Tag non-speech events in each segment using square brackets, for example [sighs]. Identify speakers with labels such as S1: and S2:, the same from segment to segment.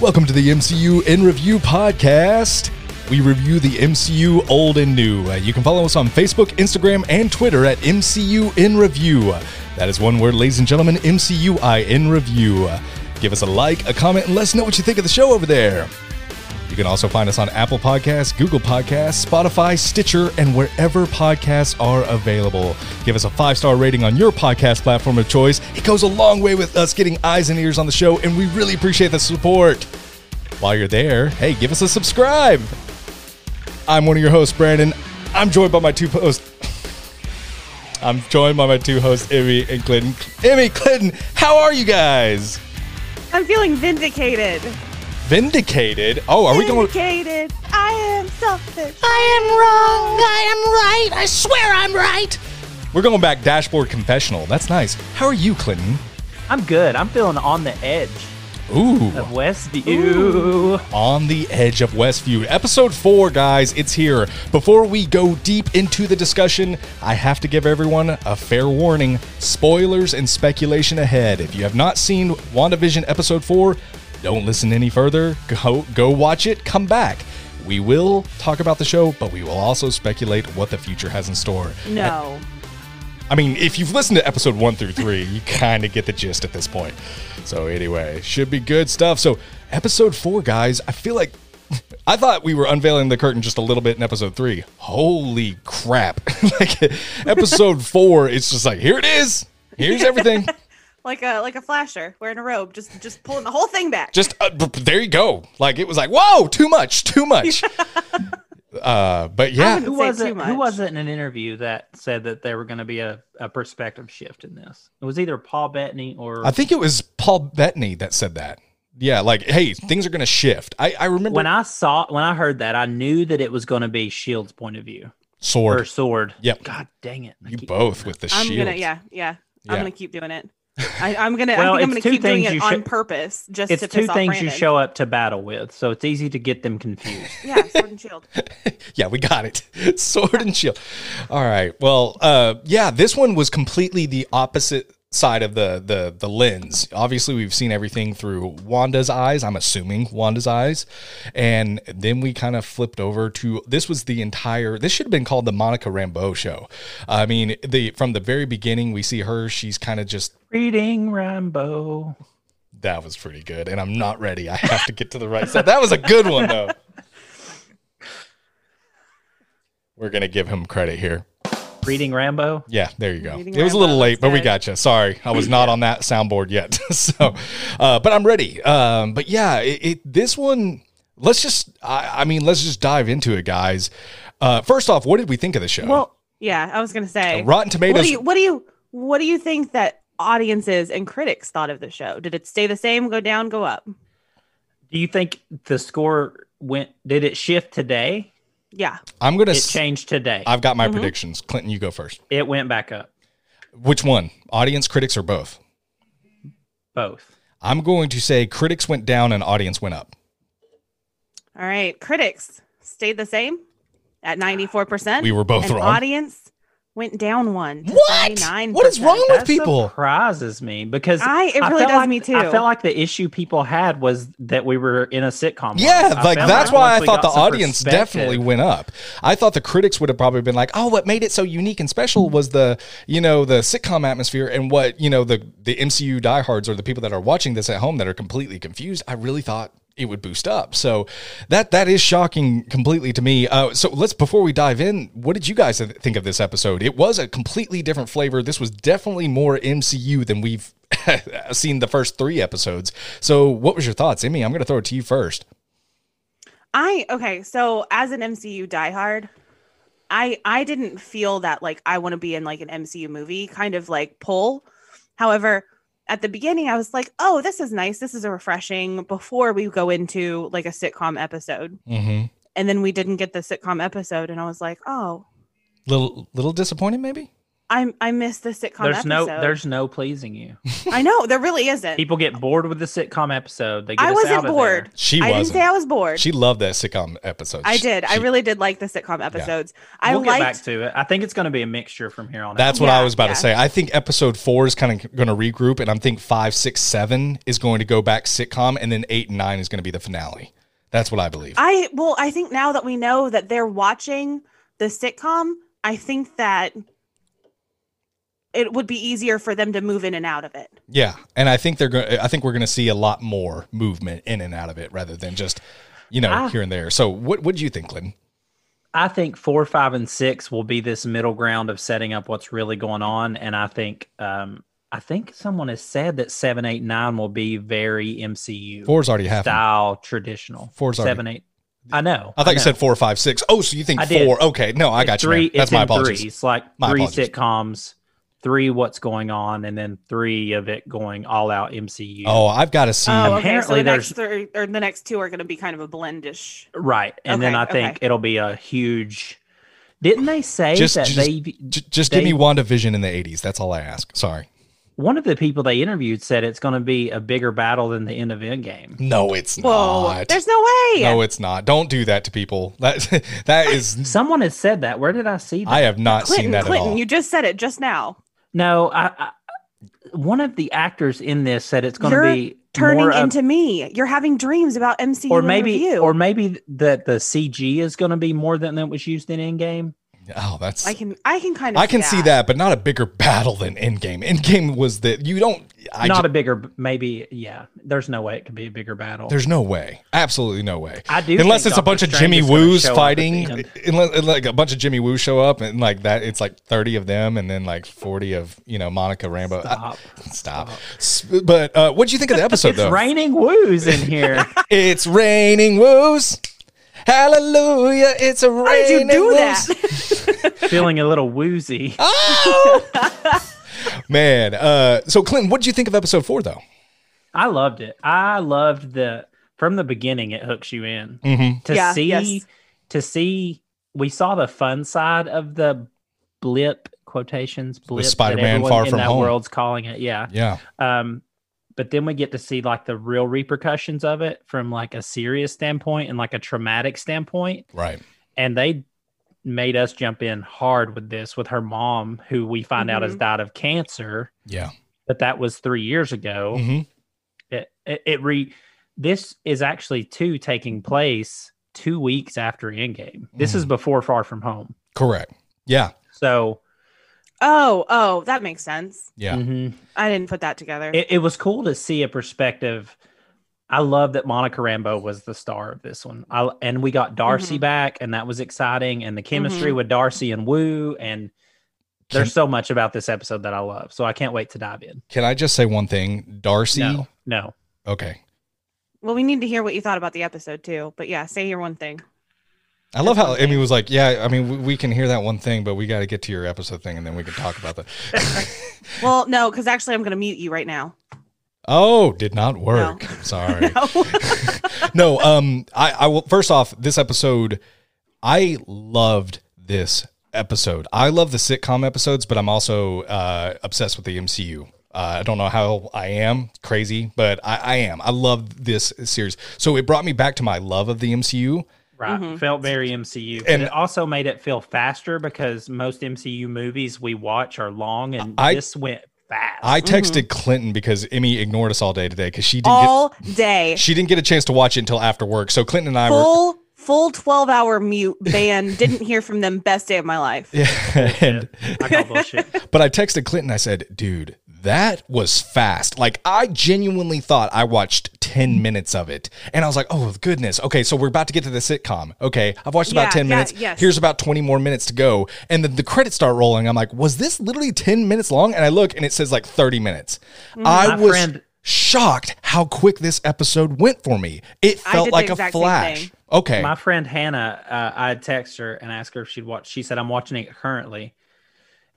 S1: Welcome to the MCU in Review podcast. We review the MCU old and new. Uh, You can follow us on Facebook, Instagram, and Twitter at MCU in Review. That is one word, ladies and gentlemen, MCUI in Review. Give us a like, a comment, and let us know what you think of the show over there. You can also find us on Apple Podcasts, Google Podcasts, Spotify, Stitcher, and wherever podcasts are available. Give us a five star rating on your podcast platform of choice. It goes a long way with us getting eyes and ears on the show, and we really appreciate the support. While you're there, hey, give us a subscribe. I'm one of your hosts, Brandon. I'm joined by my two hosts. [laughs] I'm joined by my two hosts, Emmy and Clinton. Emmy, Clinton, how are you guys?
S2: I'm feeling vindicated.
S1: Vindicated. Oh, are we going?
S2: Vindicated. I am selfish.
S3: I am wrong. I am right. I swear I'm right.
S1: We're going back dashboard confessional. That's nice. How are you, Clinton?
S4: I'm good. I'm feeling on the edge
S1: Ooh,
S4: of Westview.
S1: on the edge of Westview. Episode 4, guys, it's here. Before we go deep into the discussion, I have to give everyone a fair warning. Spoilers and speculation ahead. If you have not seen WandaVision episode 4, don't listen any further. Go go watch it, come back. We will talk about the show, but we will also speculate what the future has in store.
S2: No.
S1: I mean, if you've listened to episode one through three, you kind of get the gist at this point. So, anyway, should be good stuff. So, episode four, guys, I feel like [laughs] I thought we were unveiling the curtain just a little bit in episode three. Holy crap. [laughs] like, episode four, it's just like, here it is. Here's everything.
S2: Like a like a flasher wearing a robe, just just pulling the whole thing back.
S1: just uh, b- b- there you go. Like, it was like, whoa, too much, too much. uh, but yeah.
S2: wouldn't
S4: Who
S2: say
S4: was
S2: too
S4: it?
S2: much.
S4: Who was it in an interview that said that there were going to be a, a perspective shift in this? It was either Paul Bettany or
S1: I think it was Paul Bettany that said that. Yeah, like, hey, things are going to shift. I, I remember
S4: when I saw when I heard that I knew that it was going to be Shield's point of view or
S1: Sword.
S4: Sword.
S1: Yep.
S4: God dang it! I
S1: You
S4: keep-
S1: both with the
S2: I'm
S1: shield.
S2: gonna yeah, yeah
S1: Yeah.
S2: I'm gonna keep doing it. I, I'm gonna.
S4: Well,
S2: I think I'm
S4: it's
S2: gonna
S4: two
S2: keep doing
S4: things
S2: it
S4: you
S2: on
S4: should-
S2: purpose just
S4: It's
S2: to
S4: two
S2: piss off
S4: things you
S2: Brandon.
S4: show up to battle with, so it's easy to get them confused.
S1: [laughs]
S2: Yeah, sword and
S4: [laughs]
S2: shield.
S1: yeah, we got it. [laughs] Sword and shield. All right. Well, uh, yeah, this one was completely the opposite side of the the the lens. Obviously, we've seen everything through Wanda's eyes. I'm assuming Wanda's eyes, and then we kind of flipped over to this was the entire. This should have been called the Monica Rambeau show. I mean, the from the very beginning, we see her. She's kind of just
S4: Reading Rambo.
S1: that was pretty good, and I'm not ready. I have to get to the right side. That was a good one though. We're gonna give him credit here.
S4: Reading Rambo.
S1: Yeah, there you go.
S2: Reading
S1: It was a little
S2: Rambo,
S1: late, but we
S2: instead.
S1: got you. Sorry, I was not on that soundboard yet. [laughs] so, uh, but I'm ready. Um, but yeah, it, it, this one. Let's just. I, I mean, let's just dive into it, guys. Uh, first off, what did we think of the show?
S2: Well, yeah, I was gonna say.
S1: Rotten
S2: What
S1: Tomatoes.
S2: do you what do you what do you think that audiences and critics thought of the show? Did it stay the same? Go down? Go up?
S4: Do you think the score went? Did it shift today?
S2: Yeah.
S1: I'm gonna.
S4: It
S1: s-
S4: changed today.
S1: I've got my
S2: Mhm.
S1: predictions. Clinton, you go first.
S4: It went back up.
S1: Which one? Audience, critics, or both?
S4: Both.
S1: I'm going to say critics went down and audience went up.
S2: All right. Critics stayed the same at 94%.
S1: We were both
S2: and
S1: wrong.
S2: Audience went down one. to
S1: Oh, What?
S2: 79%.
S1: What is wrong with
S4: That
S1: people?
S4: surprises me because
S2: I- it really
S4: felt
S2: does
S4: like-
S2: me too.
S4: I felt like the issue people had was that we were in a sitcom.
S1: Yeah,
S4: once. I
S1: like
S4: felt
S1: that's why
S4: once
S1: I
S4: we
S1: thought the
S4: got some
S1: audience definitely
S4: perspective-
S1: went up. I thought the critics would have probably been like, "Oh, what made it so unique and special was the you know the sitcom atmosphere and what you know the the MCU diehards or the people that are watching this at home that are completely confused." I really thought it would boost up. So that that is shocking completely to me. Uh, so let's before we dive in, what did you guys think of this episode? It was a completely different flavor. This was definitely more MCU than we've [laughs] seen the first three episodes. So what was your thoughts, Emmy? I'm going to throw it to you first.
S2: I okay, so as an MCU diehard, I I didn't feel that like I want to be in like an MCU movie kind of like pull. However, at the beginning I was like, "Oh, this is nice. This is a refreshing before we go into like a sitcom episode."
S1: Mm-hmm.
S2: And then we didn't get the sitcom episode and I was like, "Oh,
S1: little little disappointed maybe
S2: I I miss the sitcom
S4: there's
S2: episode.
S4: no there's no pleasing you.
S2: I know there really isn't.
S4: People get bored with the sitcom episode. They get
S2: I
S4: us
S2: wasn't
S4: out of
S2: bored.
S4: there.
S1: She
S2: I didn't
S1: wasn't.
S2: say I was bored.
S1: she loved that sitcom episode.
S2: I
S1: She-
S2: did. I
S1: she-
S2: really did like the sitcom episodes. I
S4: we'll get
S2: liked
S4: back to it. I think it's going to be a mixture from here on out.
S1: That's what I
S2: Yeah,
S1: was about
S2: yeah.
S1: to say. I think episode four is kind of going to regroup, and I'm think five, six, seven is going to go back sitcom, and then eight and nine is going to be the finale. That's what I believe.
S2: I well, I think now that we know that they're watching the sitcom, I think that it would be easier for them to move in and out of it.
S1: yeah, and I think they're going. I think we're going to see a lot more movement in and out of it rather than just you know
S4: Ah.
S1: here and there. So what what do you think, Glenn?
S4: I think four, five, and six will be this middle ground of setting up what's really going on, and I think um, I think someone has said that seven, eight, nine will be very MCU
S1: Four's already happened.
S4: style, traditional.
S1: Four's already-
S4: seven, eight. I know.
S1: I thought you
S4: know.
S1: said four, five, six. Oh, so you think
S4: I did.
S1: four? Okay, no, I got you.
S4: three.
S1: man. That's
S4: it's
S1: my
S4: in
S1: apologies.
S4: Three. It's like
S1: My
S4: three
S1: apologies.
S4: sitcoms, three what's going on, and then three of it going all out MCU.
S1: Oh, I've got to see.
S2: Oh, okay. So
S4: Apparently
S2: the next three or the next two are going to be kind of a blendish.
S4: right. And then
S2: Okay,
S4: I think it'll be a huge. Didn't they say
S1: Just-
S4: that
S1: just-
S4: they?
S1: J- just give me
S4: They-
S1: WandaVision in the 80s. That's all I ask. Sorry.
S4: One of the people they interviewed said it's going to be a bigger battle than the end of Endgame.
S1: No, it's
S2: Whoa,
S1: not.
S2: there's no way.
S1: No, it's not. Don't do that to people. That [laughs] that is.
S4: Someone has said that. Where did I see that?
S1: Mm-hmm. I have not
S2: Clinton,
S1: seen that
S2: Clinton,
S1: at all.
S2: you just said it just now.
S4: no, I, I. One of the actors in this said it's going
S2: You're
S4: to be
S2: Turning
S4: more of-
S2: into me, you're having dreams about MCU
S4: or
S2: in
S4: maybe,
S2: review.
S4: or maybe that the CG is going to be more than that was used in Endgame.
S1: oh, that's.
S2: I can I can kind of
S1: I can see that, but not a bigger battle than Endgame. Endgame was that you don't. I
S4: not
S1: ju-
S4: a bigger maybe yeah there's no way it could be a bigger battle
S1: there's no way. Absolutely no way.
S4: i do
S1: Unless
S4: think
S1: it's a
S4: Doctor
S1: bunch of
S4: Strange
S1: Jimmy
S4: is gonna
S1: Woos
S4: show up at
S1: fighting,
S4: the end.
S1: unless like a bunch of Jimmy Woos show up and like that, it's like thirty of them, and then like forty of you know Monica Rambo. I-
S4: Stop.
S1: Stop. S- But uh, what do you think of the episode
S4: it's
S1: though?
S4: raining woos in
S2: [laughs]
S4: here
S1: It's raining woos. Hallelujah! It's a raining.
S2: How did you do
S1: woos.
S2: that? [laughs]
S4: feeling a little woozy
S1: Oh!
S2: [laughs]
S1: Man, uh, so Clinton, what did you think of episode four though?
S4: i loved it i loved the from the beginning it hooks you in
S1: Mm-hmm.
S4: to
S2: Yeah,
S4: see
S2: yes.
S4: to see we saw the fun side of the blip quotations blip that
S1: Spider-Man
S4: everyone
S1: Far
S4: in
S1: From
S4: that
S1: Home.
S4: world's calling it yeah
S1: Yeah,
S4: um but then we get to see like the real repercussions of it from like a serious standpoint and like a traumatic standpoint
S1: right.
S4: and they made us jump in hard with this with her mom who we find out has
S2: Mhm.
S4: died of cancer
S1: Yeah.
S4: but that was three years ago
S1: hmm
S4: it, it, it re this is actually two taking place two weeks after endgame this is before far from home
S1: Correct. Yeah.
S4: so
S2: Oh, oh, that makes sense.
S1: Yeah.
S4: mhm.
S2: I didn't put that together.
S4: it, it was cool to see a perspective. I love that Monica Rambo was the star of this one. I, and we got Darcy
S2: Mhm.
S4: back, and that was exciting. And the chemistry with Darcy and Wu, and there's so much about this episode that I love. So I can't wait to dive in.
S1: Can I just say one thing, Darcy?
S4: No, no.
S1: Okay.
S2: well, we need to hear what you thought about the episode too. But yeah, say your one thing.
S1: I love
S2: That's
S1: how
S2: one
S1: Emmy
S2: thing.
S1: was like, "Yeah, I mean, we, we can hear that one thing, but we got to get to your episode thing, and then we can talk about that."
S2: Well, no, because actually, I'm going to mute you right now.
S1: oh, did not work. Sorry.
S2: [laughs] No.
S1: [laughs] no, um, I, I will. First off, this episode, I loved this episode. I love the sitcom episodes, but I'm also uh, obsessed with the MCU. Uh, I don't know how I am crazy, but I, I am. I love this series. So it brought me back to my love of the MCU.
S4: Right. Felt very MCU.
S1: And-
S4: And it also made it feel faster because most MCU movies we watch are long, and
S1: I-
S4: this went fast.
S1: I
S2: Mm-hmm.
S1: texted Clinton because Emmy ignored us all day today because she didn't
S2: All day,
S1: get, she didn't get a chance to watch it until after work. So Clinton and I were
S2: full full 12 hour mute ban. [laughs] Didn't hear from them. Best day of my life.
S1: yeah, [laughs] and
S4: I call bullshit.
S1: But I texted Clinton. I said, dude, that was fast. Like, I genuinely thought I watched 10 minutes of it. And I was like, oh, goodness. Okay, so we're about to get to the sitcom. Okay, I've watched about
S2: Yeah,
S1: 10
S2: yeah,
S1: minutes.
S2: yes.
S1: Here's about 20 more minutes to go. And then the credits start rolling. I'm like, was this literally 10 minutes long? And I look and it says like 30 minutes. I
S2: Mm-hmm.
S4: My
S1: was
S4: friend-
S1: shocked how quick this episode went for me. It
S2: I
S1: felt
S2: did the
S1: like a
S2: exact same
S1: flash.
S2: thing.
S1: Okay.
S4: My friend Hannah, uh, I text her and asked her if she'd watch. She said, I'm watching it currently.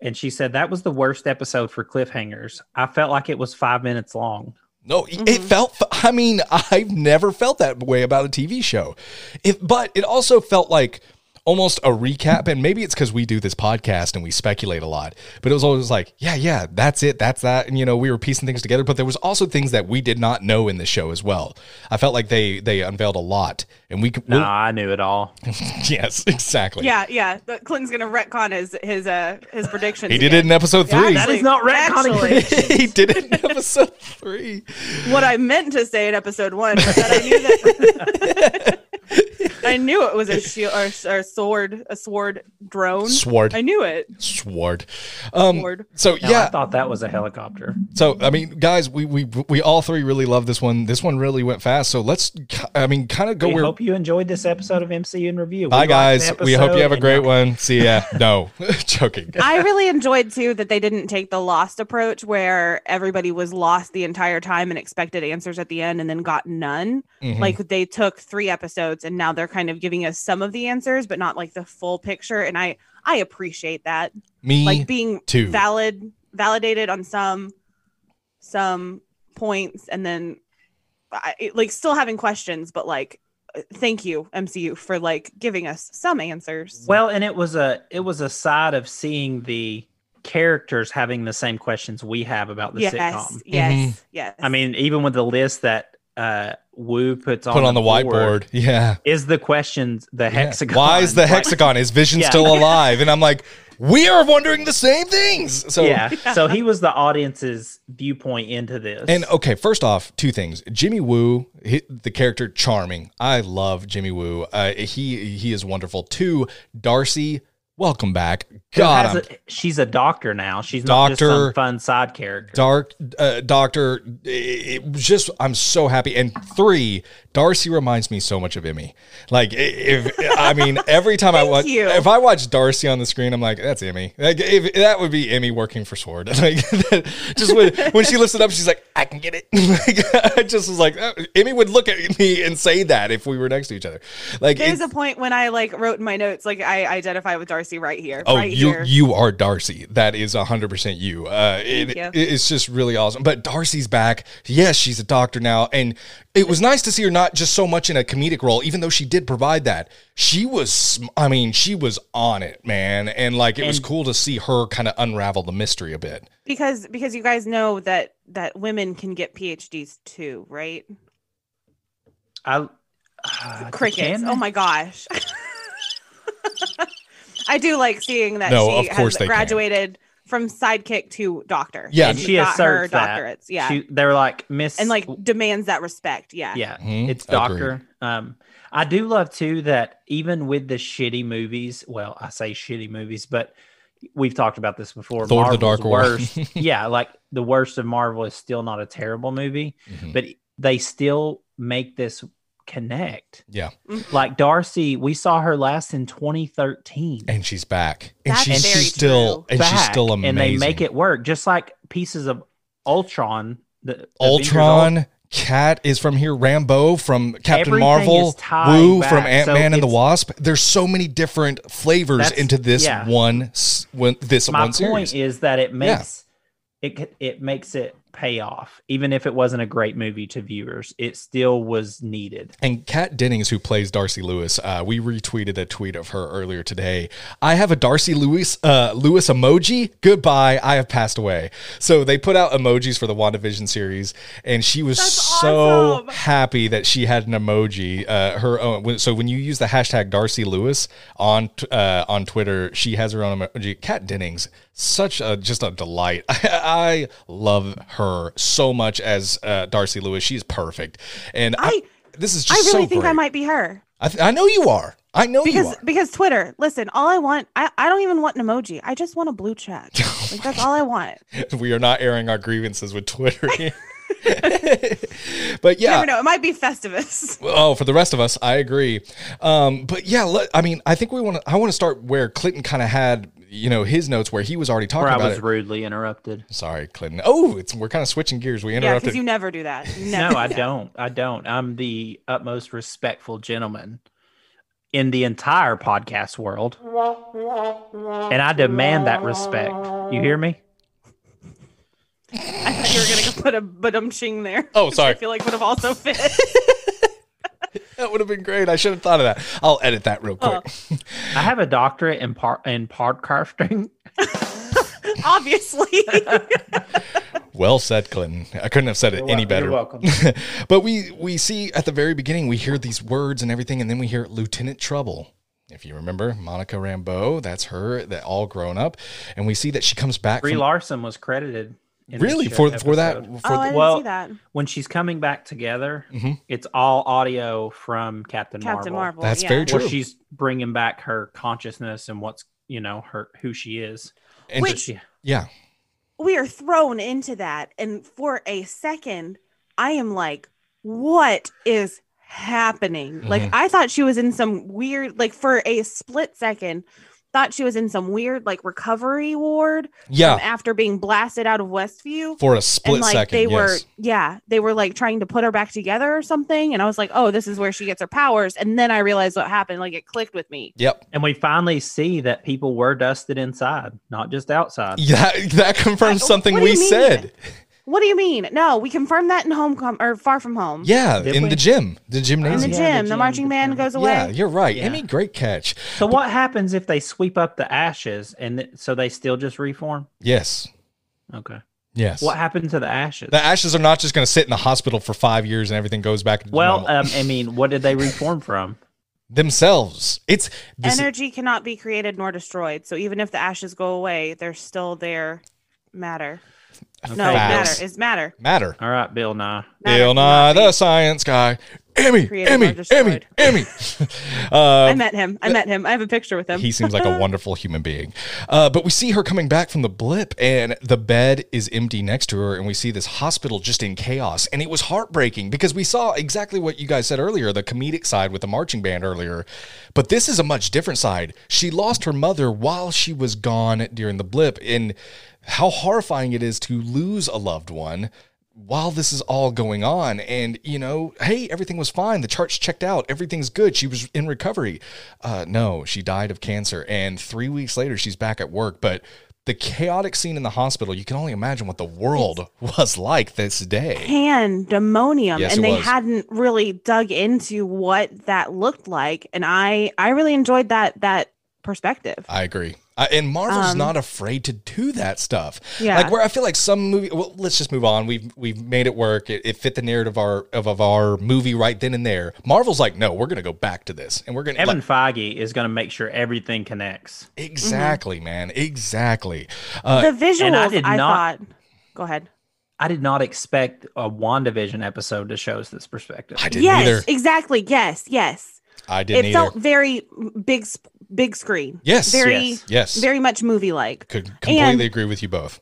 S4: And she said, that was the worst episode for cliffhangers. I felt like it was five minutes long.
S1: No, it
S2: Mm-hmm.
S1: felt. I mean, I've never felt that way about a TV show. It, but it also felt like almost a recap. And maybe it's because we do this podcast and we speculate a lot, but it was always like, yeah, yeah, that's it, that's that. And, you know, we were piecing things together, but there was also things that we did not know in the show as well. I felt like they they unveiled a lot. And we, could
S4: No, I knew it all.
S1: [laughs] yes, exactly.
S2: Yeah, yeah. The- Clinton's gonna retcon his his uh his prediction.
S1: He did it in episode three.
S2: [laughs]
S4: That is not retconning.
S1: he did it in episode three.
S2: what I meant to say in episode one was that I knew that [laughs] I knew it was a shield or, or sword, a sword drone.
S1: Sword.
S2: I knew it.
S1: Sword. Um,
S2: Sword.
S1: So
S4: No, I
S1: yeah,
S4: thought that was a helicopter.
S1: so I mean, guys, we we we all three really love this one. This one really went fast. So let's, ki- I mean, kind of go
S4: We
S1: where.
S4: hope you enjoyed this episode of MCU in Review. We
S1: Bye,
S4: liked the
S1: guys. We hope you
S4: episode
S1: have a
S4: and
S1: great
S4: y'all-
S1: one. See
S4: [laughs]
S1: ya. No, [laughs] joking.
S2: I really enjoyed too that they didn't take the lost approach where everybody was lost the entire time and expected answers at the end and then got none.
S1: Mhm.
S2: Like they took three episodes and now they're kind of giving us some of the answers, but not like the full picture. And I I appreciate that.
S1: Me
S2: Like being
S1: too.
S2: valid validated on some some points and then I, it- like still having questions but like uh, thank you mcu for like giving us some answers
S4: Well, and it was a it was a side of seeing the characters having the same questions we have about the
S2: yes
S4: sitcom.
S2: yes
S1: Mhm.
S2: yes
S4: I mean, even with the list that uh Woo puts on
S1: Put on the,
S4: board,
S1: whiteboard. [laughs] Yeah.
S4: is the questions the
S1: Yeah.
S4: hexagon.
S1: Why is the
S4: Like,
S1: hexagon? Is Vision
S4: Yeah.
S1: still alive? And I'm like, we are wondering the same things. So
S4: [laughs] yeah. So he was the audience's viewpoint into this.
S1: And oh, okay, first off, two things. Jimmy Woo, he, the character charming. I love Jimmy Woo. Uh, he he is wonderful. Two, Darcy, welcome back.
S4: Who
S1: God,
S4: has
S1: I'm-
S4: a- she's a doctor now. She's not just
S1: Doctor-
S4: some fun side character.
S1: dark uh, doctor. It was just I'm so happy. And three, Darcy reminds me so much of Emmy. Like i- if I mean every time I
S2: Thank
S1: watch,
S2: you.
S1: if I watch Darcy on the screen, I'm like that's Emmy. Like if that would be Emmy working for Sword. [laughs] Like that- just when when she lifts it up, she's like I can get it. [laughs] Like I just was like that- Emmy would look at me and say that if we were next to each other. Like
S2: there's
S1: it's-
S2: a point when i like wrote in my notes like i identify with darcy right here
S1: Oh,
S2: right
S1: you
S2: here
S1: you are Darcy. That is hundred percent you. Uh, it,
S2: you.
S1: It's just really awesome. But Darcy's back. Yes, she's a doctor now, and it was nice to see her not just so much in a comedic role, even though she did provide that. She was, sm- I mean, she was on it, man, and like it was
S4: And-
S1: cool to see her kind of unravel the mystery a bit.
S2: because because you guys know that that women can get phds too right
S4: I uh,
S2: crickets.
S4: can-
S2: Oh my gosh. [laughs] I do like seeing that
S1: No,
S2: she
S1: of course
S2: has
S1: they can.
S2: graduated from sidekick to doctor.
S1: Yeah.
S4: And
S1: she
S4: she
S2: got her
S4: asserts that.
S2: doctorates, yeah.
S4: She, they're like Miss
S2: And like demands that respect. Yeah.
S4: yeah,
S1: Mhm.
S4: it's
S1: Agreed.
S4: Doctor. Um, I do love too that even with the shitty movies, well, I say shitty movies, but we've talked about this before.
S1: Thor: The Dark World. [laughs]
S4: worst, yeah, like the worst of Marvel is still not a terrible movie,
S1: Mhm.
S4: but they still make this connect.
S1: Yeah.
S2: Mhm.
S4: like Darcy, we saw her last in 2013.
S1: And she's back, and
S2: That's
S1: she's,
S2: very
S1: she's still,
S2: true.
S1: and she's
S4: back,
S1: still amazing.
S4: and they make it work, just like pieces of Ultron. The Avengers
S1: Ultron. Cat is from here. Rambo from Captain
S4: Everything
S1: Marvel.
S4: is tied
S1: Woo
S4: back,
S1: from
S4: so
S1: Ant Man and the
S4: it's-
S1: Wasp. There's so many different flavors
S4: That's-
S1: into this
S4: yeah.
S1: one. s- One this
S4: my
S1: one
S4: point
S1: series.
S4: is that it makes it c- it makes it pay off even if it wasn't a great movie to viewers it still was needed
S1: and Kat Dennings, who plays Darcy Lewis, uh, we retweeted a tweet of her earlier today. I have a Darcy Lewis uh, Lewis emoji. Goodbye. I have passed away. So they put out emojis for the WandaVision series, and she was
S2: That's
S1: so
S2: awesome.
S1: happy that she had an emoji. Uh, her own. when- So when you use the hashtag Darcy Lewis on t- uh, on Twitter, she has her own emoji. Kat Dennings, such a just a delight. [laughs] I, love her so much as uh, Darcy Lewis. She's perfect, and I.
S2: I-
S1: this is
S2: I
S1: just
S2: really
S1: so
S2: think
S1: great.
S2: I might be her.
S1: I, th- I know you are. I know you
S2: Because
S1: are.
S2: because Twitter, listen, all I want, I, I don't even want an emoji. I just want a blue check.
S1: [laughs]
S2: like that's all I want.
S1: We are [laughs] not airing our grievances with
S2: [laughs]
S1: Twitter. [laughs] here. but
S2: You
S1: yeah.
S2: never know. It might be Festivus.
S1: Oh, for the rest of us, I agree. Um, but yeah, let, I mean, I think we want to. I want to start where Clinton kind of had, you know, his notes where he was already talking
S4: where i
S1: about
S4: was
S1: it.
S4: rudely interrupted
S1: Sorry, Clinton. Oh, it's we're kind of switching gears. We
S2: Yeah,
S1: interrupted.
S2: because you never do that. You
S4: no
S2: [laughs] never
S4: i
S2: do that.
S4: don't i don't i'm the utmost respectful gentleman in the entire podcast world and i demand that respect you hear me
S2: I [laughs] thought you were gonna put a badumching there.
S1: Oh,
S2: which
S1: sorry.
S2: I feel like would have also fit.
S1: That would have been great. I should have thought of that. I'll edit that real
S2: Oh.
S1: quick.
S4: I have a doctorate in par in podcasting.
S2: [laughs]
S4: [laughs]
S2: Obviously.
S1: Well said, Clinton. I couldn't have said it any better.
S4: You're welcome.
S1: [laughs] but we we see at the very beginning we hear these words and everything and then we hear lieutenant trouble if you remember monica rambeau that's her that all grown up and we see that she comes back
S4: Brie
S1: from,
S4: Larson was credited. in the
S1: really
S4: show
S1: for for that
S4: episode.
S1: for
S2: oh, I
S1: the,
S2: didn't
S4: well,
S2: see that.
S4: when she's coming back together,
S1: Mhm.
S4: it's all audio from Captain,
S2: Captain Marvel.
S1: That's
S2: Oh, yeah.
S1: very true.
S4: where she's bringing back her consciousness and what's you know her who she is.
S1: and
S2: Wait.
S1: just-
S4: She,
S1: yeah
S2: we are thrown into that and for a second i am like what is happening
S1: Mhm.
S2: like i thought she was in some weird like for a split second thought she was in some weird like recovery ward
S1: yeah
S2: from after being blasted out of westview
S1: for a split
S2: Um, and like
S1: second
S2: they
S1: yes.
S2: were yeah they were like trying to put her back together or something and i was like oh this is where she gets her powers and then i realized what happened like it clicked with me
S1: yep [laughs]
S4: and we finally see that people were dusted inside, not just outside.
S1: yeah that confirms
S2: I-
S1: something
S2: what do
S1: we
S2: you mean?
S1: said
S2: what do you mean no we confirmed that in homecoming or far from home
S1: yeah
S4: Did
S1: in
S4: we?
S1: the gym the
S2: in the
S1: gymnasium
S4: Yeah, the
S2: gym the
S4: gym,
S2: marching
S4: the
S2: band
S4: gym.
S2: goes away
S1: yeah you're right
S4: Yeah.
S1: Amy great catch
S4: So what happens if they sweep up the ashes and th- so they still just reform?
S1: yes
S4: Okay.
S1: yes
S4: What happened to the ashes?
S1: the ashes are not just going to sit in the hospital for five years and everything goes back to
S4: well,
S1: normal.
S4: um, I mean, what did they reform from?
S1: themselves it's this,
S2: Energy cannot be created nor destroyed. So even if the ashes go away, they're still their matter. No,
S1: Facts.
S2: matter is matter.
S1: matter
S4: All right, Bill Nye.
S2: Matter
S1: Bill Nye,
S2: cannot be-
S1: the science guy. Emmy,
S2: Created or
S1: Emmy, Emmy,
S2: destroyed.
S1: Emmy. [laughs]
S2: I
S1: Uh,
S2: met him. I met him. I have a picture with him.
S1: he seems
S2: [laughs]
S1: like a wonderful human being. Uh, but we see her coming back from the blip, and the bed is empty next to her, and we see this hospital just in chaos. And it was heartbreaking because we saw exactly what you guys said earlier the comedic side with the marching band earlier. But this is a much different side. She lost her mother while she was gone during the blip, and how horrifying it is to lose a loved one while this is all going on and you know hey everything was fine the charts checked out everything's good she was in recovery uh no she died of cancer and 3 weeks later she's back at work but the chaotic scene in the hospital you can only imagine what the world [laughs] was like this day
S2: pandemonium
S1: Yes, it
S2: and they
S1: was.
S2: hadn't really dug into what that looked like and i i really enjoyed that that perspective
S1: i agree uh, and marvel's
S2: Um,
S1: not afraid to do that stuff
S2: yeah
S1: Like where I feel like some movie. Well, let's just move on. We've we've made it work. It, it fit the narrative of our of, of our movie right then and there. Marvel's like, no, we're gonna go back to this, and we're gonna
S4: Evan
S1: like-
S4: Feige is going to make sure everything connects.
S2: Mm-hmm.
S1: exactly, man, exactly. Uh,
S2: the visuals
S4: and I
S2: i,
S4: did not-
S2: thought go ahead
S4: I did not expect a WandaVision episode to show us this perspective.
S1: I didn't
S2: yes
S1: either.
S2: exactly yes yes
S1: I didn't
S2: it
S1: either.
S2: felt very big sp- big screen
S1: yes,
S2: very
S4: Yes.
S1: yes.
S2: very much movie like
S1: Could completely
S2: and-
S1: agree with you both.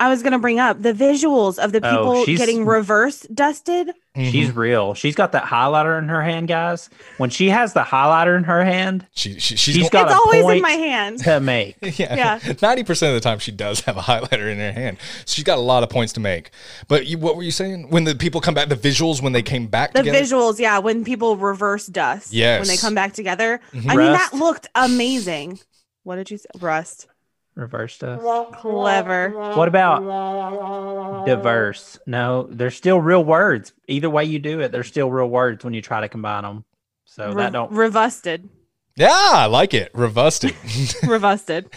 S2: I was gonna bring up the visuals of the
S4: Oh,
S2: people
S4: she's-
S2: getting reverse dusted.
S1: Mhm.
S4: She's real. She's got that highlighter in her hand, guys. When she has the highlighter in her hand,
S1: she, she she's,
S4: she's
S1: going-
S4: got
S2: it's
S4: a
S2: always
S4: point
S2: in
S1: [laughs]
S2: my hand.
S4: to make.
S1: yeah.
S2: Yeah.
S1: [laughs] Ninety percent of the time, she does have a [laughs] highlighter in her hand. She's got a lot of points to make. But you, what were you saying? When the people come back, the visuals when they came back
S2: The
S1: together.
S2: visuals, yeah, when people reverse dust. When they
S1: Yes.
S2: come back together.
S1: Mhm.
S2: I mean,
S4: Rust.
S2: that looked amazing. What did you say? Rust.
S4: Reverse stuff.
S2: Clever.
S4: What about diverse? No, they're still real words. Either way you do it, they're still real words when you try to combine them. So
S2: Re-
S4: that don't.
S2: Revusted.
S1: yeah, I like it. [laughs] Robusted.
S2: Revusted.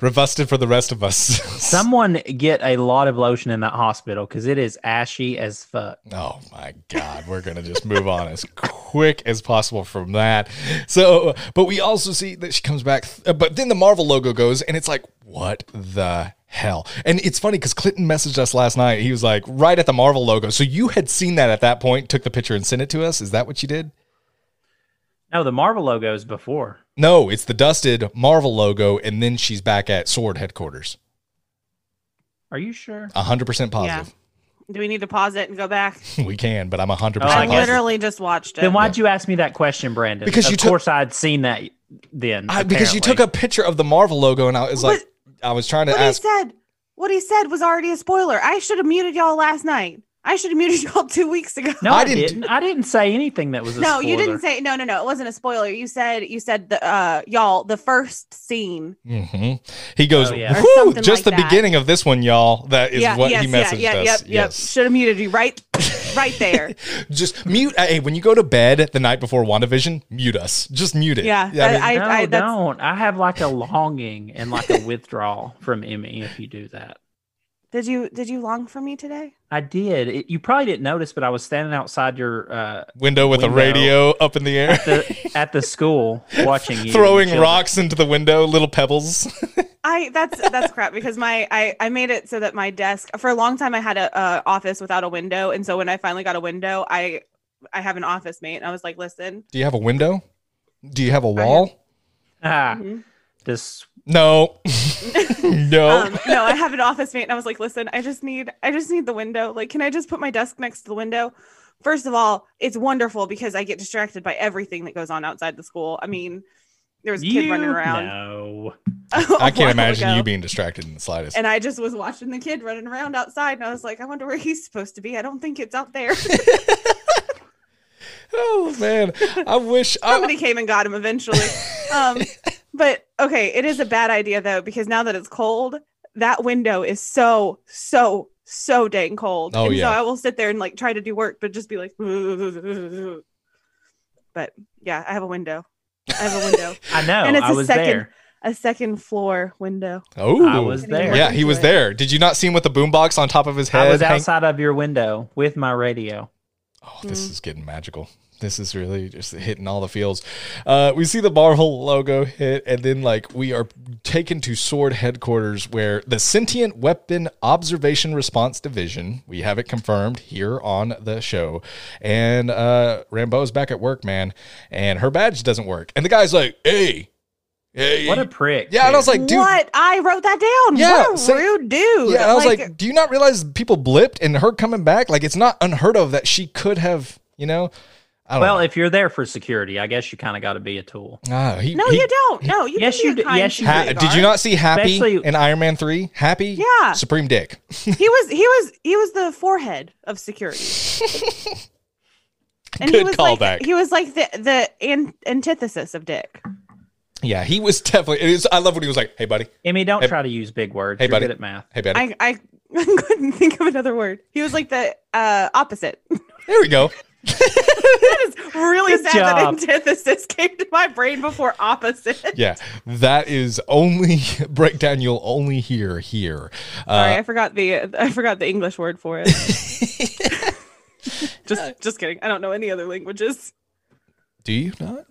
S1: Robusted for the rest of us. [laughs]
S4: Someone get a lot of lotion in that hospital because it is ashy as fuck.
S1: Oh my God, we're going to just move on as quick as possible from that. So, but we also see that she comes back, uh, but then the Marvel logo goes, and it's like, what the hell? And it's funny because Clinton messaged us last night. He was like, right at the Marvel logo. So you had seen that at that point, took the picture and sent it to us. Is that what you did?
S4: No, the Marvel logo is before.
S1: No, it's the dusted Marvel logo, and then she's back at Sword headquarters.
S4: Are you sure?
S1: Uh, 100% [laughs] positive. [laughs]
S2: Do we need to pause it and go back?
S1: We can, but I'm 100%
S4: Oh, I
S2: I
S1: positive.
S4: guess-
S2: literally just watched it.
S4: Then why'd you ask me that question, Brandon?
S1: Because
S4: of
S1: you took-
S4: course I'd seen that then.
S1: I, because you took
S4: apparently.
S1: a picture of the Marvel logo, and I was like, I was trying to
S2: what
S1: ask.
S2: he said, what he said was already a spoiler. I should have muted y'all last night. I should have muted [laughs] y'all two weeks ago.
S4: No,
S1: I
S4: I,
S1: didn't
S4: didn't.
S1: do-
S4: I didn't say anything that was. A
S2: no you didn't
S4: spoiler.
S2: say no no no it wasn't a spoiler you said you said the uh y'all the first scene
S1: hmm He goes,
S4: Oh, yeah.
S2: Or
S1: "Whew,
S2: something
S1: just
S2: like
S1: the
S2: that.
S1: beginning of this one, y'all. That is what he messaged us.
S2: yep
S1: yes.
S2: should have muted you right right
S1: [laughs]
S2: there.
S1: Just mute. Hey, when you go to bed the night before WandaVision, mute us. Just mute it.
S2: Yeah,
S1: I mean,
S2: I-
S4: no,
S2: that's-
S4: don't. I have like a longing and like
S1: [laughs]
S4: a withdrawal from Emmy if you do that.
S2: Did you did you long for me today?
S4: I did. It, you probably didn't notice, but I was standing outside your uh,
S1: window with a
S4: Window.
S1: radio up in the air,
S2: [laughs]
S4: at the at the school watching [laughs] you
S1: throwing
S4: children.
S1: rocks into the window, little pebbles. [laughs]
S2: I that's that's crap because my I I made it so that my desk for a long time I had a, a office without a window and so when I finally got a window I I have an office mate and I was like listen
S1: Do you have a window? Do you have a wall?
S4: Ah,
S2: Mhm.
S4: this
S2: [laughs]
S1: No. no.
S2: um, no I have an office mate and I was like listen I just need I just need the window like can I just put my desk next to the window first of all it's wonderful because I get distracted by everything that goes on outside the school I mean there was a kid
S4: you
S2: running around
S4: know.
S2: [laughs]
S1: I can't imagine you being distracted in the slightest.
S2: and I just was watching the kid running around outside, and I was like, I wonder where he's supposed to be. I don't think it's out there. [laughs]
S1: oh man, I wish. I,
S2: Somebody came and got
S1: [laughs]
S2: him eventually. Um, but okay, it is a bad idea though, because now that it's cold, that window is so, so, so dang cold.
S1: Oh,
S2: and
S1: yeah.
S2: so I will sit there and like try to do work, but just be like, [laughs] but yeah, I have a window. I have a window,
S1: [laughs]
S4: I know.
S2: And it's
S4: I
S2: a
S4: was
S2: second-
S4: there.
S2: a second floor window.
S1: oh,
S4: I was
S2: Can you
S4: there.
S2: look
S1: Yeah, he
S2: into
S1: was
S2: it?
S1: there. Did you not see him with the boombox on top of his head?
S4: I was
S1: hang-
S4: outside of your window with my radio.
S1: Oh, this is getting magical. This is really just hitting all the feels. Uh, we see the Marvel logo hit, and then like we are taken to Sword headquarters, where the Sentient Weapon Observation Response Division. We have it confirmed here on the show, and uh, Rambo's back at work, man, and her badge doesn't work, and the guy's like, "Hey, hey,
S4: What a prick.
S1: yeah," and I was like, "Dude,
S2: what? I wrote that down.
S1: Yeah,
S2: what a
S1: so-
S2: rude dude.
S1: yeah, and I was like, do you not realize people blipped and her coming back? Like, it's not unheard of that she could have, you know? I don't
S4: Well,
S1: know.
S4: if you're there for security, I guess you kind of got to be a tool.
S1: Ah, he,
S2: no,
S1: he-
S2: you don't. No, you.
S4: Yes,
S2: can be a
S4: you d-
S2: kind
S4: yes, you
S2: dude,
S1: Ha-
S4: did.
S1: did you not see Happy
S4: Especially-
S1: in Iron Man 3? Happy?
S2: Yeah.
S1: Supreme Dick.
S2: he was he was he was the forehead
S1: [laughs]
S2: of security. and he
S1: Good
S2: was
S1: callback.
S2: Like, he was like the the an- antithesis of Dick.
S1: Yeah, he was [laughs] definitely. It is, I love when he was like, hey, buddy.
S4: Emmy, don't
S1: Hey-
S4: try to use big words.
S1: Hey,
S4: you're
S1: buddy.
S4: good at math.
S1: Hey, buddy.
S2: I I [laughs] couldn't think of another word. He was like the uh, opposite. [laughs]
S1: there we go.
S2: that is really
S4: Good
S2: sad
S4: job.
S2: that antithesis [laughs] came to my brain before opposite.
S1: Yeah, that is only [laughs] breakdown you'll only hear here.
S2: Sorry,
S1: Uh,
S2: I forgot the [laughs] I forgot the English word for
S1: [laughs]
S2: it. just just kidding. I don't know any other languages.
S1: do you not?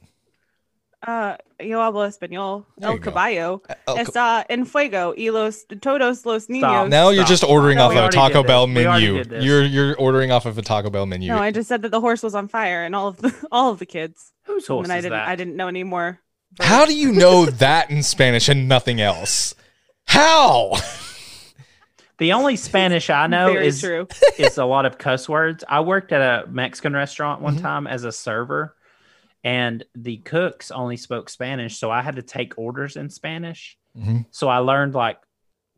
S2: Uh, yo hablo español,
S1: There
S2: el
S1: you go.
S2: caballo,
S1: Oh, co-
S2: está en fuego y los todos los niños.
S1: now you're
S4: Stop.
S1: just ordering
S4: No,
S1: off
S4: we
S1: of a
S4: already
S1: Taco
S4: did this.
S1: Bell
S4: We already
S1: menu.
S4: did this.
S1: You're you're ordering off of a Taco Bell menu.
S2: No, I just said that the horse was on fire and all of the [laughs] all of the kids.
S4: Whose horse
S2: and I
S4: is
S2: didn't
S4: that?
S2: I didn't know any more.
S1: How do you
S4: [laughs]
S1: know that in Spanish and nothing else? How?
S2: [laughs]
S4: The only Spanish I know
S2: Very
S4: is
S2: true.
S4: is a lot of cuss words. I worked at a Mexican restaurant one
S2: Mm-hmm.
S1: Mhm.
S4: time as a server, and the cooks only spoke Spanish, so I had to take orders in Spanish.
S1: Mhm.
S4: So I learned like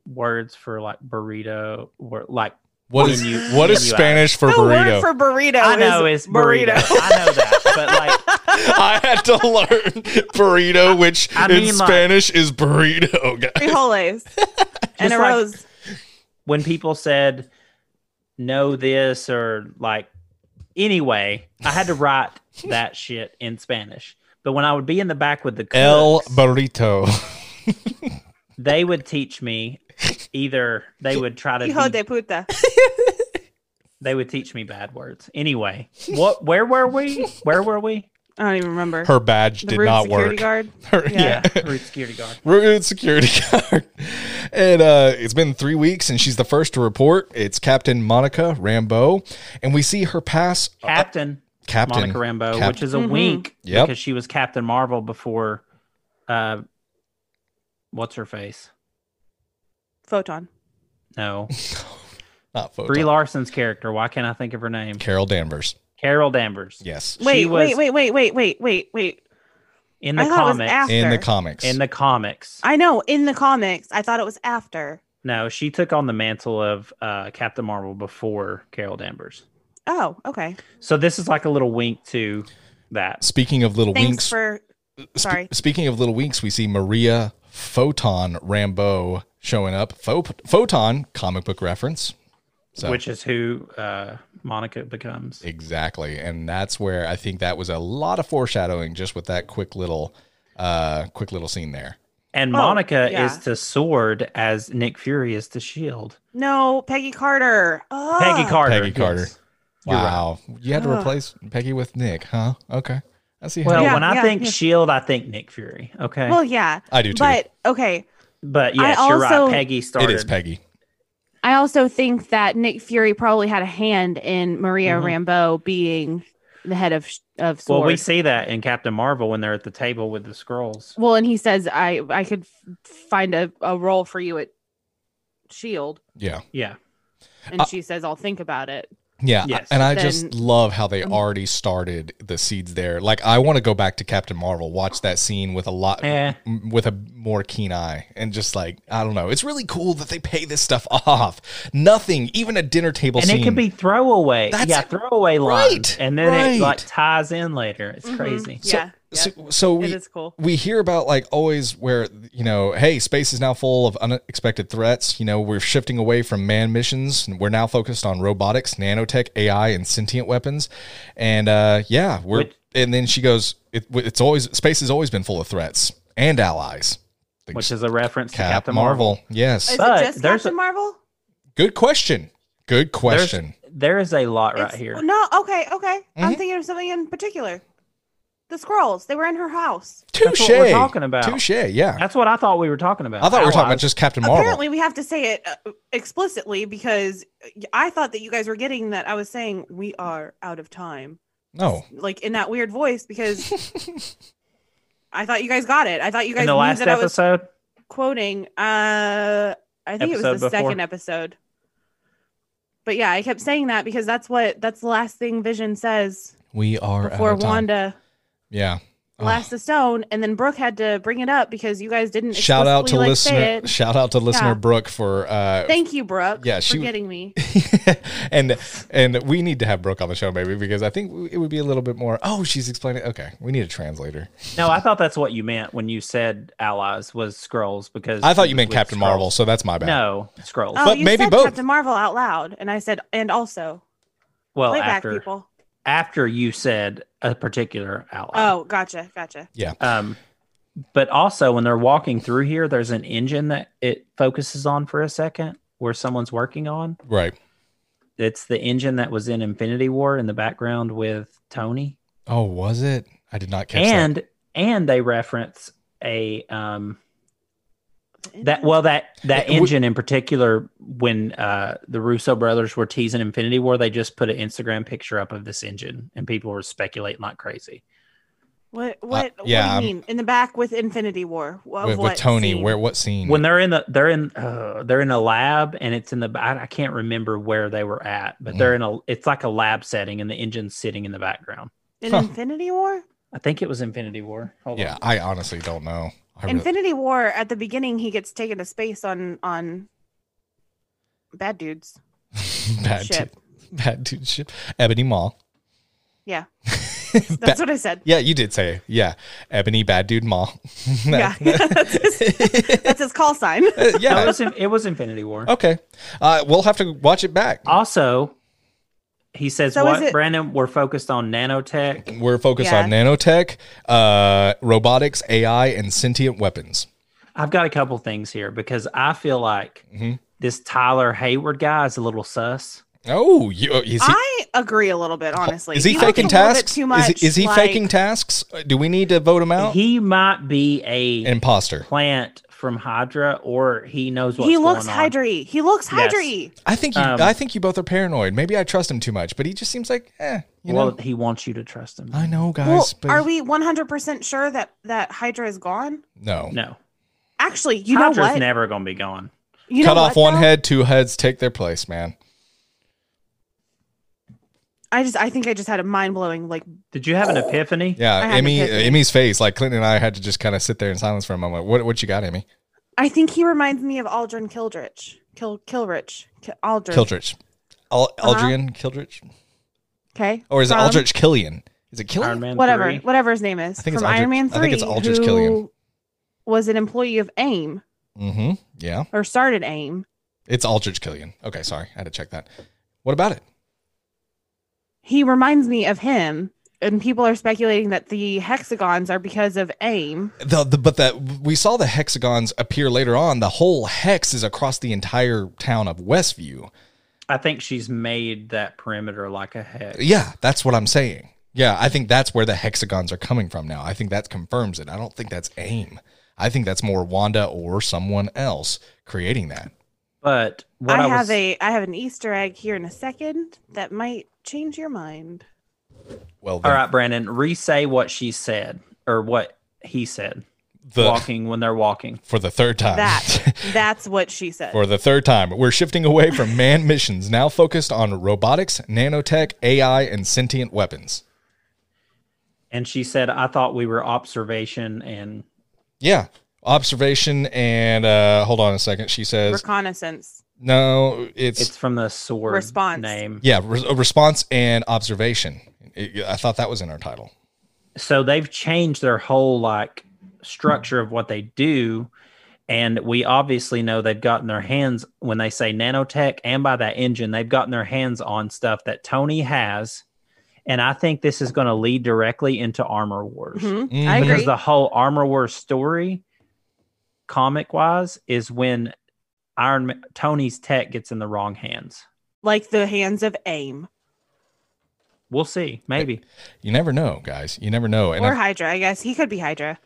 S4: words for like burrito, or like
S1: What is
S4: Menu-
S1: what is
S4: menu item.
S1: Spanish for
S2: the
S1: burrito?
S2: word for burrito
S4: I know
S2: is
S4: it's burrito. I know that,
S2: [laughs]
S4: but like
S1: I had to learn burrito, which
S4: I
S1: in
S4: mean, like-
S1: Spanish is burrito. guys.
S2: [laughs] frijoles and a
S4: like-
S2: rose.
S4: when people said know this or like anyway, I had
S2: [laughs]
S4: to write that shit in Spanish. But when I would be in the back with the cooks,
S1: El burrito.
S4: they would teach me either they would try to
S2: Hijo
S4: be
S2: de puta.
S4: They would teach me bad words. Anyway, what? Where were we? Where
S1: [laughs]
S4: were we?
S2: I don't even remember.
S1: Her badge
S2: the
S1: did
S2: rude
S1: not
S2: security
S1: work.
S2: guard.
S1: Her-
S2: Yeah.
S4: root security guard.
S1: Rude security guard. And uh, it's been three weeks, and she's the first to report. It's Captain Monica Rambeau, and we see her pass uh,
S4: Captain
S1: Captain
S4: Monica Rambeau,
S1: Cap-
S4: which is a
S2: Mhm.
S4: wink
S1: Yep.
S4: because she was Captain Marvel before. Uh, what's her face?
S2: Photon.
S1: [laughs]
S4: No,
S1: not Photon.
S4: Brie Larson's character. Why can't I think of her name?
S1: Carol Danvers.
S4: Carol Danvers.
S1: Yes,
S4: She
S2: Wait,
S4: was-
S2: wait, wait, wait, wait, wait, wait, wait.
S4: In the
S2: I thought it was
S4: comics.
S2: after.
S1: in the comics.
S4: in the comics.
S2: I know in the comics. I thought it was after.
S4: no, she took on the mantle of uh, Captain Marvel before Carol Danvers.
S2: Oh, okay.
S4: So this is like a little wink to that.
S1: Speaking of little
S2: Thanks
S1: winks,
S2: for
S1: Spe-
S2: Sorry.
S1: speaking of little winks, we see Maria Photon Rambeau showing up. Pho- Photon comic book reference. So- Oh,
S4: which is who uh, Monica becomes.
S1: Exactly. And that's where I think that was a lot of foreshadowing just with that quick little uh quick little scene there.
S4: And
S2: Oh,
S4: Monica
S2: yeah.
S4: is to Sword as Nick Fury is to Shield.
S2: No, Peggy Carter. Oh.
S4: Peggy Carter.
S1: Peggy Carter.
S4: yes. You're right.
S1: Wow. You had to
S2: Ugh.
S1: replace Peggy with Nick, huh? Okay. I see how
S4: Well,
S2: Yeah,
S4: when I
S2: yeah,
S4: think
S2: yeah.
S4: Shield, I think Nick Fury. Okay,
S2: Well, yeah,
S1: I do too.
S2: but okay.
S4: but
S2: I
S4: yes, you're right.
S2: also-
S4: Peggy started.
S1: it is Peggy.
S2: I also think that Nick Fury probably had a hand in Maria
S4: Mhm.
S2: Rambeau being the head of of
S4: Well,
S2: Sword.
S4: we see that in Captain Marvel when they're at the table with the scrolls.
S2: Well, and he says, "I I could f- find a, a role for you at Shield,"
S1: Yeah.
S4: Yeah,
S2: E and
S1: Uh,
S2: she says, "I'll think about it."
S1: Yeah.
S4: Yes.
S1: And I
S2: Then-
S1: just love how they
S2: Um,
S1: already started the seeds there. Like I want to go back to Captain Marvel, watch that scene with a lot
S4: yeah.
S1: m- with a more keen eye and just like I don't know. It's really cool that they pay this stuff off. Nothing, even a dinner table
S4: and
S1: scene.
S4: it could be throwaway.
S1: That's
S4: yeah,
S1: it.
S4: throwaway lines,
S1: Right,
S4: and then it like
S1: right.
S4: ties in later. It's
S2: Mhm.
S4: crazy.
S1: So-
S2: yeah, yeah.
S1: so, so we
S2: it is cool.
S1: we hear about like always where you know hey space is now full of unexpected threats you know we're shifting away from manned missions and we're now focused on robotics nanotech ai and sentient weapons and uh yeah we're
S4: Which-
S1: and then she goes it, it's always space has always been full of threats and allies
S4: Which is a reference
S1: Cap
S4: to Captain
S1: Marvel.
S4: Marvel.
S1: yes
S2: Is
S4: but
S2: it just
S4: there's
S2: Captain Marvel?
S1: good question good question
S4: There is a lot right
S2: It's-
S4: here.
S2: No, okay, okay. I'm
S1: Mhm.
S2: thinking of something in particular. The scrolls. They were in her house.
S4: That's
S1: touche
S4: what we're talking about.
S1: touche yeah
S4: That's what I thought we were talking about.
S1: i thought we were talking about
S4: Allies.
S1: just captain marvel
S2: Apparently, we have to say it uh, explicitly because I thought that you guys were getting that I was saying we are out of time,
S1: no
S2: like in that weird
S1: [laughs]
S2: voice because I thought you guys got it. I thought you guys
S4: in
S2: knew
S4: the last
S2: that I was
S4: episode.
S2: quoting. Uh, I think it was the
S4: Episode before.
S2: second episode. But yeah, I kept saying that because that's what that's the last thing Vision says
S1: we are
S2: before
S1: out of time.
S2: Wanda.
S1: yeah Oh.
S2: Last the Stone, and then Brooke had to bring it up because you guys didn't.
S1: shout out to
S2: explicitly, like, say
S1: listener
S2: it.
S1: shout out to listener
S2: Yeah.
S1: brooke for uh [laughs]
S2: Thank you, Brooke.
S1: Yeah,
S2: for
S1: she-
S2: getting me.
S1: and and we need to have brooke on the show maybe because i think it would be a little bit more oh she's explaining okay we need a translator
S4: No, I thought that's what you meant when you said allies was scrolls because
S1: i thought
S4: she
S1: you
S4: was
S1: meant
S4: with
S1: captain
S4: Skrulls.
S1: marvel so that's my bad
S4: No, scrolls.
S2: Oh,
S1: But
S2: you
S1: maybe
S2: said
S1: both.
S2: Captain Marvel out loud, and I said, and also
S4: well,
S2: playback
S4: after
S2: people.
S4: after you said a particular ally.
S2: Oh, gotcha, gotcha.
S4: Um, but also when they're walking through here, there's an engine that it focuses on for a second where someone's working on.
S1: right
S4: It's the engine that was in Infinity War in the background with Tony,
S1: oh was it i did not catch
S4: and and they reference a um that well that that
S1: It would-
S4: engine in particular when uh the Russo brothers were teasing Infinity War, they just put an Instagram picture up of this engine and people were speculating like crazy.
S2: What? What?
S1: Uh, yeah,
S2: what
S1: I'm-
S2: do you mean? In the back with Infinity War Wh-
S1: that
S2: of
S1: with, with
S2: what
S1: tony
S2: scene?
S1: where what scene
S4: when they're in the they're in uh, they're in a lab and it's in the I, I can't remember where they were at but they're in
S1: Mm-hmm.
S4: a it's like a lab setting and the engine's sitting in the background
S2: in
S1: Huh.
S2: Infinity War?
S4: i think it was infinity war Hold
S1: yeah
S4: on.
S1: i honestly don't know I really-
S2: Infinity War at the beginning, he gets taken to space on on bad dudes.
S1: [laughs] bad
S2: Ship.
S1: dude- bad dude ship ebony [laughs] mall [laughs]
S2: Yeah.
S1: Ba-
S2: That's what
S1: [laughs]
S2: I said.
S1: yeah you did say it. yeah ebony bad dude [laughs] mall
S2: Yeah, [laughs] that's his call sign.
S4: No, it
S1: yeah
S4: was, in- it was infinity war
S1: okay uh we'll have to watch it back
S4: also he says
S2: So is
S4: what
S2: it-
S4: brandon we're focused on nanotech
S1: We're focused
S2: Yeah.
S1: on nanotech, uh, robotics, AI, and sentient weapons.
S4: i've got a couple things here because i feel like
S1: Mhm.
S4: this tyler hayward guy is a little sus
S1: Oh, you, is he?
S2: I agree a little bit, honestly.
S1: is he
S2: looks a
S1: faking
S2: little bit
S1: tasks?
S2: Too much,
S1: is he, is he
S2: like-
S1: faking tasks? Uh, Do we need to vote him out?
S4: he might be a
S1: Imposter.
S4: plant from hydra or he knows what's
S2: He looks
S4: going on.
S2: hydry. He looks
S4: Yes.
S2: hydry.
S1: I think you,
S4: Um,
S1: I think you both are paranoid. Maybe I trust him too much, but he just seems like, eh. You
S4: well,
S1: know,
S4: he wants you to trust him.
S1: I know, guys,
S2: Well,
S1: but
S2: are we 100% sure that that Hydra is gone?
S1: no.
S4: No,
S2: Actually, you
S4: you
S2: know
S4: Hydra's
S2: what?
S4: never gonna be gone.
S2: you know
S1: Cut off
S2: what,
S1: one
S2: though?
S1: head, two heads take their place, man.
S2: I just I think I just had a mind-blowing like
S4: Did you have an epiphany?
S2: I
S1: Yeah,
S2: had to
S1: Emmy,
S2: pick it.
S1: Emmy's face. Like Clinton and I had to just kind of sit there in silence for a moment. What, what you got, Emmy?
S2: I think he reminds me of Aldrin Kildrich. Kil Kilrich. Ki- Aldrin.
S1: Kildrich, Al-
S2: Uh-huh.
S1: Aldrian Kildrich,
S2: Okay.
S1: or is it
S2: From-
S1: Aldrich Killian? Is it Killian?
S4: Iron Man.
S2: Whatever,
S4: 3?
S2: whatever his name is.
S1: I think it's
S2: From Iron
S1: Aldrich-
S2: Man 3.
S1: I think it's Aldrich
S2: who
S1: Killian.
S2: Was an employee of AIM
S1: Mm-hmm. Yeah.
S2: or started AIM
S1: It's Aldrich Killian. Okay, sorry, I had to check that. What about it?
S2: He reminds me of him, and people are speculating that the hexagons are because of aim.
S1: The, the but that we saw the hexagons appear later on. The whole hex is across the entire town of Westview.
S4: I think she's made that perimeter like a hex.
S1: Yeah, that's what I'm saying. Yeah, I think that's where the hexagons are coming from now. I think that confirms it. I don't think that's aim. I think that's more Wanda or someone else creating that.
S4: But what I,
S2: I, have
S4: was,
S2: a I have an Easter egg here in a second that might change your mind.
S1: Well, then,
S4: all right, Brandon, re-say what she said or what he said.
S1: the,
S4: walking when they're walking.
S1: [laughs] for the third time.
S2: That that's what she said.
S1: [laughs] For the third time, we're shifting away from manned missions, now focused on robotics, nanotech, AI, and sentient weapons.
S4: And she said, "I thought we were observation and
S1: Yeah. Observation and uh hold on a second. She says
S2: Reconnaissance.
S1: no, it's,
S4: it's from the sword
S2: Response.
S4: name."
S1: yeah, re- a response and observation. It- I thought that was in our title.
S4: So they've changed their whole like structure of what they do, and we obviously know they've gotten their hands when they say nanotech and by that engine, they've gotten their hands on stuff that Tony has, and I think this is going to lead directly into Armor Wars.
S2: Mhm.
S1: Mm,
S2: I
S4: because
S2: agree.
S4: the whole armor wars story comic wise is when iron Ma- tony's tech gets in the wrong hands
S2: like the hands of aim
S4: we'll see maybe
S1: You never know, guys. You never know. And
S2: or
S1: I-
S2: Hydra. I guess he could be Hydra.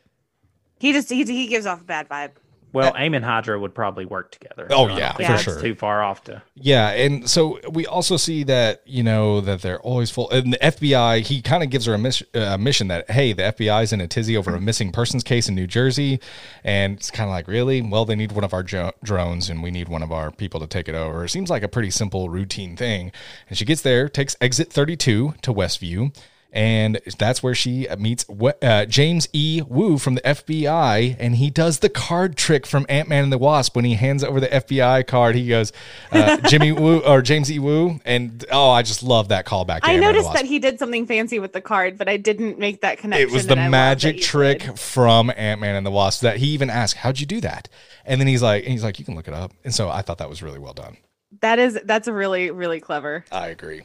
S2: He just he, he gives off a bad vibe.
S4: well aim and hydra would probably work together
S1: Uh, Oh,
S4: I don't
S1: yeah,
S4: think
S2: for
S4: that's
S1: sure.
S4: too far off to
S1: yeah, and so we also see that you know that they're always full. And the FBI, he kind of gives her a, mis- uh, mission that hey, the FBI's in a tizzy over a missing persons case in New Jersey, and it's kind of like really well, they need one of our jo- drones and we need one of our people to take it over. It seems like a pretty simple routine thing. And she gets there, takes exit thirty two to Westview. And that's where she meets we- uh, James E. Wu from the FBI, and he does the card trick from Ant Man and the Wasp when he hands over the FBI card. He goes,
S2: [laughs]
S1: uh, "Jimmy Wu or James E. Wu," and oh, I just love that callback. to
S2: I
S1: Ant-Man and the
S2: noticed
S1: Wasp.
S2: that he did something fancy with the card, but I didn't make that connection.
S1: It was the
S2: and I love that
S1: magic
S2: you
S1: trick
S2: did.
S1: from Ant Man and the Wasp that he even asked, "How'd you do that?" And then he's like, and "He's like, you can look it up." And so I thought that was really well done.
S2: That is that's really really clever.
S1: I agree.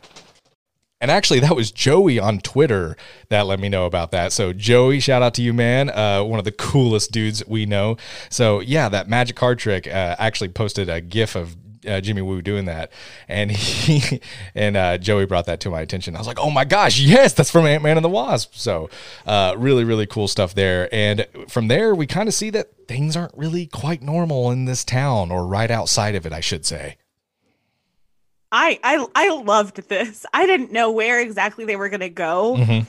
S1: And actually, that was Joey on Twitter that let me know about that. So, Joey, shout out to you, man. Uh, one of the coolest dudes we know. So, yeah, that magic card trick uh, actually posted a GIF of uh, Jimmy Woo doing that, and [laughs] he and uh, Joey brought that to my attention. I was like, "Oh my gosh, yes, that's from Ant Man and the Wasp." So, uh, really, really cool stuff there. And from there, we kind of see that things aren't really quite normal in this town, or right outside of it, I should say.
S2: I I I loved this. I didn't know where exactly they were going to go,
S1: Mhm.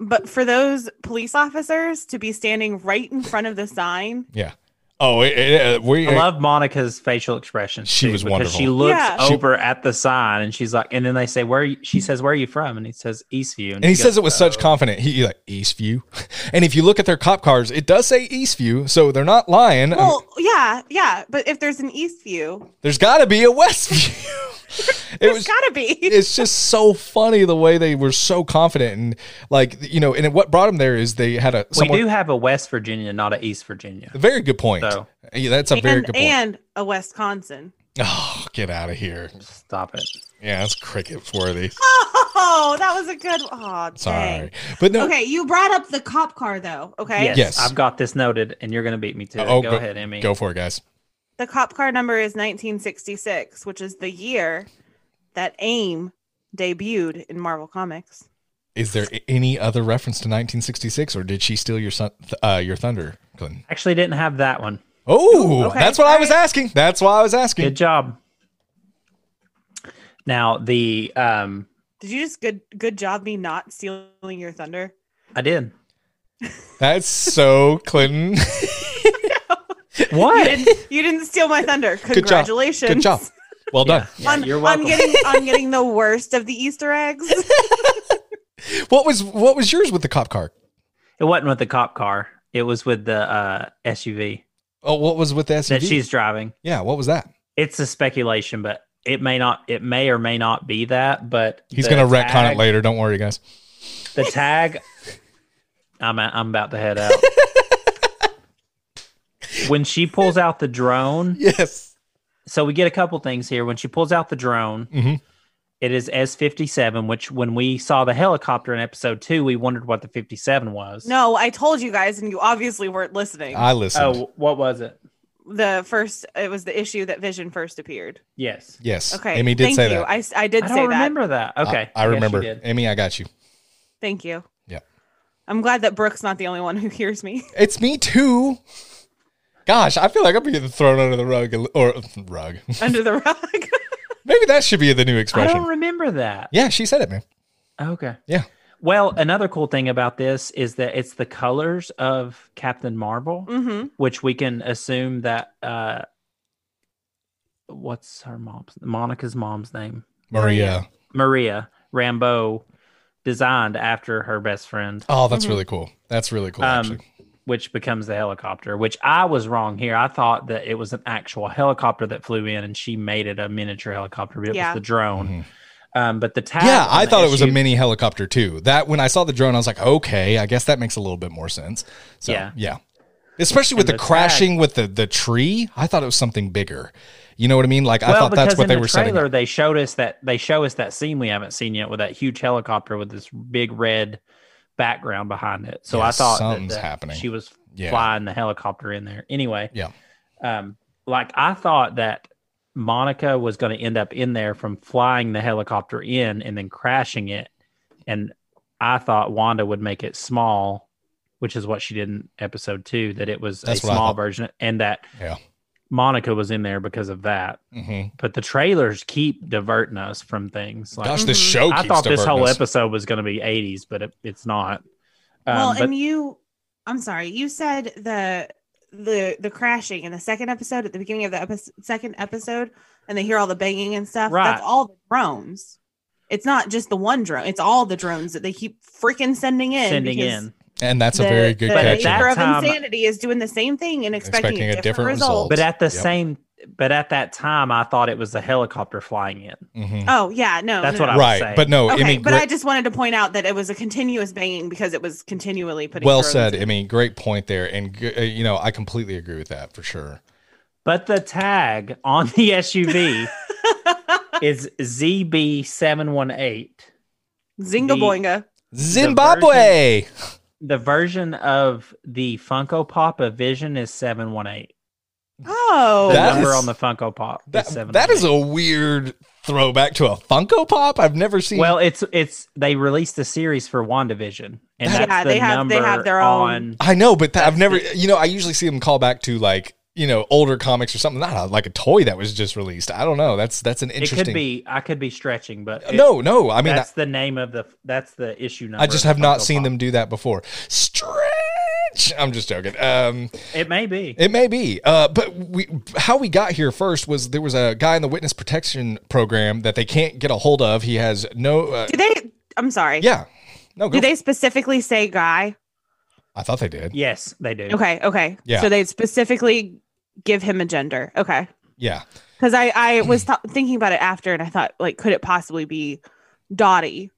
S2: but for those police officers to be standing right in front of the sign,
S1: Yeah. Oh, it, it, uh, we.
S4: i love monica's facial expression
S1: She
S4: too,
S1: was
S4: because
S1: wonderful.
S4: she looks
S2: Yeah.
S1: She-
S4: over at the sign and she's like and then they say where are you, she says where are you from and he says eastview
S1: and he says it with such confidence. He he like Eastview, [laughs] and if you look at their cop cars, it does say Eastview, so they're not lying. Um,
S2: well, yeah, yeah. But if there's an east view,
S1: there's got to be a [laughs] Westview. it
S2: there's
S1: was.
S2: gotta be.
S1: It's just so funny the way they were so confident and like you know, and what brought them there is they had a
S4: we
S1: someone,
S4: do have a west virginia not a east virginia
S1: very good point. Uh,
S4: So-
S1: Yeah, that's a very
S2: [laughs] and,
S1: good point.
S2: and a Wisconsin.
S1: oh, get out of here!
S4: stop it
S1: Yeah, that's crickets
S2: [laughs]
S1: worthy.
S2: Oh, that was a good. Oh,
S1: Sorry,
S2: dang.
S1: but no,
S2: Okay, you brought up the cop car though. Okay,
S4: Yes,
S1: Yes.
S4: I've got this noted, and you're going to beat me to it.
S1: Oh,
S4: go,
S1: go-
S4: ahead, Emmy.
S1: go for it, guys.
S2: the cop car number is 1966, which is the year that AIM debuted in Marvel Comics.
S1: Is there a- any other reference to 1966, or did she steal your son, th- uh, your thunder, Clinton?
S4: Actually, didn't have that one.
S1: Oh,
S2: Ooh, okay,
S1: that's what I was
S2: alright.
S1: asking. That's why I was asking.
S4: Good job. Now the um,
S2: Did you just good good job me not stealing your thunder?
S4: I did
S1: That's so
S4: [laughs]
S1: Clinton.
S2: You
S4: what?
S2: didn't, you didn't steal my thunder.
S1: job.
S2: Congratulations.
S1: Good job. Well done.
S4: Yeah, yeah,
S2: I'm,
S4: you're welcome.
S2: I'm
S4: [laughs]
S2: getting I'm getting the worst of the Easter eggs.
S1: What was what was yours with the cop car?
S4: it wasn't with the cop car. It was with the uh, SUV
S1: Oh, what was with the SUV?
S4: that she's driving.
S1: yeah, what was that?
S4: It's a speculation, but it may not. It may or may not be that. But
S1: He's
S4: the
S1: gonna retcon
S4: tag-
S1: it later. Don't worry, guys.
S4: The tag. I'm a- I'm about to head
S1: [laughs]
S4: out. when she pulls out the drone,
S1: Yes.
S4: so we get a couple things here. When she pulls out the drone,
S1: Mhm.
S4: it is S fifty seven, which when we saw the helicopter in episode two, we wondered what the fifty seven was.
S2: No, I told you guys, and you obviously weren't listening.
S1: I listened.
S4: Oh, what was it?
S2: the first, it was the issue that Vision first appeared.
S4: Yes.
S1: yes.
S2: Okay.
S1: Amy did
S2: Thank
S1: say
S2: you.
S1: that.
S2: I, s- I did
S4: I
S2: say
S4: don't
S2: that.
S4: remember that. Okay.
S1: I, I
S4: Yes, you
S1: remember.
S4: did.
S1: Amy, I got you.
S2: Thank you.
S1: Yeah.
S2: I'm glad that Brooke's not the only one who hears me. [laughs]
S1: It's me too. Gosh, I feel like I'm being thrown under the rug a li- or [laughs] rug.
S2: under the
S4: [laughs]
S2: rug.
S1: Maybe that should be the new
S4: I don't
S1: expression.
S4: remember that.
S1: Yeah, she said it, man.
S4: Okay.
S1: Yeah.
S4: Well, another cool thing about this is that it's the colors of Captain Marvel,
S2: hmm
S4: which we can assume that uh what's her mom's Monica's mom's name?
S1: Maria.
S4: Maria Rambeau designed after her best friend,
S1: Oh, that's
S2: Mhm.
S1: really cool. That's really cool.
S4: Mm-hmm. Um,
S1: actually.
S4: which becomes the helicopter, which I was wrong here. I thought that it was an actual helicopter that flew in and she made it a miniature helicopter, but it
S2: Yeah.
S4: was the drone.
S1: Mhm.
S4: Um, but the tag
S1: Yeah,
S4: on
S1: I
S4: the
S1: thought it was a
S4: issue-
S1: mini helicopter too. That when I saw the drone, I was like, okay, I guess that makes a little bit more sense. So yeah,
S4: Yeah.
S1: Especially with
S4: And
S1: the,
S4: the
S1: crashing with the the tree, I thought it was something bigger. You know what I mean? Like I thought that's what
S4: in
S1: they
S4: the
S1: were setting.
S4: trailer,
S1: up.
S4: They showed us that they show us that scene we haven't seen yet with that huge helicopter with this big red background behind it. So
S1: Yeah,
S4: I thought that,
S1: something's
S4: that
S1: happening.
S4: she was
S1: Yeah,
S4: flying the helicopter in there. Anyway,
S1: Yeah.
S4: Um, like I thought that Monica was going to end up in there from flying the helicopter in and then crashing it, and I thought Wanda would make it small, which is what she did in episode two. That it was
S1: That's
S4: a
S1: what I
S4: small
S1: thought.
S4: version, and that
S1: Yeah.
S4: Monica was in there because of that.
S1: hmm
S4: But the trailers keep diverting us from things. Like
S1: Gosh, this
S2: Mhm.
S1: show.
S4: I
S1: keeps
S4: thought this
S1: diverting
S4: whole
S1: us.
S4: episode was going to be '80s, but it, it's not. Um,
S2: well,
S4: but-
S2: and you, I'm sorry, you said the the the crashing in the second episode at the beginning of the episode, second episode, and they hear all the banging and stuff.
S4: Right.
S2: That's all the drones. It's not just the one drone. It's all the drones that they keep freaking sending in.
S4: sending
S2: because
S4: in.
S1: and that's a
S2: the-
S1: very good
S2: the
S4: But at
S1: catch.
S4: that
S2: Acre of
S4: time-
S2: insanity is doing the same thing and expecting, a different, result.
S4: But at the
S1: Yep.
S4: same, but at that time, I thought it was the helicopter flying in.
S1: Mhm.
S2: Oh yeah, no,
S4: That's
S2: no,
S4: what
S2: no.
S4: I was
S1: Right,
S4: saying.
S1: but no,
S2: Okay,
S1: Emmy.
S2: but
S1: great-
S2: I just wanted to point out that it was a continuous banging because it was continually putting.
S1: well
S2: drones
S1: said,
S2: in.
S1: Emmy. Great point there, and g- uh, you know I completely agree with that for sure.
S4: But the tag on the [laughs] SUV
S1: [laughs]
S4: is ZB718.
S2: Zinga
S4: The-
S2: boinga.
S1: Zimbabwe.
S4: The version of the Funko Pop of Vision is 718. The
S2: Oh,
S1: That
S4: number
S1: is-
S4: on the Funko Pop is
S1: That,
S4: 718.
S1: that is a weird throwback to a Funko Pop. I've never seen.
S4: well, it's it's they released the series for WandaVision, and
S2: Yeah,
S4: that's the
S2: they have-
S4: number
S2: they have their own-
S4: on.
S1: I know, but that, I've
S4: That's
S1: never.
S4: the-
S1: you know, I usually see them call back to like you know older comics or something, not a, like a toy that was just released. I don't know. That's that's an
S4: It
S1: interesting.
S4: could be. I could be stretching, but it-
S1: no, no. I mean, I,
S4: that's the name of the. That's the issue number.
S1: I just
S4: of
S1: have
S4: the
S1: not
S4: Funko
S1: seen
S4: Pop.
S1: them do that before. Stretch. I'm just joking. Um,
S4: It may be.
S1: It may be, uh, but we how we got here first was there was a guy in the witness protection program that they can't get a hold of. He has no, uh,
S2: do they? I'm sorry.
S1: yeah, no.
S2: Do
S1: Go,
S2: they specifically say guy?
S1: I thought they did.
S4: yes, they do.
S2: Okay. Okay.
S1: Yeah.
S2: So they specifically give him a gender. Okay.
S1: Yeah,
S2: Because I I was th- thinking about it after, and I thought like, could it possibly be Dottie?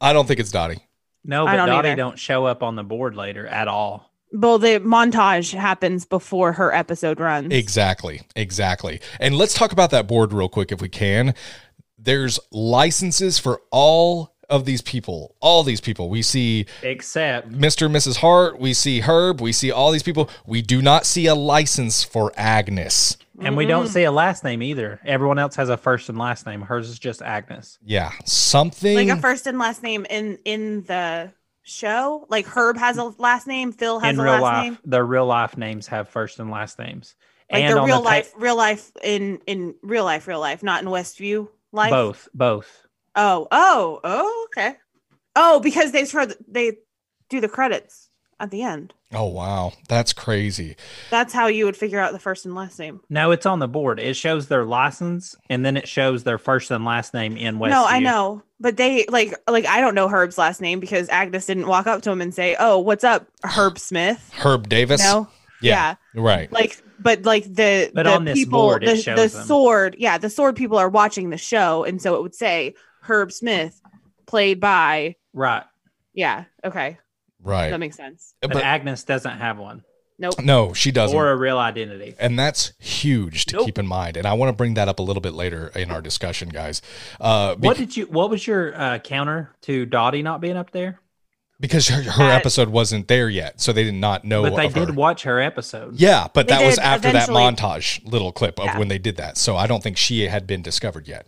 S1: I don't think it's Dottie.
S4: No,
S2: I
S4: but
S2: don't
S4: Dottie
S2: either.
S4: don't show up on the board later at all.
S2: Well, the montage happens before her episode runs.
S1: Exactly, exactly. And let's talk about that board real quick if we can. There's licenses for all of these people. All these people. We see
S4: Except
S1: Mr. and Mrs. Hart. We see Herb. We see all these people. We do not see a license for Agnes.
S4: and we don't
S2: Mm-mm.
S4: see a last name either. Everyone else has a first and last name. Hers is just Agnes.
S1: Yeah, something
S2: like a first and last name in in the show. Like Herb has a last name. Phil has
S4: In
S2: a
S4: real
S2: last
S4: life,
S2: name.
S4: their real life names have first and last names.
S2: Like
S4: and
S2: the
S4: on
S2: real
S4: ta-
S2: life, real life in in real life, real life, not in Westview life.
S4: both, both.
S2: Oh, oh, oh, okay. Oh, because they throw the, they do the credits at the end.
S1: Oh wow, that's crazy.
S2: That's how you would figure out the first and last name.
S4: No, it's on the board. It shows their license, and then it shows their first and last name in West.
S2: No, I know, but they like like I don't know Herb's last name because Agnes didn't walk up to him and say, "Oh, what's up, Herb Smith?"
S1: Herb Davis.
S2: No,
S1: Yeah. Right.
S2: like but like the
S4: But
S2: the
S4: on this
S2: people
S4: board,
S2: the,
S4: it
S2: the
S4: shows them.
S2: sword, yeah, the sword people are watching the show, and so it would say Herb Smith, played by
S4: Right,
S2: yeah, okay,
S1: Right.
S2: that makes sense.
S4: but,
S1: But-
S4: Agnes doesn't have one.
S2: Nope.
S1: No, she doesn't.
S4: or a real identity.
S1: and that's huge to
S4: Nope.
S1: keep in mind. And I want to bring that up a little bit later in our discussion, guys. Uh, be-
S4: What did you? What was your uh, counter to Dottie not being up there?
S1: because her, her
S2: That-
S1: episode wasn't there yet, so they did not know.
S4: but they
S1: of her.
S4: did watch her episode.
S1: Yeah, but
S2: They
S1: that was
S2: did
S1: after
S2: eventually-
S1: that montage little clip of
S2: Yeah.
S1: when they did that. So I don't think she had been discovered yet.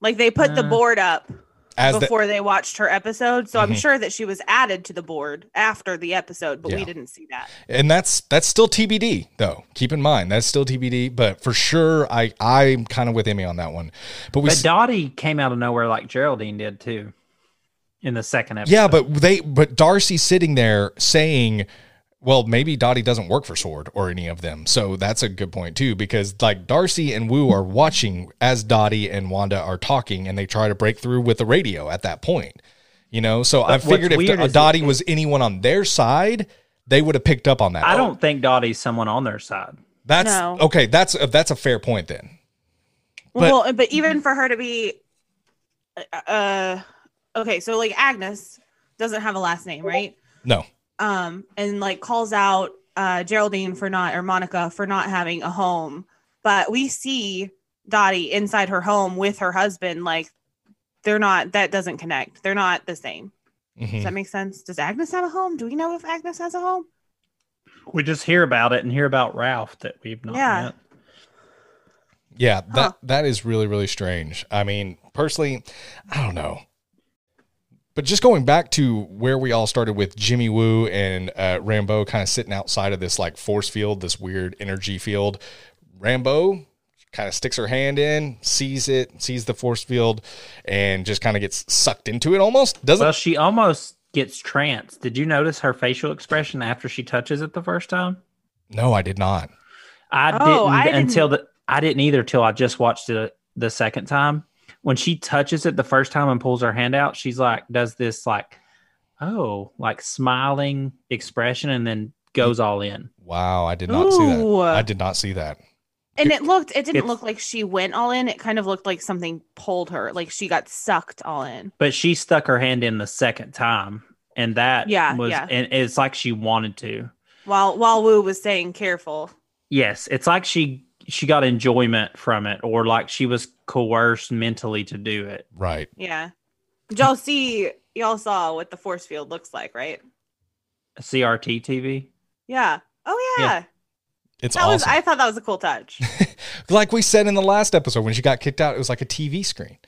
S2: Like they put the
S4: Uh,
S2: board up
S1: As the,
S2: before they watched her episode, so I'm
S1: Mhm.
S2: sure that she was added to the board after the episode, but
S1: Yeah.
S2: we didn't see that.
S1: and that's that's still TBD though. Keep in mind that's still TBD. But for sure, I I'm kind of with Emmy on that one. But we
S4: But
S1: s-
S4: Dottie came out of nowhere like Geraldine did too, in the second episode.
S1: yeah, but they but Darcy sitting there saying. Well, maybe Dottie doesn't work for Sword or any of them. So that's a good point, too, because like Darcy and Wu are watching as Dottie and Wanda are talking and they try to break through with the radio at that point. You know, so I
S4: what's
S1: figured if
S4: weird
S1: Do-
S4: is
S1: Dottie
S4: it-
S1: was anyone on their side, they would have picked up on that.
S4: I don't think Dottie's someone on their side.
S1: That's
S2: No.
S1: okay. That's a, that's a fair point then. But-
S2: well, but even for her to be, uh, okay, so like Agnes doesn't have a last name, right?
S1: No,
S2: um, and like calls out uh, Geraldine for not or Monica for not having a home. But we see Dottie inside her home with her husband. Like they're not. That doesn't connect. They're not the same.
S1: Mhm.
S2: Does that make sense? Does Agnes have a home? Do we know if Agnes has a home?
S4: We just hear about it and hear about Ralph that we've not
S2: Yeah.
S4: met.
S1: yeah, that
S2: Huh.
S1: that is really really strange. I mean, personally, I don't know. But just going back to where we all started with Jimmy Woo and uh, Rambo, kind of sitting outside of this like force field, this weird energy field. Rambo kind of sticks her hand in, sees it, sees the force field, and just kind of gets sucked into it almost. Doesn't
S4: Well, she almost gets tranced. Did you notice her facial expression after she touches it the first time?
S1: No, I did not.
S4: I,
S2: Oh,
S4: didn't,
S2: I didn't-
S4: until the I didn't either till I just watched it uh, the second time. When she touches it the first time and pulls her hand out, she's like does this like oh like smiling expression and then goes all in.
S1: Wow, I did not see that.
S2: Ooh.
S1: I did not see that.
S2: And it looked. It didn't
S4: It's-
S2: look like she went all in. It kind of looked like something pulled her. Like she got sucked all in.
S4: But she stuck her hand in the second time, and that
S2: Yeah,
S4: was
S2: yeah.
S4: and it's like she wanted to.
S2: While while Wu was saying careful.
S4: Yes, it's like she she got enjoyment from it, or like she was coerced mentally to do it.
S1: Right.
S2: Yeah. Y'all see. Y'all saw what the force field looks like, right?
S4: CRT TV.
S2: Yeah. Oh
S4: Yeah.
S2: yeah.
S1: It's
S2: that
S1: awesome.
S2: was I thought that was a
S1: [laughs]
S2: cool touch.
S1: like we said in the last episode when she got kicked out, it was like a TV screen.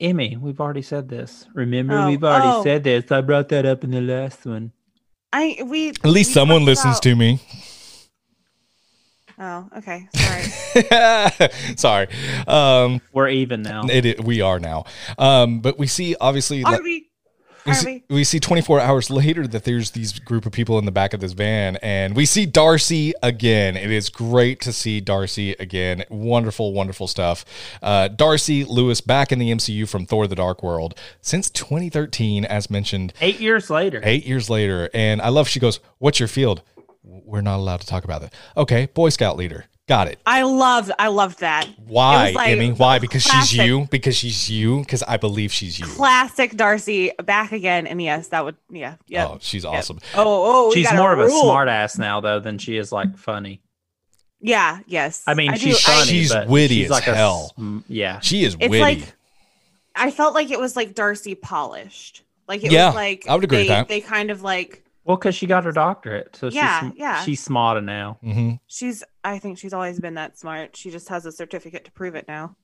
S4: Emmy, we've already said this. Remember,
S2: Oh,
S4: we've already
S2: oh.
S4: said this. I brought that up in the last one.
S2: I we
S1: At least
S2: we
S1: someone
S2: talked
S1: listens
S2: about-
S1: to me. [laughs]
S2: Oh, okay.
S1: [laughs]
S2: Sorry.
S1: Sorry. Um,
S4: We're even now.
S1: it, it- we are now. Um, but we see, obviously, like-
S2: Are we?
S1: we,
S2: Are
S1: see,
S2: we?
S1: we see 24 hours later that there's these group of people in the back of this van, and we see Darcy again. It is great to see Darcy again. Wonderful, wonderful stuff. Uh, Darcy Lewis back in the MCU from Thor the Dark World since 2013, as mentioned.
S4: Eight years later.
S1: Eight years later, and I love she goes, What's your field? We're not allowed to talk about that. Okay, Boy Scout leader. Got it.
S2: I loved I loved that.
S1: Why,
S2: It was like
S1: Emmy? Why? Because she's
S2: classic.
S1: you? Because she's you? Because I believe she's you.
S2: Classic Darcy back again. And yes, that would yeah. Yeah.
S1: Oh, she's awesome.
S2: Oh, oh, we
S4: She's
S2: got
S4: more of a
S2: rule.
S4: smart ass now, though, than she is like funny.
S2: Yeah, yes.
S4: I mean,
S2: do-
S4: she's
S2: I-
S4: funny.
S1: She's
S4: but
S1: witty
S4: she's
S1: as
S4: like a s-
S1: hell.
S4: mm, yeah.
S1: She is
S2: It's
S1: witty.
S2: like- I felt like it was like Darcy polished. Like it
S1: Yeah,
S2: was like
S1: I would agree
S2: they,
S1: with that.
S2: they kind of like
S4: Well, because she got her doctorate. So
S2: Yeah,
S4: she's, sm-
S2: yeah.
S4: she's smarter now.
S1: hmm
S2: she's I think she's always been that smart. She just has a certificate to prove it now.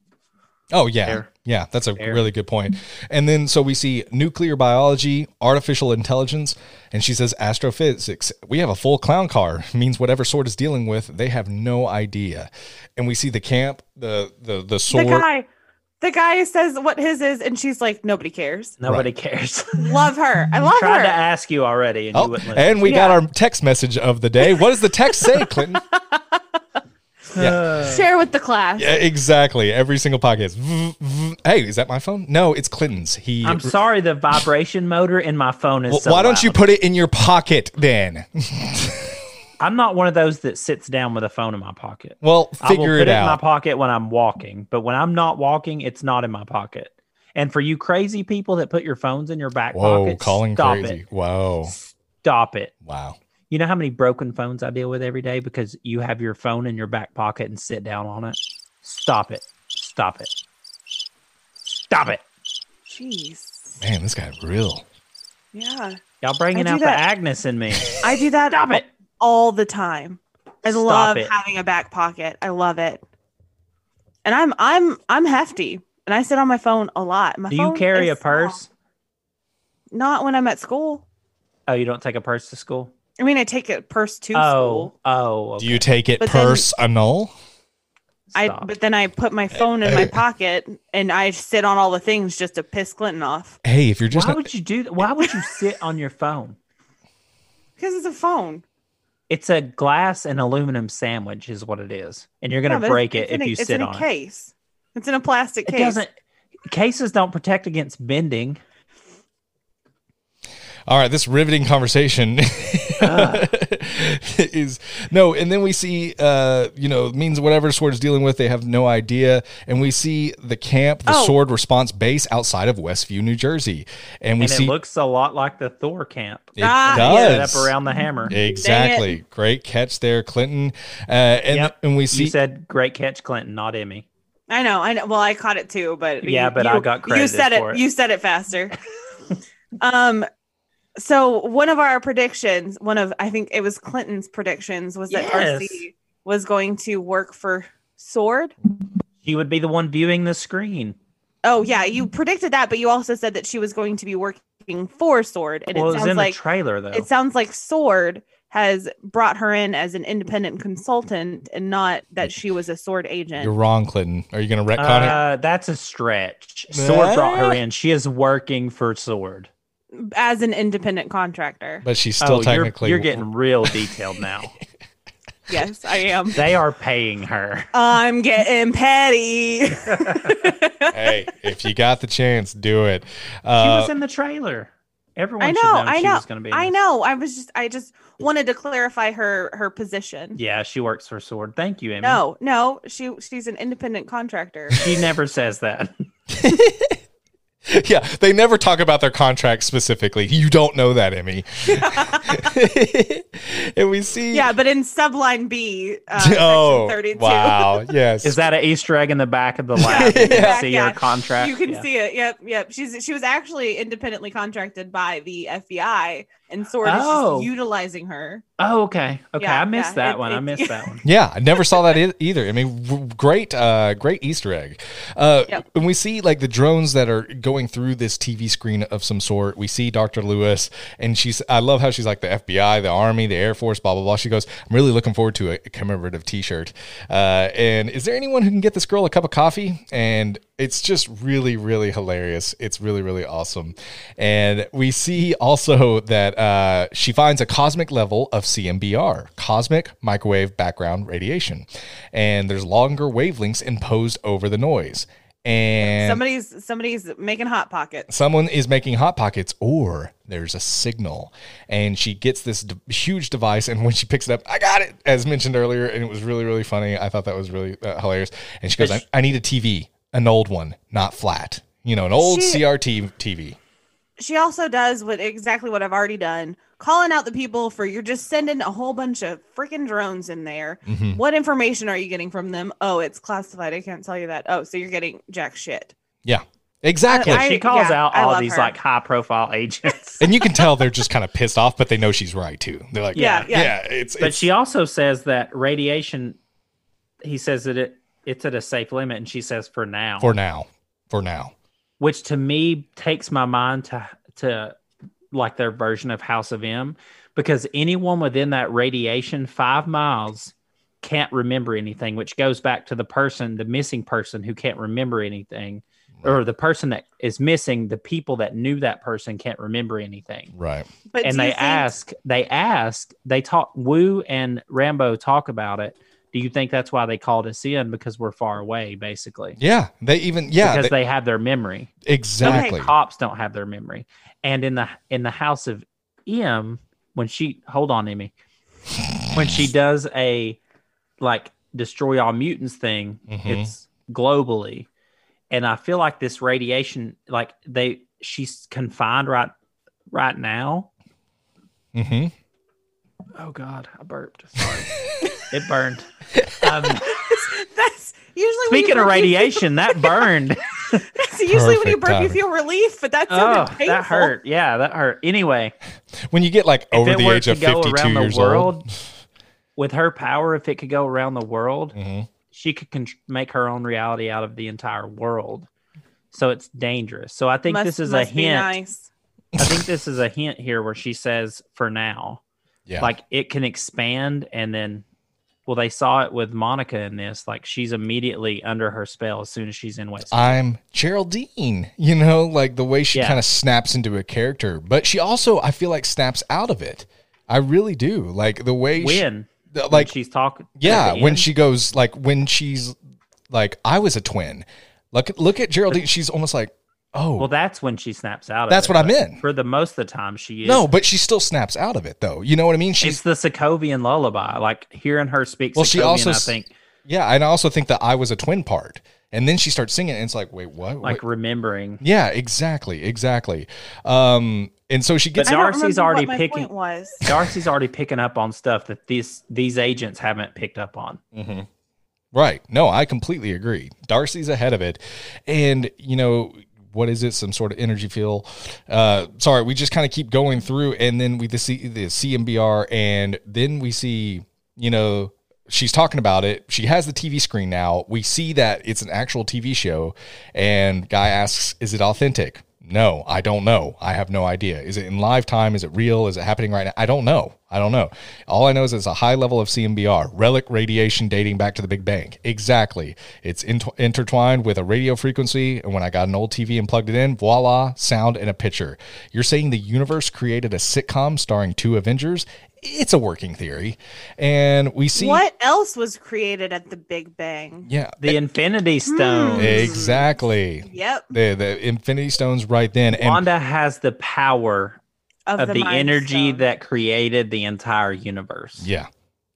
S1: Oh yeah,
S4: Fair.
S1: yeah. That's a
S4: Fair.
S1: really good point. And then so we see nuclear biology, artificial intelligence, and she says astrophysics. We have a full clown car. Means whatever sword is dealing with, they have no idea. And we see the camp, the the the sword.
S2: The guy the guy says what his is and she's like nobody cares.
S4: Nobody cares. [laughs]
S2: Love her. I love
S4: Tried
S2: her.
S4: to ask you already, and you
S1: Oh,
S4: wouldn't listen.
S1: and we got
S2: Yeah.
S1: our text message of the day. What does the text
S2: [laughs]
S1: say, Clinton?
S4: Uh,
S2: Share with the class.
S1: yeah, E, exactly. Every single podcast. Hey, is that my phone? No, it's Clinton's. He.
S4: I'm sorry, the vibration motor in my phone is.
S1: Well,
S4: so
S1: why don't you
S4: loud.
S1: put it in your pocket then? [laughs]
S4: I'm not one of those that sits down with a phone in my pocket.
S1: well,
S4: I will
S1: figure it
S4: put it in my
S1: out.
S4: pocket when I'm walking, but when I'm not walking, it's not in my pocket. And for you crazy people that put your phones in your back
S1: Whoa,
S4: pocket,
S1: calling
S4: stop
S1: crazy.
S4: it.
S1: Whoa.
S4: Stop it.
S1: Wow.
S4: You know how many broken phones I deal with every day because you have your phone in your back pocket and sit down on it? Stop it. Stop it. Stop it.
S2: Jeez.
S1: Man, this guy real.
S2: Yeah.
S4: Y'all bringing
S2: I do
S4: out
S2: that.
S4: the Agnes in me.
S2: I do that
S4: Stop it.
S2: all the time. I
S4: Stop
S2: love
S4: it.
S2: having a back pocket. I love it. And I'm I'm I'm hefty and I sit on my phone a lot. My
S4: Do you
S2: phone
S4: carry a
S2: is small.
S4: purse?
S2: Not when I'm at school.
S4: Oh, you don't take a purse to school?
S2: I mean, I take a purse to
S4: Oh,
S2: school.
S4: oh, okay.
S1: Do you take it
S2: But then-
S1: personal?
S2: I
S4: Stop.
S2: but then I put my phone in my pocket and I sit on all the things just to piss Clinton off
S1: Hey, if you're just
S4: why
S1: not,
S4: would you do? Why would you sit on your phone?
S2: because it's a phone.
S4: It's a glass and aluminum sandwich, is what it is, and you're gonna
S2: Yeah, but it's-
S4: break
S2: it's
S4: it if
S2: in a-
S4: you
S2: it's
S4: sit
S2: in a
S4: on it.
S2: case. It's in a plastic
S4: It
S2: case.
S4: doesn't. Cases don't protect against bending.
S1: all right, this riveting conversation [laughs]
S4: Ugh.
S1: is no, and then we see, uh, you know, means whatever sword's dealing with, they have no idea, and we see the camp, the
S2: Oh.
S1: sword response base outside of Westview, New Jersey, and we
S4: and
S1: see
S4: it looks a lot like the Thor camp.
S1: it
S2: Ah,
S4: Yeah,
S1: does
S4: Set up around the hammer.
S1: exactly. Great catch there, Clinton, uh, and
S4: Yep.
S1: and we see
S4: you said great catch, Clinton, not Emmy.
S2: I know, I know. Well, I caught it too, but
S4: Yeah, but I got
S2: You
S4: credited
S2: said
S4: for it.
S2: You said it
S4: [laughs]
S2: faster. um, so one of our predictions, one of I think it was Clinton's predictions, was that
S4: Yes.
S2: RC was going to work for Sword.
S4: She would be the one viewing the screen.
S2: Oh yeah, you predicted that, but you also said that she was going to be working for Sword, and
S4: well,
S2: it
S4: it was
S2: sounds
S4: in
S2: like
S4: the trailer though.
S2: it sounds like Sword has brought her in as an independent consultant and not that she was a Sword agent.
S1: you're wrong, Clinton. Are you going to retcon it?
S4: uh, that's a stretch. Sword brought her in. She is working for Sword.
S2: as an independent contractor.
S1: But she's still
S4: oh, you're-
S1: technically
S4: you're, getting real detailed now.
S2: yes, I am.
S4: they are paying her.
S2: I'm getting
S4: [laughs]
S2: petty.
S1: [laughs] hey, if you got the chance, do it.
S4: she
S1: Uh,
S4: was in the trailer. Everyone
S2: I know,
S4: should know
S2: I
S4: she
S2: know,
S4: was going to be. in
S2: I
S4: this.
S2: know. I was just I just wanted to clarify her her position.
S4: Yeah, she works for Sword. Thank you, Emmy.
S2: No, no, she she's an independent
S4: [laughs]
S2: contractor.
S4: She never says that. [laughs]
S1: [laughs] yeah, they never talk about their contract specifically. You don't know that, Emmy. [laughs] and we see.
S2: yeah, but in subline B,
S1: [laughs]
S2: uh,
S4: [laughs]
S1: oh,
S2: section 32, [laughs]
S1: wow. Yes.
S4: Is that an Easter egg in the back of the lab? You
S1: Yeah.
S4: can see
S2: Yeah.
S4: her contract.
S2: you can
S4: Yeah.
S2: see it. Yep, yep. She's she was actually independently contracted by the FBI, and Sword
S4: Oh.
S2: is just utilizing her.
S4: Oh, okay. Okay.
S2: Yeah,
S4: I missed
S2: yeah,
S4: that
S2: it-
S4: one. I
S2: it- [laughs]
S4: missed that one.
S1: yeah, I never saw that e- either. I mean, r- great, uh, great Easter egg. Uh,
S2: Yep.
S1: When we see like the drones that are going through this TV screen of some sort, we see Dr. Lewis, and she's. I love how she's like the FBI, the Army, the Air Force, blah blah blah. She goes, "I'm really looking forward to a commemorative T-shirt." Uh, and is there anyone who can get this girl a cup of coffee? And it's just really, really hilarious. It's really, really awesome. And we see also that uh, she finds a cosmic level of CMBR, cosmic microwave background radiation, and there's longer wavelengths imposed over the noise. And
S2: somebody's somebody's making hot pockets.
S1: someone is making hot pockets or there's a signal and she gets this d- huge device and when she picks it up i got it as mentioned earlier and it was really really funny i thought that was really uh, hilarious and she goes I, I need a tv an old one not flat you know an old
S2: She-
S1: crt tv
S2: she also does what exactly what I've already done, calling out the people for you're just sending a whole bunch of freaking drones in there.
S1: Mhm.
S2: What information are you getting from them? Oh, it's classified. I can't tell you that. Oh, so you're getting jack shit.
S1: exactly
S2: I-
S4: she calls
S2: yeah,
S4: out
S2: I
S4: all
S2: love
S4: these
S2: her.
S4: like high profile agents.
S1: and you can tell they're just kind of pissed off but they know she's right too they're like yeah
S2: Yeah,
S1: yeah,
S2: yeah.
S1: it's,
S4: but
S1: it's
S4: she also says that radiation he says that it it's at a safe limit and she says for now.
S1: for now for now
S4: which to me takes my mind to to like their version of House of M because anyone within that radiation 5 miles can't remember anything which goes back to the person the missing person who can't remember anything or the person that is missing the people that knew that person can't remember anything
S1: right
S2: [laughs] But
S4: and
S2: do you
S4: they
S2: think-
S4: ask, they ask, they talk. Wu and Rambo talk about it. Do you think that's why they called us in because we're far away, basically?
S1: yeah they even yeah
S4: because
S1: they-
S4: they, have their memory.
S1: exactly
S4: Cops don't have their memory. And in the in the house of M, when she hold on, Emmy, when she does a like destroy all mutants thing,
S1: Mhm.
S4: it's globally, and I feel like this radiation, like they, she's confined right right now
S1: mm-hmm.
S4: Oh God,
S2: [laughs]
S4: I burped. Sorry, it burned. Um,
S2: That's usually when you
S4: speaking
S2: burp,
S4: of
S2: you-
S4: radiation, that burned.
S2: [laughs] that's usually when you
S1: Perfect
S2: burp, you
S1: timing.
S2: feel relief, but that's
S4: oh,
S2: painful.
S4: that hurt. Yeah, that hurt. Anyway,
S1: When you get like over
S4: if it
S1: the
S4: were
S1: age
S4: to
S1: of
S4: go
S1: 52
S4: around
S1: years
S4: the world,
S1: old.
S4: with her power, if it could go around the world,
S1: hmm
S4: she could con- make her own reality out of the entire world. So it's dangerous. So I think
S2: Must-
S4: this is a
S2: must be
S4: hint.
S2: nice.
S4: I think this is a hint here where she says for now,
S1: Yeah.
S4: like it can expand and then well they saw it with Monica in this like she's immediately under her spell as soon as she's in West.
S1: I'm Geraldine, you know, like the way she
S4: Yeah.
S1: kind of snaps into a character, but she also, I feel like, snaps out of it. I really do. Like the way she,
S4: when
S1: th-
S4: like
S1: like
S4: she's talking
S1: yeah, when she goes like when she's like I was a twin. Look look at Geraldine, she's almost like, "Oh,
S4: well that's when she snaps out of
S1: that's
S4: it,
S1: what I
S4: but
S1: meant."
S4: for the most of the time she is
S1: No, but she still snaps out of it though. You know what I mean?
S4: it's
S1: She's
S4: the Sokovian lullaby like hearing her speak
S1: Well,
S4: well,
S1: she
S4: she
S1: also
S4: I
S1: s-
S4: think
S1: yeah, and I also think that I was a twin part. And then she starts singing and it's like, "Wait, what?" Wait-
S4: like remembering
S1: yeah, exactly, exactly. Um and so she
S4: But
S1: gets
S2: I don't
S4: Darcy's
S2: remember
S4: already
S2: what my
S4: picking-
S2: point was.
S4: Darcy's already picking up on stuff that these these agents haven't picked up on.
S1: Mhm. Right. No, I completely agree. Darcy's ahead of it. And, you know, what is it? Some sort of energy feel. Uh, sorry, we just kind of keep going through. And then we see the CMBR. And then we see, you know, she's talking about it. She has the TV screen now. We see that it's an actual TV show. And Guy asks, is it authentic? No, I don't know. I have no idea. Is it in live time? Is it real? Is it happening right now? I don't know. I don't know. All I know is it's a high level of CMBR, relic radiation dating back to the Big Bang. Exactly. It's int- intertwined with a radio frequency. And when I got an old TV and plugged it in, voila, sound and a picture. You're saying the universe created a sitcom starring two Avengers? It's a working theory. And we see.
S2: What else was created at the Big Bang?
S1: Yeah.
S4: The Infinity Stone.
S1: Eh, Exactly.
S2: Yep.
S1: The, the Infinity Stones right then. And
S4: Wanda has the power
S2: Of,
S4: of the,
S2: Mind
S4: energy
S2: Stone.
S4: that created the entire universe.
S1: yeah,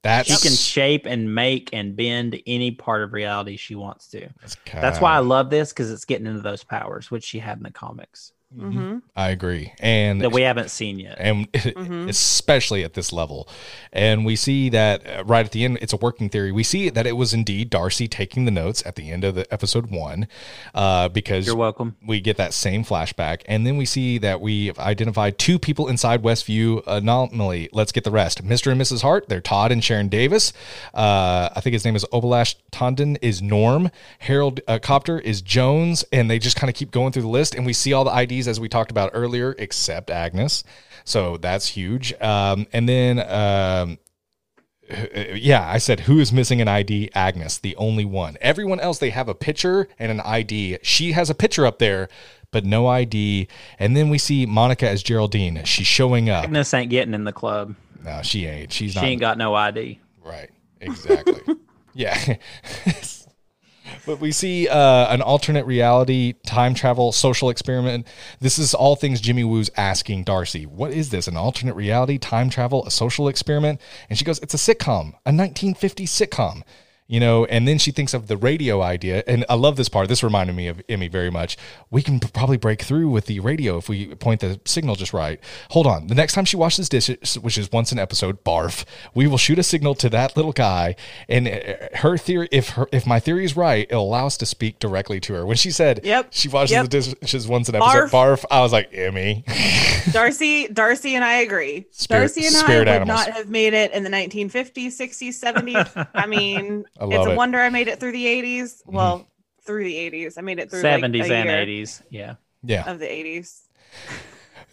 S1: that's.
S4: She can shape and make and bend any part of reality she wants to.
S1: that's,
S4: That's why I love this because it's getting into those powers, which she had in the comics
S2: Mhm,
S1: I agree. And
S4: that we haven't seen yet.
S1: and [laughs]
S2: mhm.
S1: especially at this level. And we see that uh, right at the end, it's a working theory. We see that it was indeed Darcy taking the notes at the end of the episode one, uh, because
S4: You're welcome.
S1: we get that same flashback, and then we see that we've identified two people inside Westview anomaly. Let's get the rest. Mr. and Mrs. Hart, they're Todd and Sharon Davis. Uh, I think his name is Obalash Tondon is Norm. Harold uh, Copter is Jones, and they just kind of keep going through the list, and we see all the IDs as we talked about earlier, except Agnes. So that's huge. Um, and then um, uh, yeah, I said, who is missing an ID? Agnes, the only one. Everyone else, they have a picture and an ID. She has a picture up there, but no ID. And then we see Monica as Geraldine. She's showing up.
S4: Agnes ain't getting in the club.
S1: No, she ain't. She's
S4: She
S1: not.
S4: ain't got no ID.
S1: Right. Exactly. yeah. [laughs] but we see uh, an alternate reality, time travel, social experiment. This is all things Jimmy Woo's asking Darcy. What is this? An alternate reality, time travel, a social experiment? And she goes, it's a sitcom, a 1950 sitcom. You know, and then she thinks of the radio idea. And I love this part. This reminded me of Emmy very much. We can probably break through with the radio if we point the signal just right. Hold on. The next time she washes dishes, which is once an episode, barf, we will shoot a signal to that little guy. And uh, her theory, if her, if my theory is right, it'll allow us to speak directly to her. When she said,
S2: Yep.
S1: she washes
S2: Yep.
S1: the dishes once an episode, barf, I was like, Emmy. [laughs]
S2: Darcy, Darcy, and I agree.
S1: Spirit-
S2: Darcy and I
S1: spirit
S2: would
S1: animals.
S2: not have made it in the 1950s, 60s, 70s.
S1: [laughs]
S2: I mean,
S1: I love
S2: it's a
S1: it. Mm-hmm.
S2: wonder I made it through the 80s. Well, through the 80s, I made it through like,
S4: 70s
S2: a
S4: and
S2: year
S4: 80s. Yeah.
S1: yeah.
S2: of the 80s.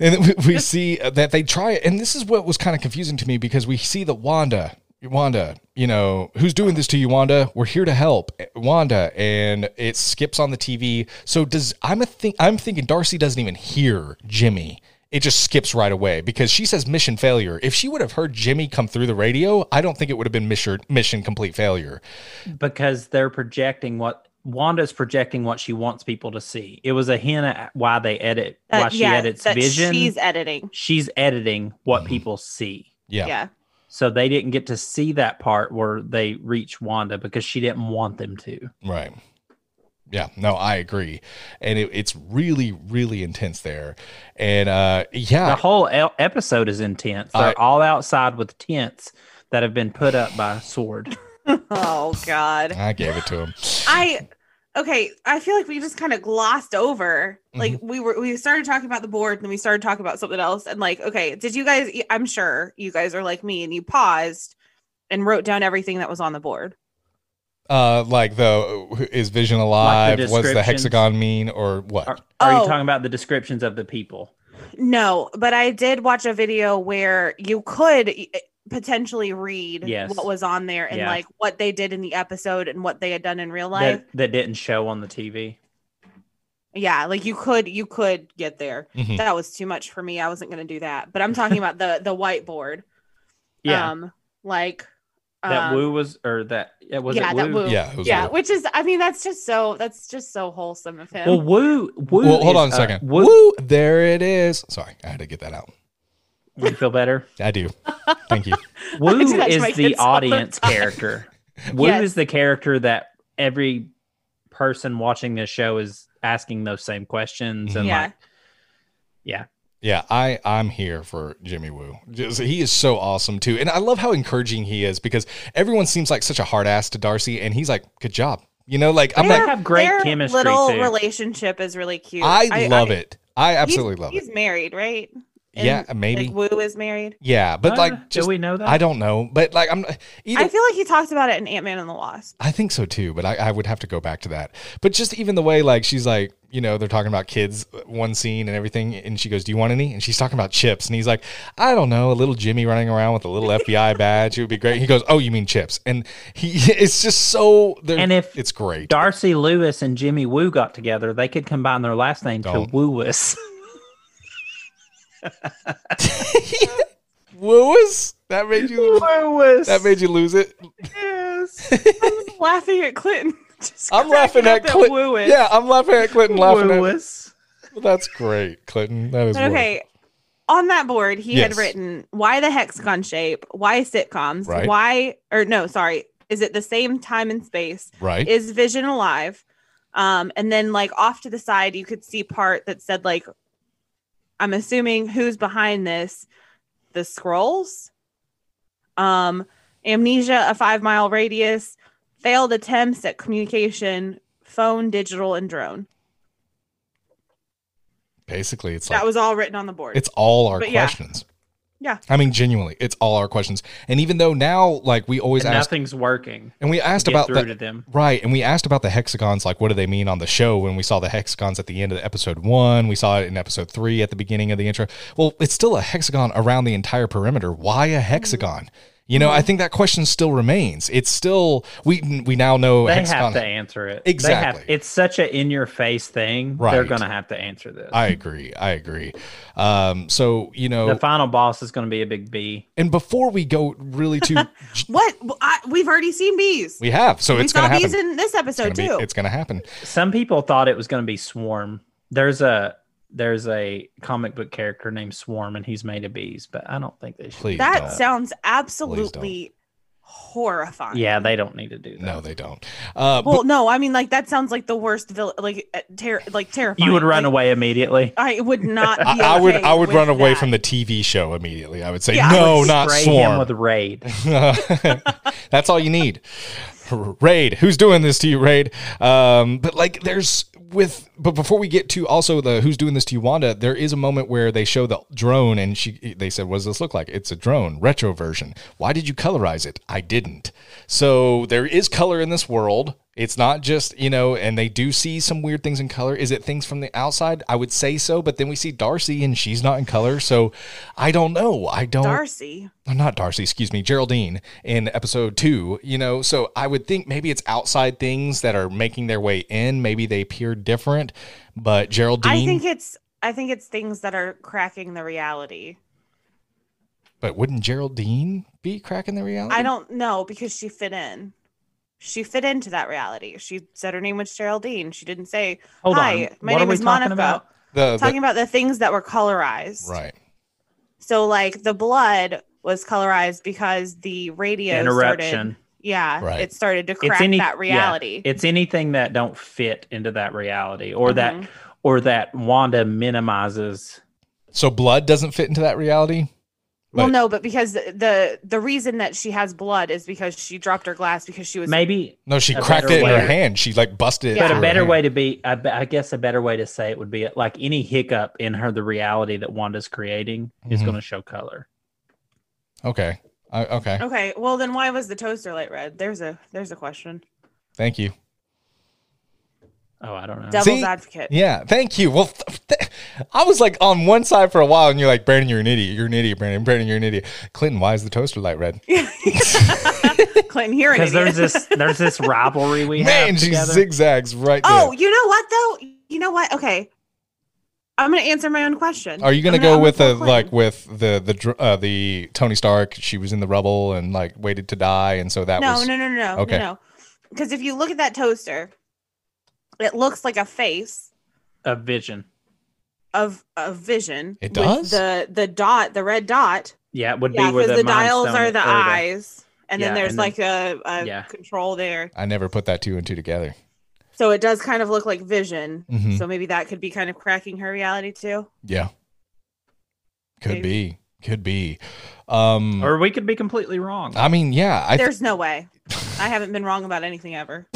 S1: And then we, we see that they try it. And this is what was kind of confusing to me because we see that Wanda, Wanda, you know, who's doing this to you, Wanda? We're here to help, eh, Wanda. And it skips on the TV. So does I'm a think I'm thinking Darcy doesn't even hear Jimmy. It just skips right away because she says mission failure. If she would have heard Jimmy come through the radio, I don't think it would have been mission mission complete failure.
S4: because they're projecting what Wanda's projecting what she wants people to see. It was a hint at why they edit,
S2: That-
S4: why she edits
S2: Uh, that
S4: vision.
S2: She's
S4: She's,
S2: editing.
S4: editing what
S1: Mhm.
S4: people see.
S1: Yeah.
S2: Yeah.
S4: So they didn't get to see that part where they reach Wanda because she didn't want them to.
S1: Right. Yeah, no, I agree, and it, it's really, really intense there, and uh, yeah,
S4: The whole el- episode is intense. They're
S1: I-
S4: all outside with tents that have been put up by sword.
S2: Oh God.
S1: I gave it to him.
S2: I okay. I feel like we just kind of glossed over. Like
S1: Mm-hmm.
S2: we were we started talking about the board, and then we started talking about something else. And like, okay, did you guys? I'm sure you guys are like me, and you paused and wrote down everything that was on the board.
S1: Uh, like the is Vision alive? What's the
S4: descriptions.
S1: hexagon mean, or what?
S4: Are, are you
S2: Oh.
S4: talking about the descriptions of the people?
S2: No, but I did watch a video where you could eh, potentially read
S4: Yes.
S2: what was on there and
S4: Yeah.
S2: like what they did in the episode and what they had done in real life.
S4: That, that didn't show on the TV.
S2: yeah, like you could you could get there.
S1: Mhm.
S2: That was too much for me. I wasn't going to do that. But I'm talking about the the whiteboard.
S4: Yeah,
S2: Um like
S4: that
S2: um,
S4: Woo was, or that yeah, was
S2: yeah,
S4: it
S2: that
S4: Woo?
S2: Woo.
S1: Yeah, it was
S2: yeah,
S1: Woo.
S2: which is I mean that's just so that's just so wholesome of him.
S4: Well, Woo, Woo.
S1: Well, hold
S4: is,
S1: on a
S4: uh,
S1: second.
S4: Woo,
S1: Woo, there it is. Sorry, I had to get that out.
S4: You feel better.
S1: I do. Thank you.
S4: Woo
S2: do that to my
S4: is the
S2: kids all the [laughs]
S4: audience
S2: time.
S4: character. Woo
S2: Yes.
S4: is the character that every person watching this show is asking those same questions and
S2: Yeah.
S4: like, yeah,
S1: Yeah, I I'm here for Jimmy Woo. Just, he is so awesome too, and I love how encouraging he is because everyone seems like such a hard ass to Darcy, and he's like, "Good job," you know. Like I'm
S4: They
S1: like,
S4: have great
S2: Their
S4: chemistry
S2: Little
S4: too.
S2: relationship is really cute.
S1: I, love it. I absolutely
S2: he's,
S1: love
S2: He's
S1: it.
S2: married, right? And,
S1: Yeah, maybe.
S2: Like Woo is married.
S1: yeah, but
S4: Uh,
S1: like,
S4: do
S1: just
S4: we know that?
S1: I don't know, but like I'm. Either,
S2: I feel like he talked about it in Ant Man and
S1: [laughs]
S2: the Wasp.
S1: I think so too, but I, I would have to go back to that. But just even the way, like, she's like, you know, they're talking about kids, uh, one scene and everything, and she goes, "Do you want any?" And she's talking about chips, and he's like, "I don't know, a little Jimmy running around with a little FBI badge, it would be great." He goes, "Oh, you mean chips?" And he, [laughs] it's just so, they're-
S4: And if-
S1: it's great,
S4: Darcy Lewis and Jimmy Woo got together, they could combine their last name
S1: Don't.
S4: to Woos.
S1: Lewis, that
S4: [laughs]
S1: made you,
S4: Woos.
S1: that made you lose it.
S4: [laughs]
S1: [laughs]
S4: yes.
S2: I'm laughing at Clinton. [laughs] Just
S1: I'm laughing
S2: cracking
S1: at
S2: up that
S1: Clit-
S2: Woo is.
S1: Yeah, I'm laughing at Clinton, laughing at.
S4: Woos.
S1: That's great, Clinton. That is
S2: But okay. On that board, he
S1: Yes.
S2: had written why the hexagon shape, why sitcoms,
S1: Right.
S2: why or no, sorry, is it the same time and space?
S1: right.
S2: Is Vision alive? Um, and then like off to the side, you could see part that said like, I'm assuming who's behind this, the scrolls, um, amnesia, a five mile radius, failed attempts at communication, phone, digital, and drone.
S1: Basically, it's like
S2: That was all written on the board.
S1: It's all our
S2: But yeah.
S1: questions.
S2: Yeah.
S1: I mean, genuinely, it's all our questions. And even though now, like, we always
S4: And
S1: ask,
S4: nothing's working.
S1: and we
S4: Just
S1: asked
S4: get
S1: about
S4: through
S1: the,
S4: to them.
S1: right, and we asked about the hexagons, like, what do they mean on the show when we saw the hexagons at the end of episode one? We saw it in episode three at the beginning of the intro. Well, it's still a hexagon around the entire perimeter. Why a hexagon? You know, I
S2: Mm-hmm.
S1: think that question still remains. It's still we we now know
S4: They
S1: hexagon.
S4: have to answer it.
S1: Exactly.
S4: They have, it's such an in your face thing. They're
S1: Right.
S4: going to have to answer this.
S1: I agree. I agree. Um, so you know,
S4: the final boss is going to be a big B.
S1: and before we go really
S2: [laughs]
S1: to,
S2: what I, we've already seen bees.
S1: we have. So
S2: We
S1: it's
S2: saw
S1: going to happen.
S2: bees in this
S1: gonna
S2: episode
S1: be-
S2: too.
S1: it's gonna happen.
S4: Some people thought it was going to be Swarm. There's a there's a comic book character named Swarm, and he's made of bees, but I don't think they should.
S1: uh, Please
S2: that
S1: don't.
S2: sounds absolutely horrifying.
S4: Yeah, they don't need to do that.
S1: no, they don't. Uh,
S2: Well, no, I mean like that sounds like the worst villain, like uh, ter- like terrifying.
S4: you would run
S2: Like,
S4: away immediately.
S2: I
S4: [laughs]
S2: would not. Be
S1: but I, I would
S2: okay
S1: I would
S2: with
S1: run away
S2: that.
S1: from the TV show immediately. I would say
S2: Yeah, I
S1: no,
S2: would
S1: not
S4: Spray him
S1: swarm.
S4: with raid.
S1: [laughs] That's all you need. Raid, who's doing this to you, Raid? Um, but like, there's with, but before we get to also the who's doing this to you, Wanda, there is a moment where they show the drone and she, they said, what does this look like? It's a drone, retro version. Why did you colorize it? I didn't. So there is color in this world. It's not just, you know, and they do see some weird things in color. Is it things from the outside? I would say so, but then we see Darcy and she's not in color. So I don't know. I don't.
S2: Darcy.
S1: Oh, not Darcy, excuse me, Geraldine in episode two, you know. So I would think maybe it's outside things that are making their way in. Maybe they appear different, but Geraldine,
S2: I think it's I think it's things that are cracking the reality.
S1: but wouldn't Geraldine be cracking the reality?
S2: I don't know because she fit in. She fit into that reality. She said her name was Geraldine. She didn't say
S4: Hold
S2: Hi,
S4: on.
S2: my
S4: what
S2: name
S4: are we
S2: is
S4: talking
S2: Monica.
S4: about?
S1: The,
S2: talking
S1: the,
S2: about the things that were colorized.
S1: right.
S2: So like the blood was colorized because the radio started
S4: Interruption.
S2: yeah
S1: Right.
S2: it started to crack
S4: any- yeah.
S2: that reality
S4: It's anything that don't fit into that reality or
S2: Mm-hmm.
S4: that or that Wanda minimizes.
S1: So blood doesn't fit into that reality.
S2: well
S1: But-
S2: no but because the the reason that she has blood is because she dropped her glass because she was
S4: Maybe
S1: No, she
S4: A
S1: cracked
S4: better
S1: it in her
S4: way.
S1: hand. She like busted it.
S2: Yeah.
S1: through
S4: but
S1: her
S4: a better
S1: hand.
S4: way to be I, be- I guess a better way to say it would be like any hiccup in her the reality that Wanda's creating is
S1: Mhm.
S4: going to show color.
S1: Okay. I, okay.
S2: okay well then why was the toaster light red there's a there's a question
S1: Thank you.
S4: Oh, I don't know.
S2: devil's
S1: See?
S2: advocate
S1: Yeah. Thank you. Well, th- th- I was like on one side for a while, and you're like, Brandon, you're an idiot. You're an idiot, Brandon. Brandon, you're an idiot. Clinton, why is the toaster light red?
S2: [laughs] clinton here
S4: Because
S1: [laughs]
S4: there's this there's this rivalry we
S1: Man,
S4: have
S1: she
S4: together.
S1: zigzags right
S2: [laughs] oh
S1: oh,
S2: you know what though you know what okay i'm gonna answer my own question
S1: Are you gonna
S2: I'm
S1: go
S2: I'm
S1: with
S2: pull
S1: the
S2: Clinton.
S1: like with the the dr- uh, the Tony Stark? She was in the rubble and like waited to die, and so that
S2: no,
S1: was
S2: no, no, no, no,
S1: Okay.
S2: no, no. Because if you look at that toaster, it looks like a face
S4: a vision.
S2: of a vision.
S1: It
S2: with
S1: does?
S2: the the dot, the red dot.
S4: Yeah, it would
S2: Yeah,
S4: be where
S2: because
S4: the,
S2: the,
S4: Mind
S2: dials
S4: Stone
S2: are
S4: is-
S2: the
S4: or
S2: eyes, and
S4: Yeah,
S2: then there's
S4: and then-
S2: like a, a
S4: yeah.
S2: control there.
S1: I never put that two and two together.
S2: So it does kind of look like vision.
S1: Mhm.
S2: So maybe that could be kind of cracking her reality too.
S1: Yeah, could
S2: Maybe.
S1: be, could be. Um,
S4: Or we could be completely wrong.
S1: I mean, yeah, I
S2: there's no way. I haven't been wrong about anything ever. [laughs]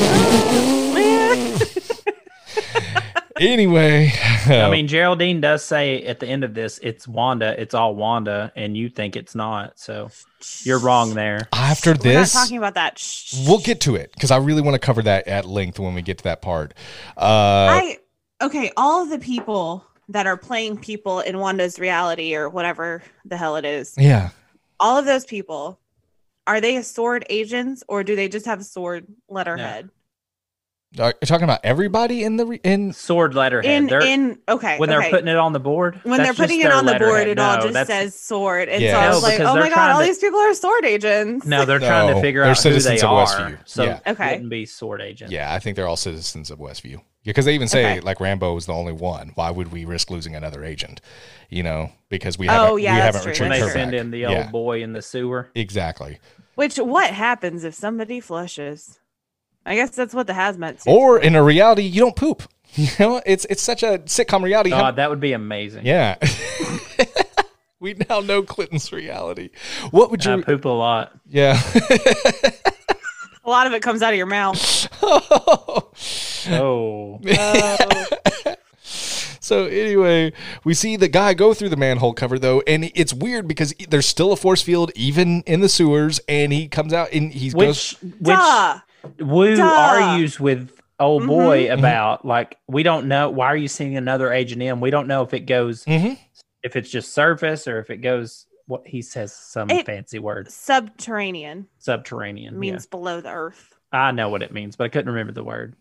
S1: anyway.
S4: I mean, Geraldine does say at the end of this, it's Wanda, it's all Wanda, and you think it's not. So you're wrong there.
S1: [laughs] after
S2: We're
S1: this,
S2: not talking about that. Shh.
S1: we'll get to it because I really want to cover that at length when we get to that part. Uh,
S2: I okay, all of the people that are playing people in Wanda's reality or whatever the hell it is,
S1: yeah,
S2: all of those people, are they sword agents or do they just have sword letterhead?
S1: are you talking about everybody in the re- in?
S4: Sword letterhead.
S2: In
S4: they're,
S2: in okay.
S4: when
S2: okay.
S4: they're putting it on the board,
S2: when
S4: that's
S2: they're putting
S4: just
S2: it
S4: their
S2: on the board,
S4: letterhead.
S2: it all
S4: No,
S2: just says
S4: that's-
S2: sword. And
S1: Yeah.
S2: so I
S1: No,
S2: was like,
S4: because
S2: oh
S4: they're
S2: my god,
S4: trying
S2: all
S4: to-
S2: these people are sword agents.
S4: No, they're trying
S1: No,
S4: to figure
S1: they're
S4: out who they
S1: citizens of Westview.
S4: are. So
S1: Yeah.
S4: it
S2: Okay.
S4: wouldn't be sword agent.
S1: Yeah, I think they're all citizens of Westview because they even say
S2: Okay.
S1: like Rambo is the only one. Why would we risk losing another agent? You know, because we
S2: Oh,
S1: haven't
S2: yeah,
S1: we
S2: that's
S1: haven't
S2: true.
S4: When
S1: returned
S4: they
S1: her
S4: send
S1: back.
S4: in the old
S1: yeah,
S4: boy in the sewer.
S1: exactly.
S2: Which what happens if somebody flushes? I guess that's what the hazmat suit.
S1: Or in a reality, you don't poop. [laughs] You know, it's it's such a sitcom reality. How-
S4: God, that would be amazing.
S1: yeah. [laughs] we now know Clinton's reality. What would
S4: I
S1: you?
S4: poop
S1: [laughs]
S4: a lot.
S1: yeah.
S2: A lot of it comes out of your mouth.
S4: Oh,
S2: Oh.
S1: So anyway, we see the guy go through the manhole cover though, and it's weird because e, there's still a force field even in the sewers, and he comes out and he goes.
S4: which which
S2: Duh.
S4: woo
S2: Duh. Mm-hmm.
S4: argues with old boy
S1: Mm-hmm.
S4: about like we don't know why are you seeing another agent in? We don't know if it goes
S1: Mhm.
S4: if it's just surface or if it goes what he says some
S2: It-
S4: fancy word
S2: subterranean
S4: subterranean.
S2: means below the earth.
S4: yeah. I know what it means, but I couldn't remember the word.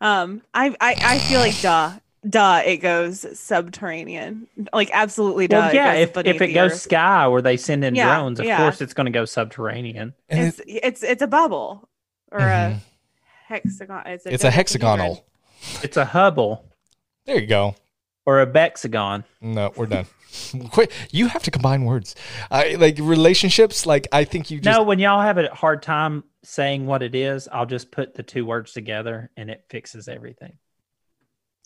S2: Um, I I, I feel like duh, duh. It goes subterranean, like absolutely duh.
S4: well, yeah,
S2: goes
S4: if,
S2: beneath
S4: if it
S2: the
S4: goes
S2: earth.
S4: sky where they send in
S2: Yeah,
S4: drones, of
S2: yeah.
S4: course it's going to go subterranean.
S1: And
S2: it's it's it's a bubble or
S4: Mm-hmm.
S1: Mhm.
S2: a hexagon. It's a,
S1: it's a hexagonal.
S2: dodecahedron.
S4: It's a Hubble
S1: There you go.
S4: or a Bexagon.
S1: No, we're done. [laughs] Quit. You have to combine words. I like relationships. Like I think you just
S4: no, when y'all have a hard time saying what it is, I'll just put the two words together and it fixes everything.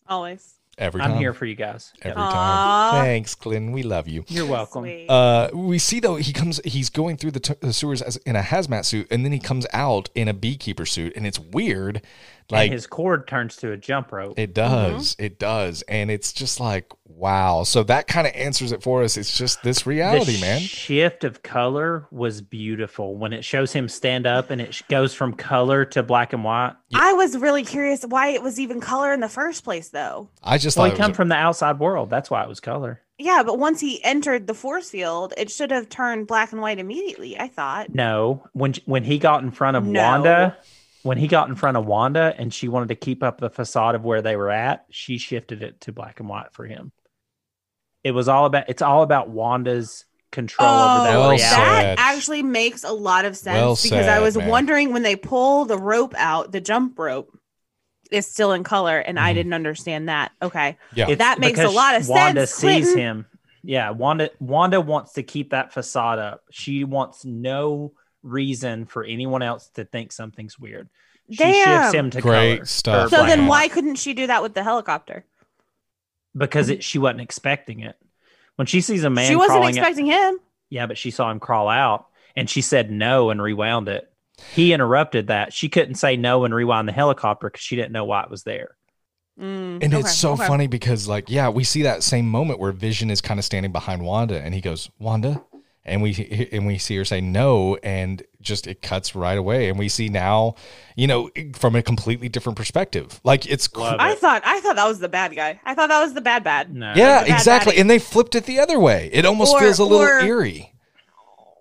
S2: Always.
S1: every time.
S4: I'm here for you guys.
S1: Every
S2: Aw.
S1: time. Thanks, Glenn. We love you.
S4: You're welcome.
S2: Oh, Sweet.
S1: Uh, we see though he comes, he's going through the, t- the sewers as, in a hazmat suit, and then he comes out in a beekeeper suit, and it's weird. Like
S4: and his cord turns to a jump rope.
S1: It does.
S4: Mm-hmm.
S1: It does. And it's just like, wow. So that kind of answers it for us. It's just this reality,
S4: the
S1: man.
S4: shift of color was beautiful when it shows him stand up and it sh- goes from color to black and white.
S2: I was really curious why it was even color in the first place, though.
S1: I just
S4: Well,
S1: thought
S4: he
S1: it was
S4: come from the outside world. That's why it was color.
S2: Yeah, but once he entered the force field, it should have turned black and white immediately. I thought.
S4: No, when when he got in front of
S2: No.
S4: Wanda, when he got in front of Wanda and she wanted to keep up the facade of where they were at, she shifted it to black and white for him. It was all about it's all about Wanda's control over that
S1: Well
S4: reality.
S1: said.
S2: That actually makes a lot of sense
S1: Well
S2: because I
S1: said,
S2: was
S1: man.
S2: wondering when they pull the rope out, the jump rope is still in color, and I
S1: Mhm.
S2: didn't understand that. Okay.
S1: Yeah.
S4: It's
S2: That makes a
S4: because
S2: lot of
S4: Wanda
S2: sense,
S4: sees
S2: Clinton.
S4: him. Yeah, Wanda Wanda wants to keep that facade up. She wants no reason for anyone else to think something's weird. She shifts
S2: Damn.
S4: him to
S1: Great
S4: color,
S1: stuff.
S4: or
S2: so
S4: black
S2: then
S4: and
S2: why
S4: white,
S2: couldn't she do that with the helicopter?
S4: Because
S1: Mm-hmm.
S4: it, she wasn't expecting it. When she sees a man,
S2: she wasn't
S4: crawling out-
S2: expecting him.
S4: yeah, but she saw him crawl out, and she said no and rewound it. He interrupted that. She couldn't say no and rewind the helicopter because she didn't know why it was there.
S2: Mm,
S1: And
S2: okay,
S1: it's so
S2: okay.
S1: funny because, like, yeah, we see that same moment where Vision is kind of standing behind Wanda, and he goes, "Wanda," and we and we see her say no, and just it cuts right away, and we see now, you know, from a completely different perspective. Like it's, cr-
S4: Love
S2: I
S4: it.
S2: thought I thought that was the bad guy. I thought that was the bad bad.
S4: No,
S1: yeah,
S2: the bad
S1: exactly,
S2: baddie.
S1: and they flipped it the other way. It almost
S2: Or-
S1: feels a little
S2: or-
S1: eerie.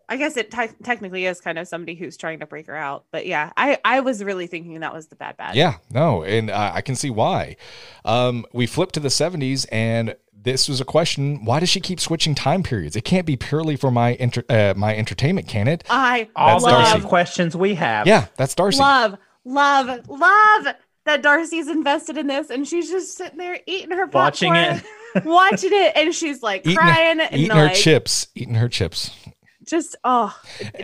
S2: I guess it te- technically is kind of somebody who's trying to break her out. But yeah, I I was really thinking that was the bad bad.
S1: Yeah, no, and uh, I can see why. Um, we flip to the '70s, and this was a question: Why does she keep switching time periods? It can't be purely for my inter- uh, my entertainment, can it?
S2: I
S4: all
S1: That's
S4: the
S1: Darcy.
S4: dumb questions we have.
S1: Yeah, that's Darcy.
S2: love love love that Darcy's invested in this, and she's just sitting there eating her
S4: Watching
S2: popcorn, [laughs]
S4: it.
S2: watching it, and she's like
S1: Eating-
S2: crying and
S1: eating
S2: like
S1: her chips, eating her chips.
S2: just oh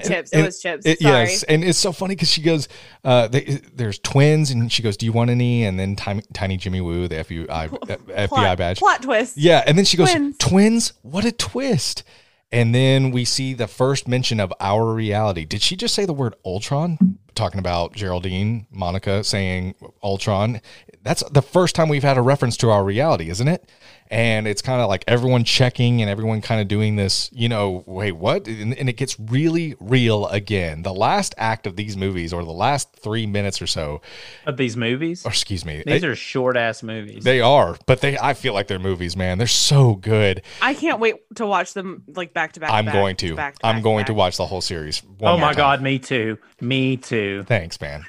S2: chips.
S1: and-
S2: it was chips.
S1: It-
S2: Sorry.
S1: yes, and it's so funny because she goes, uh, they, "There's twins," and she goes, "Do you want any?" And then Tiny, tiny Jimmy Woo, the
S2: [laughs]
S1: FBI, FBI
S2: plot,
S1: badge,
S2: plot twist.
S1: yeah, and then she goes,
S2: Twins.
S1: "Twins? What a twist!" And then we see the first mention of our reality. Did she just say the word Ultron? Talking about Geraldine, Monica saying Ultron. That's the first time we've had a reference to our reality, isn't it? And it's kind of like everyone checking and everyone kind of doing this, you know, wait, what? And, and it gets really real again. The last act of these movies, or the last three minutes or so,
S4: Of these movies,
S1: or excuse me,
S4: these are short ass movies.
S1: Oh, they are, but they, I feel like they're movies, man. They're so good.
S2: I can't wait to watch them like back to back.
S1: I'm
S2: back,
S1: going to.
S2: back
S1: I'm
S2: back
S1: going to
S2: back.
S1: watch the whole series. one
S4: oh
S1: more
S4: my
S1: time.
S4: god, me too. Me too.
S1: Thanks, man.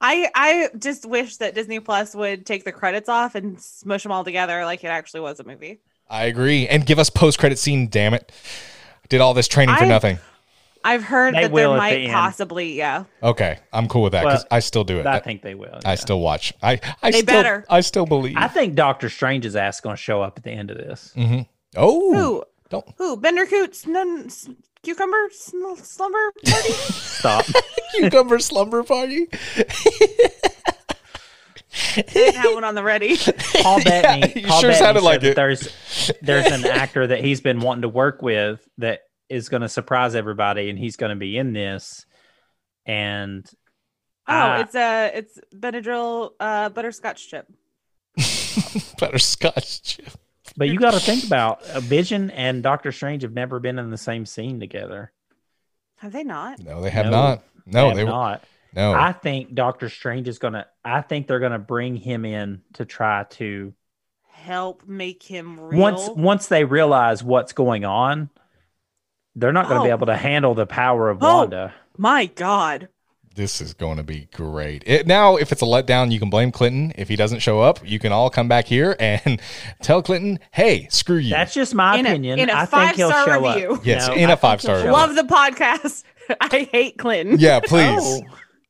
S2: I I just wish that Disney Plus would take the credits off and smush them all together like it actually was a movie.
S1: I agree. And give us post credit scene. Damn it! Did all this training for
S2: I-
S1: nothing.
S2: I've heard
S4: They
S2: that
S4: will
S2: there
S4: at
S2: might
S4: the end.
S2: possibly yeah.
S1: Okay, I'm cool with that because
S4: Well,
S1: I still do it.
S4: I
S1: I,
S4: think they will.
S1: I
S4: yeah.
S1: still watch. I I
S2: They
S1: still
S2: better.
S1: I still believe.
S4: I think Doctor Strange's ass going to show up at the end of this.
S1: Mhm. Oh,
S2: Who
S1: don't [laughs]
S2: who Bender Coots nun s- cucumber sn- slumber party?
S4: Stop.
S1: [laughs] cucumber slumber party. [laughs]
S2: Didn't have one on the
S4: [laughs]
S1: [laughs]
S2: ready.
S4: Paul Bettany.
S1: you
S4: Paul
S1: sure
S4: Bettany
S1: sounded
S4: said
S1: like
S4: that
S1: it.
S4: There's there's an actor that he's been wanting to work with that is going to surprise everybody, and he's going to be in this. And
S2: Oh,
S4: Ah.
S2: it's a it's Benadryl uh, butterscotch chip.
S1: Butterscotch chip.
S4: but you got to think about uh, Vision and Doctor Strange have never been in the same scene together.
S2: Have they not?
S1: No, they have
S4: No,
S1: not. No, they,
S4: have
S1: were oh.
S4: not.
S1: no.
S4: I think Doctor Strange is gonna. I think they're gonna bring him in to try to
S2: Help make him real.
S4: once once they realize what's going on, they're not gonna be
S2: Oh.
S4: able to handle the power of
S2: Oh.
S4: Wanda.
S2: My God.
S1: this is going to be great. It, now, if it's a letdown, you can blame Clinton. If he doesn't show up, you can all come back here and [laughs] tell Clinton, "Hey, screw you."
S4: That's just my
S2: In a-
S4: opinion.
S2: in a
S4: I think he'll
S2: five-star
S4: show
S2: review.
S4: up.
S1: yes,
S4: No,
S1: in
S4: I
S1: a
S4: think he'll
S1: five star.
S4: show
S2: Love the podcast. [laughs] I hate Clinton.
S1: Yeah,
S4: up.
S1: please.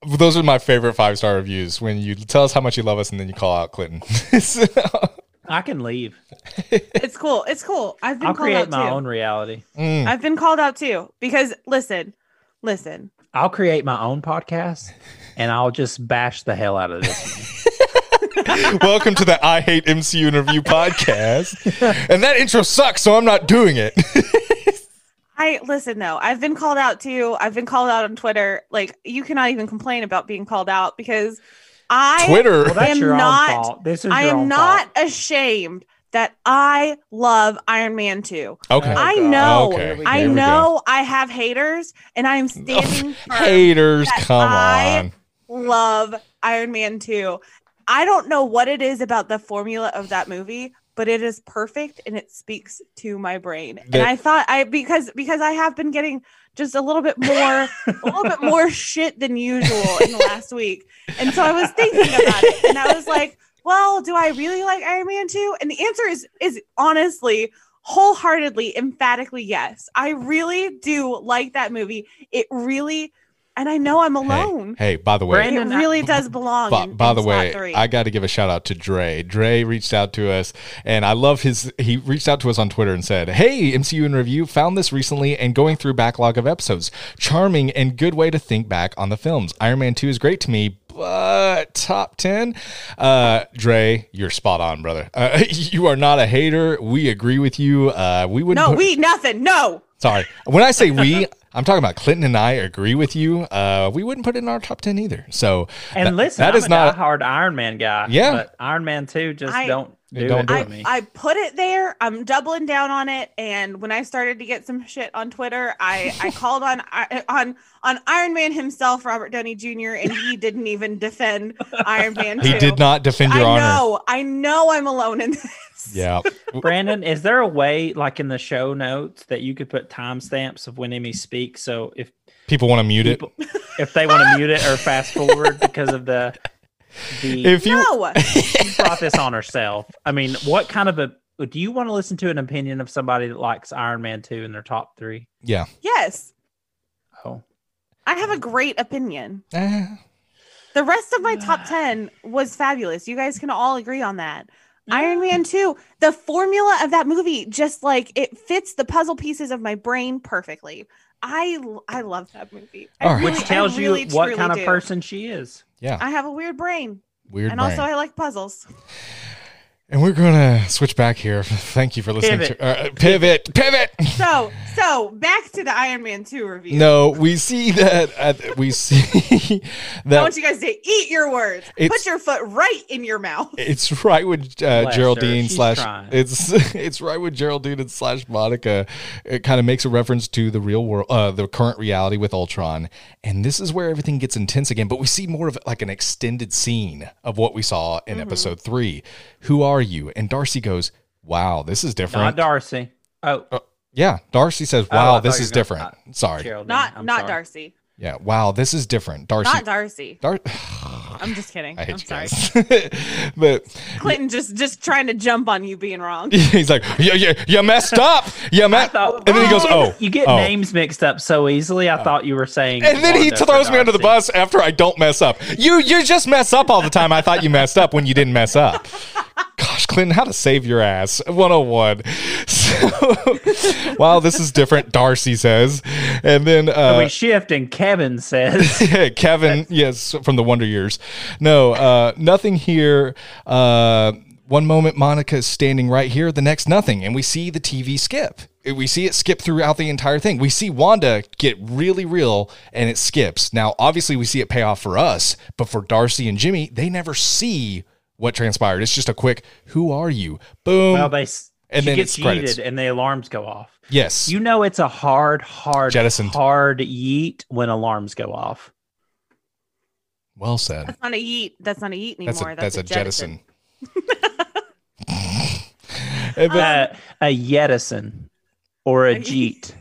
S1: Those are my favorite five star reviews. When you tell us how much you love us and then you call out Clinton. [laughs] So-
S4: I can leave.
S2: It's cool. It's cool. I've been
S4: I'll
S2: called
S4: create
S2: out
S4: my
S2: too.
S4: own reality.
S1: Mm.
S2: I've been called out too because listen, listen.
S4: I'll create my own podcast, and I'll just bash the hell out of this.
S1: Welcome to the I Hate MCU interview podcast. And that intro sucks, so I'm not doing it.
S2: I listen though. I've been called out too. I've been called out on Twitter. Like you cannot even complain about being called out because I
S1: Twitter.
S4: Well, that's
S2: am
S4: your
S2: not-
S4: own fault. This is
S2: I
S4: your
S2: am
S4: own
S2: not
S4: fault.
S2: ashamed that I love Iron Man 2.
S1: Okay.
S4: Oh,
S2: I
S4: God.
S2: know.
S1: Okay.
S4: There
S2: I
S1: we go.
S2: know I have haters and
S4: [laughs]
S2: I am standing for
S1: Haters,
S2: that
S1: come
S2: I-
S1: on.
S2: love Iron Man 2. I don't know what it is about the formula of that movie, but it is perfect and it speaks to my brain.
S1: That-
S2: and I thought I because because I have been getting just a little bit more a little
S1: [laughs]
S2: bit more shit than usual in the last week. And so I was thinking about it and I was like, well, do I really like Iron Man 2? And the answer is is honestly wholeheartedly emphatically yes. I really do like that movie. It really and I know I'm
S1: Hey,
S2: alone.
S1: Hey, by the way,
S4: Brandon,
S2: It
S4: And I-
S2: really does belong.
S1: By,
S2: in-
S1: by
S2: in
S1: the
S2: slot
S1: way,
S2: three.
S1: I got to give a shout out to Dre. Dre reached out to us, and I love his. He reached out to us on Twitter and said, "Hey, MCU in review, found this recently and going through backlog of episodes. Charming and good way to think back on the films. Iron Man Two is great to me." But top 10. Uh, Dre, you're spot on, brother. Uh, [laughs] you are not a hater. We agree with you. Uh, we would
S2: no, we nothing. No,
S1: [laughs] Sorry. When I say we, I'm talking about Clinton and I agree with you. Uh, we wouldn't put it in our top 10 either. So
S4: And
S1: tha-
S4: listen,
S1: that
S4: I'm
S1: is
S4: a
S1: not.
S4: hard Iron Man guy.
S1: Yeah.
S4: but Iron Man two just
S2: I-
S4: don't do
S1: don't
S4: it
S1: do
S4: for
S2: I,
S4: me.
S2: I put it there. I'm doubling down on it. And when I started to get some shit on Twitter, I,
S1: [laughs]
S2: I called on I- on on Iron Man himself, Robert Downey Jr., and he didn't even defend Iron Man.
S1: He
S2: 2.
S1: did not defend your
S2: I
S1: honor.
S2: know. I know. I'm alone in this.
S1: Yeah.
S4: Brandon, is there a way, like in the show notes, that you could put timestamps of when Emmy speaks? So if
S1: People want to mute it.
S4: people, if they want to mute it or fast forward because of the the
S1: If you. [laughs]
S2: No.
S4: she brought this on herself. I mean, what kind of a do you want to listen to an opinion of somebody that likes Iron Man 2 in their top three?
S1: Yeah.
S2: yes.
S4: Oh,
S2: I have a great opinion.
S1: Eh,
S2: The rest of my top 10 was fabulous. You guys can all agree on that. Iron Man 2, the formula of that movie just like it fits the puzzle pieces of my brain perfectly. I I love that movie. I
S1: All right.
S2: really-
S4: which
S2: I
S4: tells
S2: really,
S4: you what
S2: truly
S4: kind
S2: do.
S4: of person she is.
S1: yeah.
S2: I have a weird brain
S1: Weird.
S2: and
S1: brain.
S2: also I like puzzles.
S1: and we're going to switch back here. [laughs] Thank you for listening
S4: Pivot.
S1: to. Uh, pivot. Pivot. [laughs]
S2: So, so back to the Iron Man 2 review.
S1: No, we see that. At, we see [laughs]
S2: I
S1: that
S2: want you guys to eat your words.
S1: It's-
S2: Put your foot right in your mouth.
S1: It's right with uh,
S4: Bless her.
S1: Geraldine
S4: She's
S1: slash
S4: trying.
S1: it's [laughs] it's right with Geraldine and slash Monica. It kind of makes a reference to the real world, uh, the current reality with Ultron, and this is where everything gets intense again. But we see more of like an extended scene of what we saw in
S4: Mm-hmm.
S1: episode three. Who are you? And Darcy goes, "Wow, this is different."
S4: Not Darcy. Oh,
S1: yeah, Darcy says,
S4: I
S1: "Wow,
S4: thought
S1: this
S4: you
S1: is
S4: were gonna-
S1: different." Sorry.
S4: Geraldine.
S2: Not
S4: I'm
S2: not
S4: sorry.
S2: Darcy.
S1: Yeah, wow, this is different. Darcy.
S2: Not Darcy.
S1: Dar- [sighs]
S2: I'm just kidding.
S1: I hate
S2: I'm
S1: you
S2: sorry.
S1: guys. [laughs] but
S2: Clinton just just trying to jump on you being
S1: [laughs]
S2: wrong.
S1: He's like, yeah, yeah, you messed up. You
S4: I
S1: messed
S4: thought,
S1: And then he goes, oh.
S4: You get
S1: oh.
S4: names mixed up so easily. I thought you were saying.
S1: And then he
S4: Wanda for
S1: throws me under the
S4: Darcy.
S1: bus after I don't mess up. You you just mess up all the time. I thought you messed up when you didn't mess up. Gosh, Clinton, how to save your ass. [laughs] 101. So, wow, this is different, Darcy says. And then
S4: So
S1: uh,
S4: we shift, and
S1: [laughs]
S4: Kevin says,
S1: Kevin, yes, from the Wonder Years. No, uh, nothing here. Uh, one moment Monica is standing right here, the next nothing, and we see the TV skip. We see it skip throughout the entire thing. We see Wanda get really real, and it skips. Now, obviously, we see it pay off for us, but for Darcy and Jimmy, they never see what transpired. It's just a quick "Who are you?" Boom.
S4: "Well, they." s-
S1: And
S4: she
S1: then
S4: gets
S1: it's credits.
S4: yeeted, and the alarms go off.
S1: yes,
S4: You know it's a hard, hard,
S1: Jettisoned.
S4: hard yeet when alarms go off.
S1: well said.
S2: That's not a yeet. That's not a yeet anymore.
S1: That's a that's, a jettison. [laughs] And then-
S4: A, a jettison or
S2: [laughs]
S4: a jeet.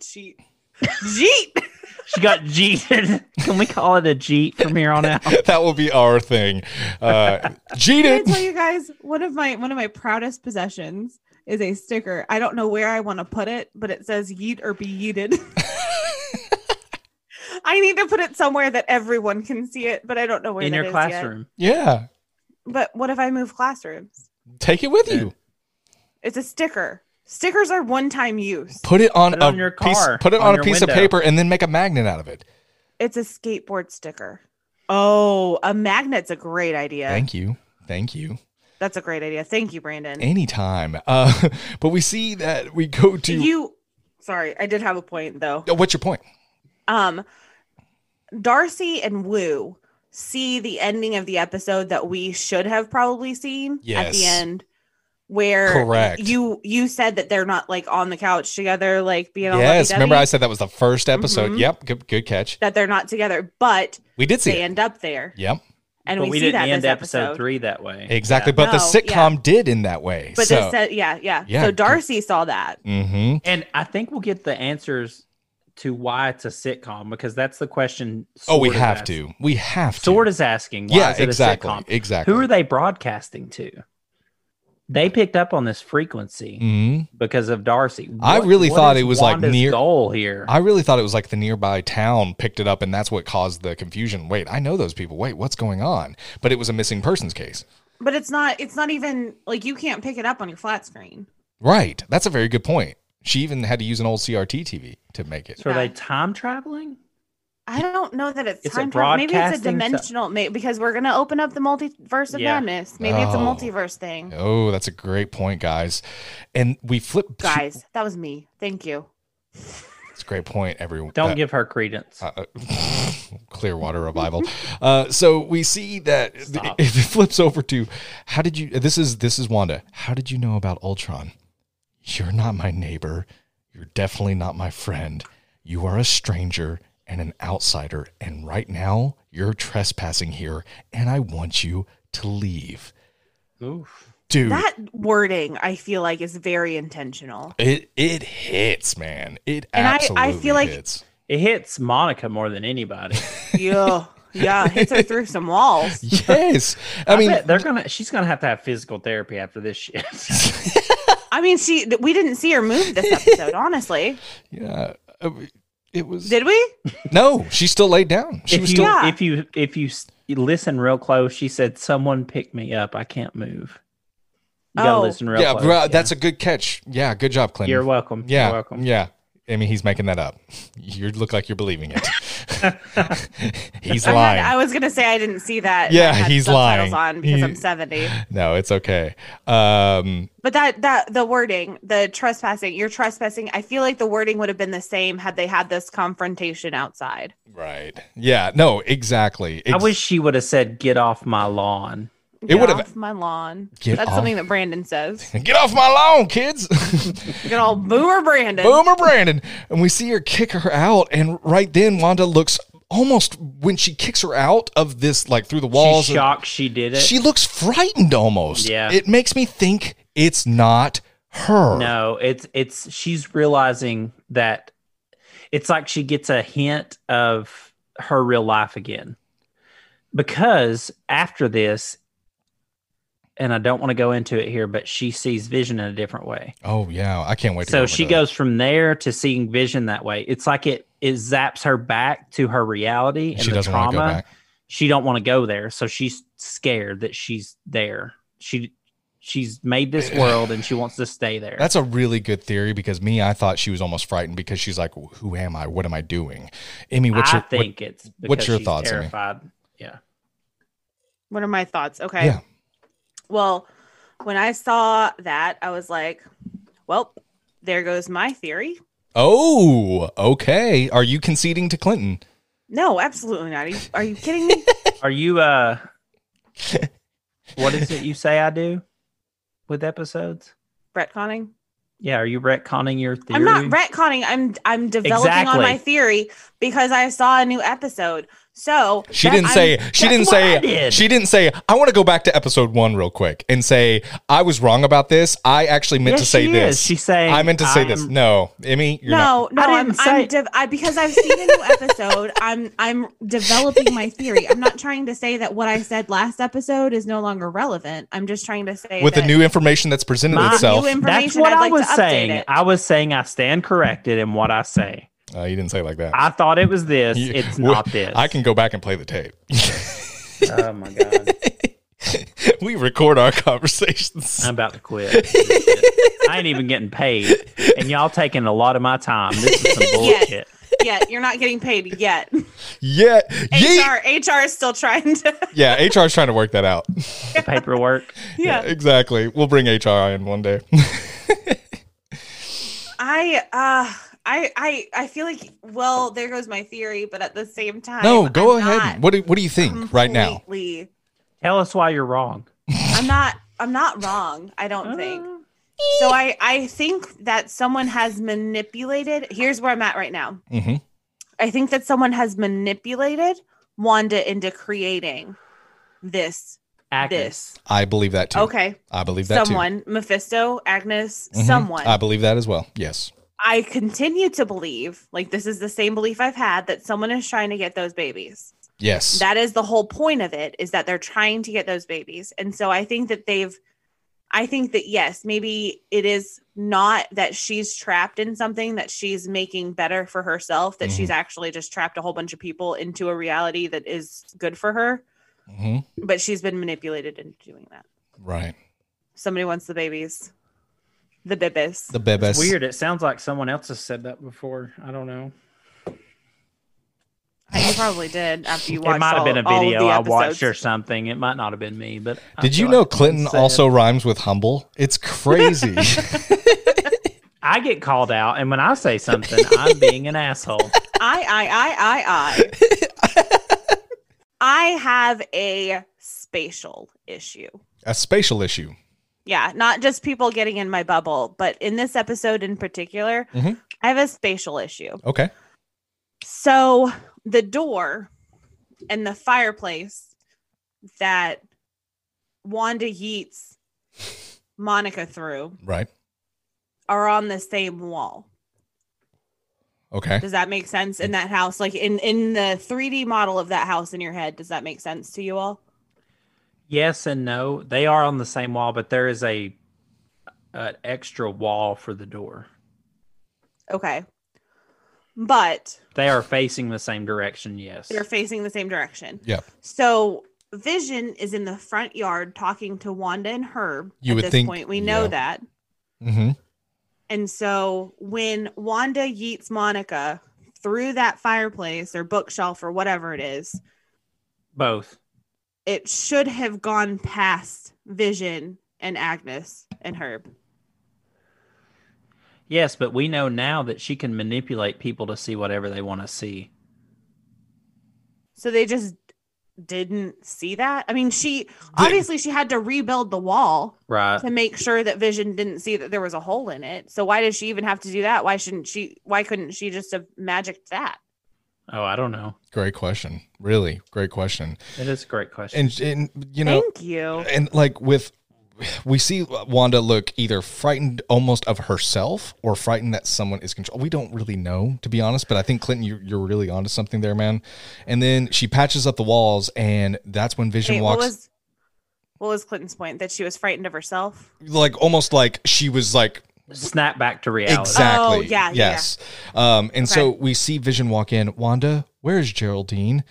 S2: Jeet.
S1: [laughs]
S2: Jeet.
S4: She got jeeted. [laughs] Can we call it a jeet from here on out?
S1: [laughs] that will be our thing. Uh,
S2: Can I
S1: cheated.
S2: tell you guys one of my one of my proudest possessions is a sticker. I don't know where I want to put it, but it says yeet or be
S1: [laughs]
S2: yeeted. [laughs] I need to put it somewhere that everyone can see it, but I don't know where
S4: In
S2: that
S4: your
S2: is
S4: classroom.
S1: Yeah,
S2: Yet. But what if I move classrooms?
S1: take it with you.
S2: It's a sticker. Stickers are one time use.
S1: Put it on
S4: Put it
S1: a
S4: on your
S1: piece.
S4: car,
S1: Put it
S4: on
S1: on, a
S4: your
S1: piece of
S4: window.
S1: paper and then make a magnet out of it.
S2: It's a skateboard sticker. Oh, a magnet's a great idea.
S1: Thank you. Thank you.
S2: That's a great idea. Thank you, Brandon.
S1: Anytime. Uh, [laughs] but we see that we go to.
S2: you sorry, I did have a point though.
S1: Oh, What's your point?
S2: Um Darcy and Wu see the ending of the episode that we should have probably seen at the
S1: Yes.
S2: end where
S1: Correct.
S2: you you said that they're not like on the couch together like being all
S4: E?
S1: yes.
S2: lovey-dovey,
S1: Remember, I said that was the first
S4: Mm-hmm.
S1: episode.
S2: Mhm.
S1: Yep. Good, good catch.
S2: that they're not together, but
S1: We did see
S2: they
S1: it.
S2: end up there.
S1: Yep.
S2: And
S4: but
S2: we,
S4: we,
S2: see
S4: didn't
S2: that
S4: end
S2: this
S4: episode,
S2: episode.
S4: three that way.
S1: Exactly.
S4: Yeah.
S1: But the
S2: No,
S1: sitcom did in that way.
S2: But
S1: so.
S2: they said yeah, yeah,
S1: Yeah,
S2: So
S1: good.
S2: Darcy saw that.
S1: mm-hmm.
S4: And I think we'll get the answers to why it's a sitcom because that's the question.
S1: Oh, we
S4: Sword is
S1: have
S4: ask-
S1: to. We have to.
S4: Sword is asking. Why
S1: yeah.
S4: is it
S1: Exactly.
S4: A sitcom?
S1: Exactly.
S4: Who are they broadcasting to? They picked up on this frequency
S1: hmm
S4: because of Darcy.
S1: I really thought
S4: is
S1: it was, like,
S4: Wanda's
S1: near-
S4: goal here.
S1: I really thought it was like the nearby town picked it up, and that's what caused the confusion. Wait, I know those people. Wait, what's going on? But it was a missing persons case.
S2: But it's not it's not even like you can't pick it up on your flat screen.
S1: Right. That's a very good point. She even had to use an old CRT TV to make it.
S4: so are
S2: Yeah.
S4: they time traveling?
S2: I don't know that it's,
S4: It's a
S2: time travel. Maybe it's a
S4: broadcasting stuff.
S2: dimensional may because we're gonna open up the multiverse of
S4: Yeah.
S2: madness. Maybe it's a
S1: Oh.
S2: multiverse thing.
S1: Oh, that's a great point, guys. And we flip.
S4: [laughs]
S2: Guys, that was me. Thank you.
S1: It's a great point, everyone.
S4: Don't
S1: Uh,
S4: give her credence.
S1: uh, [laughs] Clearwater Revival. Uh, so we see that
S4: Stop.
S1: [laughs] it flips over to how did you? This is this is Wanda. How did you know about Ultron? You're not my neighbor. You're definitely not my friend. You are a stranger and an outsider. And right now, you're trespassing here, and I want you to leave,
S4: Oof.
S1: dude.
S2: That wording I feel like is very intentional.
S1: it it hits, man. It
S2: And I- I
S1: absolutely
S2: feel like-
S1: hits. [laughs]
S4: It hits Monica more than anybody.
S2: yeah. Yeah. Hits her through some walls.
S1: yes. I,
S4: I
S1: mean,
S4: bet they're gonna. She's gonna have to have physical therapy after
S1: [laughs]
S4: this shit.
S2: I mean, she th- we didn't see her move this episode, honestly.
S1: yeah. uh, It was
S2: Did we?
S1: no. She still laid down. She
S4: if
S1: was
S4: you,
S1: still
S2: Yeah.
S4: if you if you s- you listen real close, she said, "Someone pick me up. I can't move." You gotta
S2: Oh.
S4: listen real
S1: yeah,
S4: close.
S1: bro, that's a good catch. Yeah, good job, Clinton.
S4: You're welcome.
S1: yeah,
S4: You're welcome.
S1: yeah. I mean, he's making that up. You look like you're believing
S4: [laughs]
S1: it. [laughs] he's
S2: I'm not-
S1: lying.
S2: I was gonna say I didn't see that.
S1: Yeah,
S2: I had
S1: he's
S2: subtitles
S1: lying.
S2: On because
S1: He-
S2: I'm 70.
S1: No, it's okay. Um,
S2: But that that the wording, the trespassing, you're trespassing. I feel like the wording would have been the same had they had this confrontation outside.
S1: right. Yeah. No. Exactly.
S4: I
S1: Ex-
S4: wish she would have said, "Get off my lawn."
S1: It would have-
S2: off my lawn.
S1: Get
S2: That's
S1: off-
S2: something that Brandon says.
S1: Get off my lawn,
S4: [laughs]
S1: kids.
S2: Good old boomer Brandon.
S1: Boomer Brandon. And we see her kick her out, and right then Wanda looks almost when she kicks her out of this, like through the walls.
S4: She's
S1: and-
S4: shocked she did it.
S1: She looks frightened almost.
S4: Yeah.
S1: It makes me think it's not her.
S4: No, it's it's she's realizing that it's like she gets a hint of her real life again. Because after this, and I don't want to go into it here, but she sees vision in a different way.
S1: Oh yeah, I can't wait. to go
S4: So
S1: over
S4: she
S1: to that.
S4: goes from there to seeing vision that way. It's like it it zaps her back to her reality and
S1: She
S4: the
S1: doesn't
S4: trauma.
S1: want to go back.
S4: She don't want to go there, so she's scared that she's there. She she's made this world and she wants to stay there.
S1: That's a really good theory because me, I thought she was almost frightened because she's like, "Who am I? What am I doing?" Emmy, what's
S4: I
S1: your what-
S4: think it's because
S1: what's your
S4: she's
S1: thoughts, Amy?
S4: terrified.
S2: What are my thoughts? Okay.
S1: Yeah.
S2: Well, when I saw that, I was like, well, there goes my theory.
S1: oh, okay. Are you conceding to Clinton?
S2: No, absolutely not. Are you, are you
S1: [laughs]
S2: kidding me?
S4: Are you uh what is it you say I do with episodes?
S2: Retconning?
S4: Yeah, are you retconning your
S2: I'm
S4: theory?
S2: not retconning. I'm I'm developing on
S4: Exactly.
S2: my theory because I saw a new episode. So
S1: She
S2: that-
S1: didn't
S2: I'm-
S1: say. she
S4: that's
S1: didn't
S4: what
S1: say.
S4: I did.
S1: She didn't say. I want to go back to episode one real quick and say I was wrong about this. I actually meant
S4: Yes,
S1: to say
S4: she
S1: this.
S4: Is. She's saying
S1: I meant to say this.
S4: am-
S1: No, Emmy, you're not.
S2: No, no,
S4: I
S2: I'm,
S4: didn't
S2: I'm
S4: say-
S2: de- I, because I've seen a new episode. [laughs] I'm I'm developing my theory. I'm not trying to say that what I said last episode is no longer relevant. I'm just trying to say
S1: With the
S2: that-
S1: new information that's presented
S4: My-
S1: itself.
S2: New information,
S4: That's what
S2: I'd
S4: I
S2: like to
S4: was
S2: update
S4: saying.
S2: it.
S4: I was saying I stand corrected in what I say.
S1: Uh, you didn't say it like that.
S4: I thought it was this.
S1: You-
S4: it's
S1: well,
S4: not this.
S1: I can go back and play the tape. [laughs]
S4: Oh my god.
S1: we record our [laughs] conversations.
S2: Uh,
S4: I'm about to
S1: [laughs]
S4: quit. I ain't even getting paid. And y'all taking a lot of my time. This is
S2: [laughs]
S4: some
S2: Yeah.
S4: bullshit.
S2: [laughs] yet you're not getting
S1: [laughs]
S2: paid yet.
S1: yeah, yeah,
S2: HR HR is still trying
S4: [laughs]
S2: to.
S1: yeah. HR is trying to work that out.
S2: [laughs]
S4: The paperwork.
S2: yeah.
S1: exactly. We'll bring HR in one day.
S2: I uh I I I feel like well there goes my theory, but at the same
S1: [laughs]
S2: time
S1: no, go
S2: I'm
S1: ahead.
S2: not
S1: What do What do you think right now?
S2: completely-
S4: Tell us why you're wrong.
S2: I'm not I'm not wrong, I don't think. So I I think that someone has manipulated. Here's where I'm at right now.
S1: hmm
S2: I think that someone has manipulated Wanda into creating this
S4: Ah. Agnes.
S2: this.
S1: I believe that too.
S2: Okay.
S1: I believe that
S2: someone, Mephisto, Agnes,
S1: too. Mhm.
S2: someone.
S1: I
S2: I,
S1: believe that as well. Yes.
S2: continue to believe, like this is the same belief I've had that someone is trying to get those babies.
S1: Yes.
S2: That is the whole point of it is that they're trying to get those babies. And so I think that they've I think that yes, maybe it is not that she's trapped in something that she's making better for herself, that
S4: Mm-hmm.
S2: she's actually just trapped a whole bunch of people into a reality that is good for her,
S1: hmm
S2: but she's been manipulated into doing that.
S1: Right.
S2: Somebody wants the babies, the bibis.
S1: The bebes.
S4: Weird. It sounds like someone else has said that before. I don't know.
S2: you probably did after you watched
S4: It might have been a
S2: all- all of
S4: video
S2: the
S4: I watched or
S2: episodes.
S4: something. It might not have been me, but I
S1: Did
S4: feel
S1: you
S4: like
S1: know
S4: someone
S1: Clinton
S4: said
S1: also rhymes with humble?
S2: [laughs]
S1: It's crazy. [laughs]
S4: I get called out, and when
S1: [laughs]
S4: I say something, I'm being an asshole.
S2: I, I, I, I, I. I have a spatial issue.
S1: a spatial issue.
S2: Yeah, not just people getting in my bubble, but in this episode in particular,
S1: Mhm.
S2: I have a spatial issue.
S1: Okay.
S2: So the door and the fireplace that Wanda Yeats Monica through
S1: Right.
S2: are on the same wall.
S1: Okay.
S2: Does that make sense in that house? Like in in the 3D model of that house in your head, does that make sense to you all?
S4: Yes and no. They are on the same wall, but there is a an extra wall for the door.
S2: Okay. But
S4: They are facing the same direction. Yes.
S2: they're facing the same direction.
S1: Yep.
S2: So Vision is in the front yard talking to Wanda and Herb.
S1: You
S2: at
S1: would
S2: this
S1: think-
S2: point we know
S1: yeah.
S2: that.
S1: hmm
S2: And so when Wanda yeets Monica through that fireplace or bookshelf or whatever it is,
S4: Both.
S2: it should have gone past Vision and Agnes and Herb.
S4: Yes, but we know now that she can manipulate people to see whatever they want to see.
S2: So they just didn't see that. I mean, she obviously she had to rebuild the wall
S4: Right.
S2: to make sure that Vision didn't see that there was a hole in it. So why did she even have to do that? Why shouldn't she why couldn't she just have magicked that?
S4: Oh, I don't know.
S1: Great question. Really great question.
S4: It is a great question.
S1: And and you know
S2: Thank you.
S1: and like with we see Wanda look either frightened almost of herself or frightened that someone is control. We don't really know, to be honest, but I think Clinton, you're, you're really onto something there, man. And then she patches up the walls, and that's when Vision
S2: Wait, what
S1: walks,
S2: was what was Clinton's point? That she was frightened of herself?
S1: like almost like she was like
S4: Snap back to reality.
S1: Exactly.
S2: Oh, yeah, yeah,
S1: Yes. Um, and so we see Vision walk in. Wanda, where's Geraldine?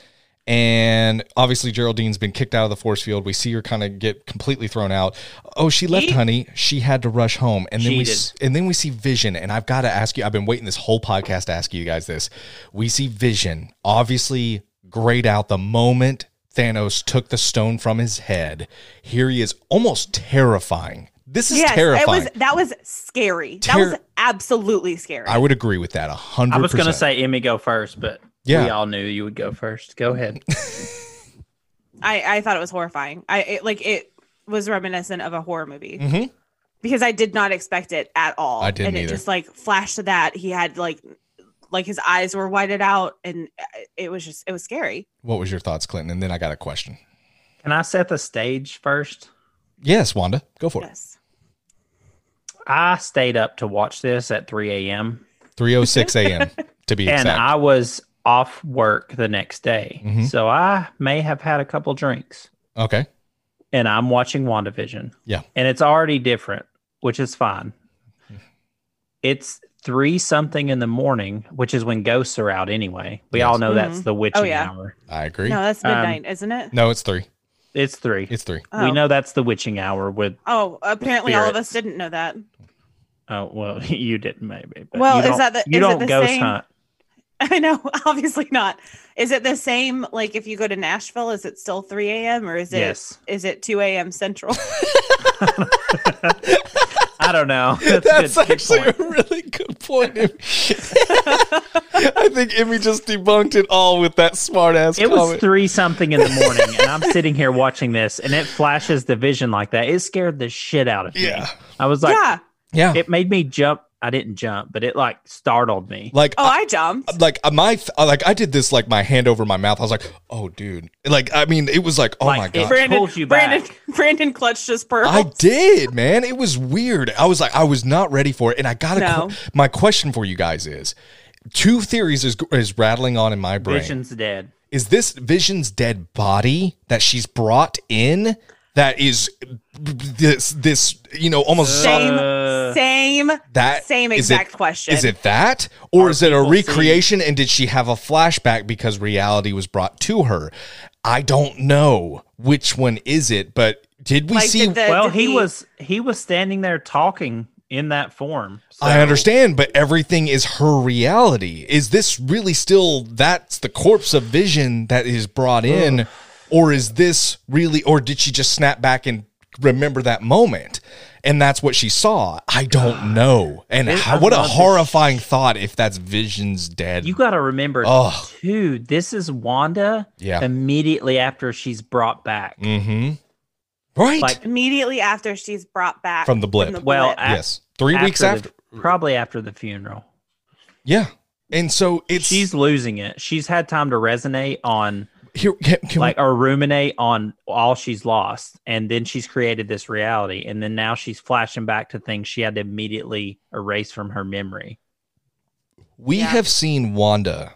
S1: And obviously, Geraldine's been kicked out of the force field. We see her kind of get completely thrown out. Oh, she left,
S2: Yeet.
S1: honey. She had to rush home. And then we
S4: Cheated.
S1: s- and then we see Vision. And I've got to ask you. I've been waiting this whole podcast to ask you guys this. We see Vision obviously grayed out the moment Thanos took the stone from his head. Here he is, almost terrifying. This is terrifying.
S2: It was that was scary. that was
S1: Terri-
S2: absolutely scary.
S1: I would agree with that a hundred.
S4: I was going to
S1: percent.
S4: say Emmy go first, but
S1: Yeah.
S4: we all knew you would go first. Go ahead. [laughs]
S2: I, I thought it was horrifying. I it, like it was reminiscent of a horror movie
S1: Mhm.
S2: because I did not expect it at all.
S1: I didn't
S2: and
S1: either.
S2: it just like flashed to that. He had like like his eyes were whited out and uh, it was just it was scary.
S1: What was your thoughts, Clinton? And then I got a question.
S4: Can I set the stage first?
S1: Yes, Wanda, go for it.
S2: Yes.
S4: I stayed up to watch this at 3 a.m.
S1: Three oh six a.m. to be
S4: [laughs] and
S1: exact.
S4: I was off work the next day.
S1: Mhm.
S4: So I may have had a couple drinks
S1: okay,
S4: and I'm watching WandaVision.
S1: Yeah.
S4: And it's already different, which is fine. It's three something in the morning, which is when ghosts are out anyway. We
S1: Yes.
S4: all know that's
S2: Mhm.
S4: the witching
S2: yeah.
S4: hour.
S1: I agree.
S2: No,
S1: No,
S2: that's
S4: Um,
S2: midnight, isn't it?
S1: it's three.
S4: It's three.
S1: It's three.
S2: Oh.
S4: We know that's the witching hour with
S2: Oh, apparently all of us
S4: Spirits.
S2: didn't know that. [laughs]
S4: oh well, [laughs] you didn't maybe. But
S2: Well,
S4: you
S2: is
S4: don't-
S2: that the- is
S4: you
S2: it
S4: don't
S2: the
S4: ghost
S2: same-
S4: hunt.
S2: I know, [laughs] obviously not. Is it the same like if you go to Nashville, is it still 3 a.m. or is it is
S4: Yes.
S2: it 2 a.m.
S4: [laughs]
S2: Central?
S4: I
S2: [laughs]
S4: don't know. [laughs]
S1: That's,
S4: That's, good, good
S1: actually
S4: point.
S1: a really good point. Emmy. [laughs] I think Emmy just debunked it all with that smart ass
S4: It was
S1: comment.
S4: three something
S2: [laughs]
S4: in the morning, and I'm sitting here watching this, and it flashes the vision like that. It scared the shit out of me.
S1: yeah,
S4: I was
S2: [laughs]
S4: like,
S2: yeah.
S1: yeah.
S4: it made me jump. I didn't jump, but it like startled me.
S1: like
S2: Oh, I jumped.
S1: like uh, my th- uh, like I did this like my hand over my mouth. I was like, oh dude. Like I mean, it was like, oh
S4: Like,
S1: my
S4: it
S1: god.
S4: freaked Pulled you
S2: [laughs]
S4: back.
S2: Brandon, [laughs] Brandon clutched his pearls.
S1: I did, man. It was weird. I was like, I was not ready for it, and I got
S2: No.
S1: to. My question for you guys is: two theories is is rattling on in my brain.
S4: Vision's dead.
S1: Is this Vision's dead body that she's brought in that is this this you know almost
S2: Same,
S4: Uh,
S2: same,
S1: that
S2: same
S1: is it-
S2: exact question.
S1: Is it that? Or
S4: Are
S1: is it a
S4: people seeing-
S1: recreation? And did she have a flashback because reality was brought to her? I don't know which one is it, but did we
S2: Like,
S1: see?
S2: did the-
S4: well,
S2: Uh, did
S4: he
S2: the-
S4: was he was standing there talking in that form.
S1: I
S4: so-
S1: understand, but everything is her reality. Is this really still that's the corpse of vision that is brought in? Or is this really, or did she just snap back and remember that moment? And that's what she saw. I don't
S4: [sighs]
S1: know. And
S4: It-
S1: how,
S4: I
S1: what a
S4: love this.
S1: horrifying thought if that's Vision's dead.
S4: You got to remember,
S1: Ugh.
S4: too. This is Wanda.
S1: Yeah.
S4: Immediately after she's brought back.
S1: Mm-hmm. Right.
S4: Like,
S2: immediately after she's brought back
S1: From the blip.
S4: Well,
S2: blip.
S4: a-
S1: yes. Three weeks after.
S4: the- probably after the funeral.
S1: yeah. And so it's
S4: she's losing it. She's had time to resonate on,
S1: here. Can, can
S4: like, or ruminate on all she's lost, and then she's created this reality, and then now she's flashing back to things she had to immediately erase from her memory.
S1: we
S2: Yeah.
S1: have seen Wanda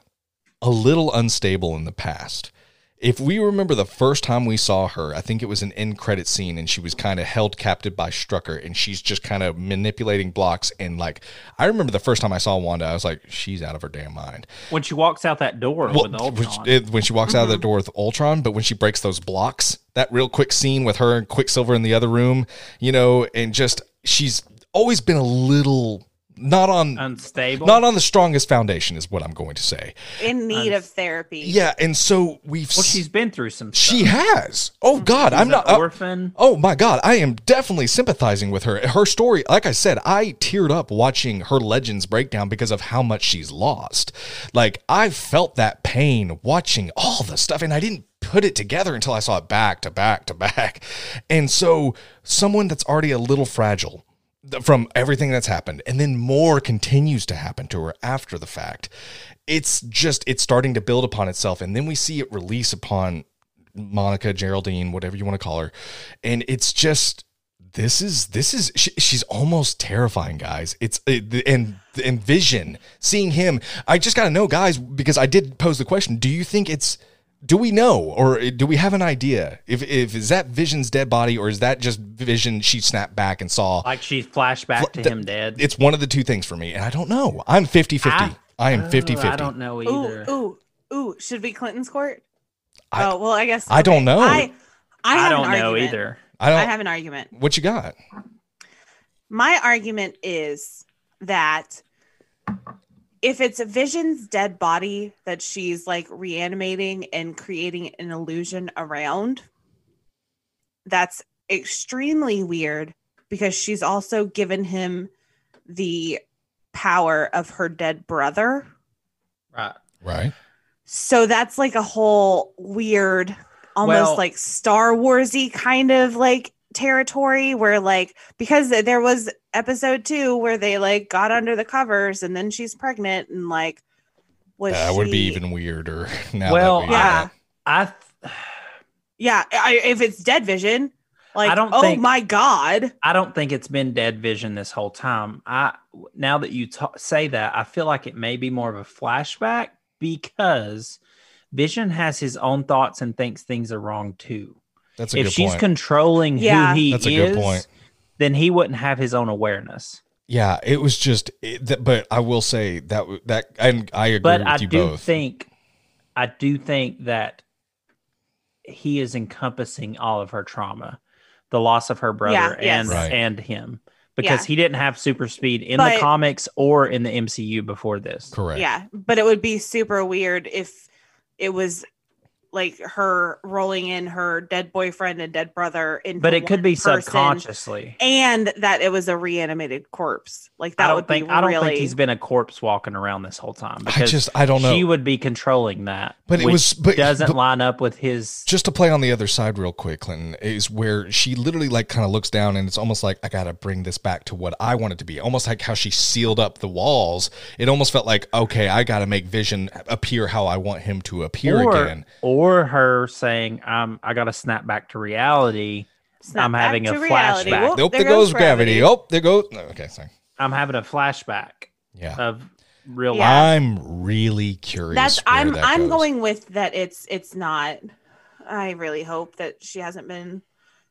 S1: a little unstable in the past. If we remember the first time we saw her, I think it was an end credit scene, and she was kind of held captive by Strucker, and she's just kind of manipulating blocks. And like, I remember the first time I saw Wanda, I was like, she's out of her damn mind.
S4: When she walks out that door
S1: Well,
S4: with
S1: which-
S4: Ultron,
S1: it- when she walks out of the door with Ultron, but when she breaks those blocks, that real quick scene with her and Quicksilver in the other room, you know, and just she's always been a little not on
S4: unstable.
S1: not on the strongest foundation is what I'm going to say.
S2: in need of therapy.
S1: Yeah, and so we've
S4: well,
S1: s-
S4: she's been through some.
S1: she
S4: stuff.
S1: has. Oh God,
S4: She's
S1: I'm not.
S4: an
S1: uh,
S4: orphan.
S1: Oh my God, I am definitely sympathizing with her. Her story, like I said, I teared up watching her Legends breakdown because of how much she's lost. Like, I felt that pain watching all the stuff, and I didn't put it together until I saw it back to back to back. And so, someone that's already a little fragile th- from everything that's happened, and then more continues to happen to her after the fact. It's just, it's starting to build upon itself, and then we see it release upon Monica, Geraldine, whatever you want to call her. And it's just this is this is she, she's almost terrifying, guys. It's it, and and Vision seeing him. I just got to know, guys, because I did pose the question. Do you think it's do we know or eh, do we have an idea if if is that Vision's dead body or is that just Vision she snapped back and saw?
S4: Like she's flashed back to
S1: Th-
S4: him dead.
S1: It's one of the two things for me, and I don't know. I'm 50-50. I,
S4: I-
S1: am 50-50.
S4: Oh, I don't know either.
S2: Ooh, ooh, ooh. Should be Clinton's court?
S1: I-
S2: oh well, I guess
S1: I don't know.
S2: I, I,
S4: I,
S2: have
S4: don't
S2: an
S4: know
S2: argument.
S4: either.
S1: I don't-
S2: I have an argument.
S1: what you got?
S2: My argument is that if it's a Vision's dead body that she's like reanimating and creating an illusion around, that's extremely weird because she's also given him the power of her dead brother.
S4: Right.
S1: Right.
S2: So that's like a whole weird, almost
S4: Well-
S2: like Star Warsy kind of like territory where like because th- there was episode two where they like got under the covers and then she's pregnant and like was
S1: That would be
S2: she-
S1: even weirder [laughs] now.
S4: Well,
S1: that we
S2: yeah
S4: I th-
S2: yeah I, if it's dead vision like
S4: I don't
S2: oh
S4: think-
S2: my god
S4: I don't think it's been dead vision this whole time. I now that you ta say that, I feel like it may be more of a flashback because Vision has his own thoughts and thinks things are wrong too.
S1: That's a
S4: If
S1: good
S4: she's
S1: point.
S4: controlling
S2: Yeah.
S4: who he
S1: That's a
S4: is,
S1: good point.
S4: then he wouldn't have his own awareness.
S1: yeah, it was just. It, th- but I will say that w- that and I agree
S4: But
S1: with
S4: I
S1: you
S4: do
S1: both.
S4: think, I do think that he is encompassing all of her trauma, the loss of her brother
S2: Yeah, yes.
S4: and
S1: Right.
S4: and him, because
S2: Yeah.
S4: he didn't have super speed in
S2: But-
S4: the comics or in the MCU before this.
S1: Correct.
S2: yeah but it would be super weird if it was like her rolling in her dead boyfriend and dead brother in
S4: But it could be subconsciously.
S2: and that it was a reanimated corpse. Like that
S4: I don't
S2: would
S4: think
S2: be
S4: I don't
S2: really.
S4: think he's been a corpse walking around this whole time
S1: I
S4: because
S1: just I don't
S4: she
S1: know.
S4: would be controlling that.
S1: But it
S4: which
S1: was- but-
S4: doesn't
S1: but-
S4: line up with his
S1: just to play on the other side real quick, Clinton is where she literally like kind of looks down and it's almost like I gotta bring this back to what I want it to be. Almost like how she sealed up the walls. It almost felt like okay, I gotta make Vision appear how I want him to appear
S4: or,
S1: again.
S4: or her saying, um, I gotta snap back to reality.
S2: It's not
S4: I'm
S2: back
S4: having
S2: to
S4: a
S2: reality.
S4: flashback.
S2: Whoop,
S1: Nope, there, goes gravity. Oh, there goes. no, Okay, sorry.
S4: I'm having a flashback
S1: Yeah.
S4: of real
S2: Yeah.
S4: life.
S1: I'm really curious.
S2: That's
S1: where
S2: I'm
S1: that
S2: I'm
S1: goes.
S2: going with that. It's it's not. I really hope that she hasn't been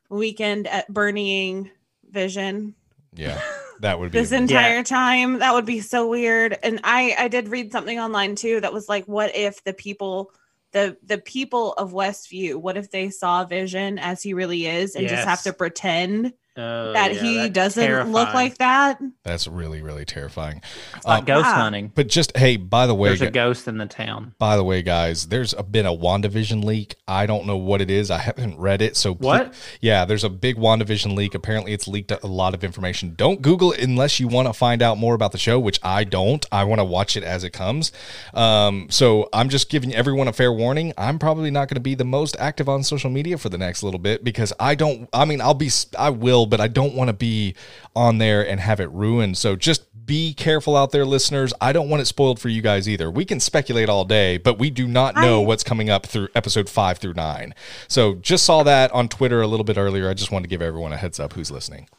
S2: weekend at burning Vision
S1: Yeah, that
S2: [laughs]
S1: would be.
S2: this entire time. That would be so weird. And I I did read something online too that was like, what if the people the the people of Westview, what if they saw Vision as he really is and just have
S4: Yes.
S2: to pretend
S4: Oh,
S2: that
S4: yeah,
S2: he
S4: that's
S2: doesn't look
S4: terrifying.
S2: like that?
S1: that's really really terrifying.
S4: It's like
S1: Um,
S4: ghost
S2: yeah.
S4: hunting.
S1: But just hey, by the way,
S4: There's a ghost in the town.
S1: by the way, guys, there's a, been a WandaVision leak. I don't know what it is. I haven't read it. So ple-
S4: What?
S1: yeah, there's a big WandaVision leak. Apparently, it's leaked a lot of information. Don't Google it unless you want to find out more about the show, which I don't. I want to watch it as it comes. Um, so I'm just giving everyone a fair warning. I'm probably not going to be the most active on social media for the next little bit because I don't. I mean, I'll be. s- I will, but I don't want to be on there and have it ruined. So just be careful out there, listeners. I don't want it spoiled for you guys either. We can speculate all day, but we do not know
S2: I-
S1: what's coming up through episode five through nine. So just saw that on Twitter a little bit earlier. I just wanted to give everyone a heads up who's listening.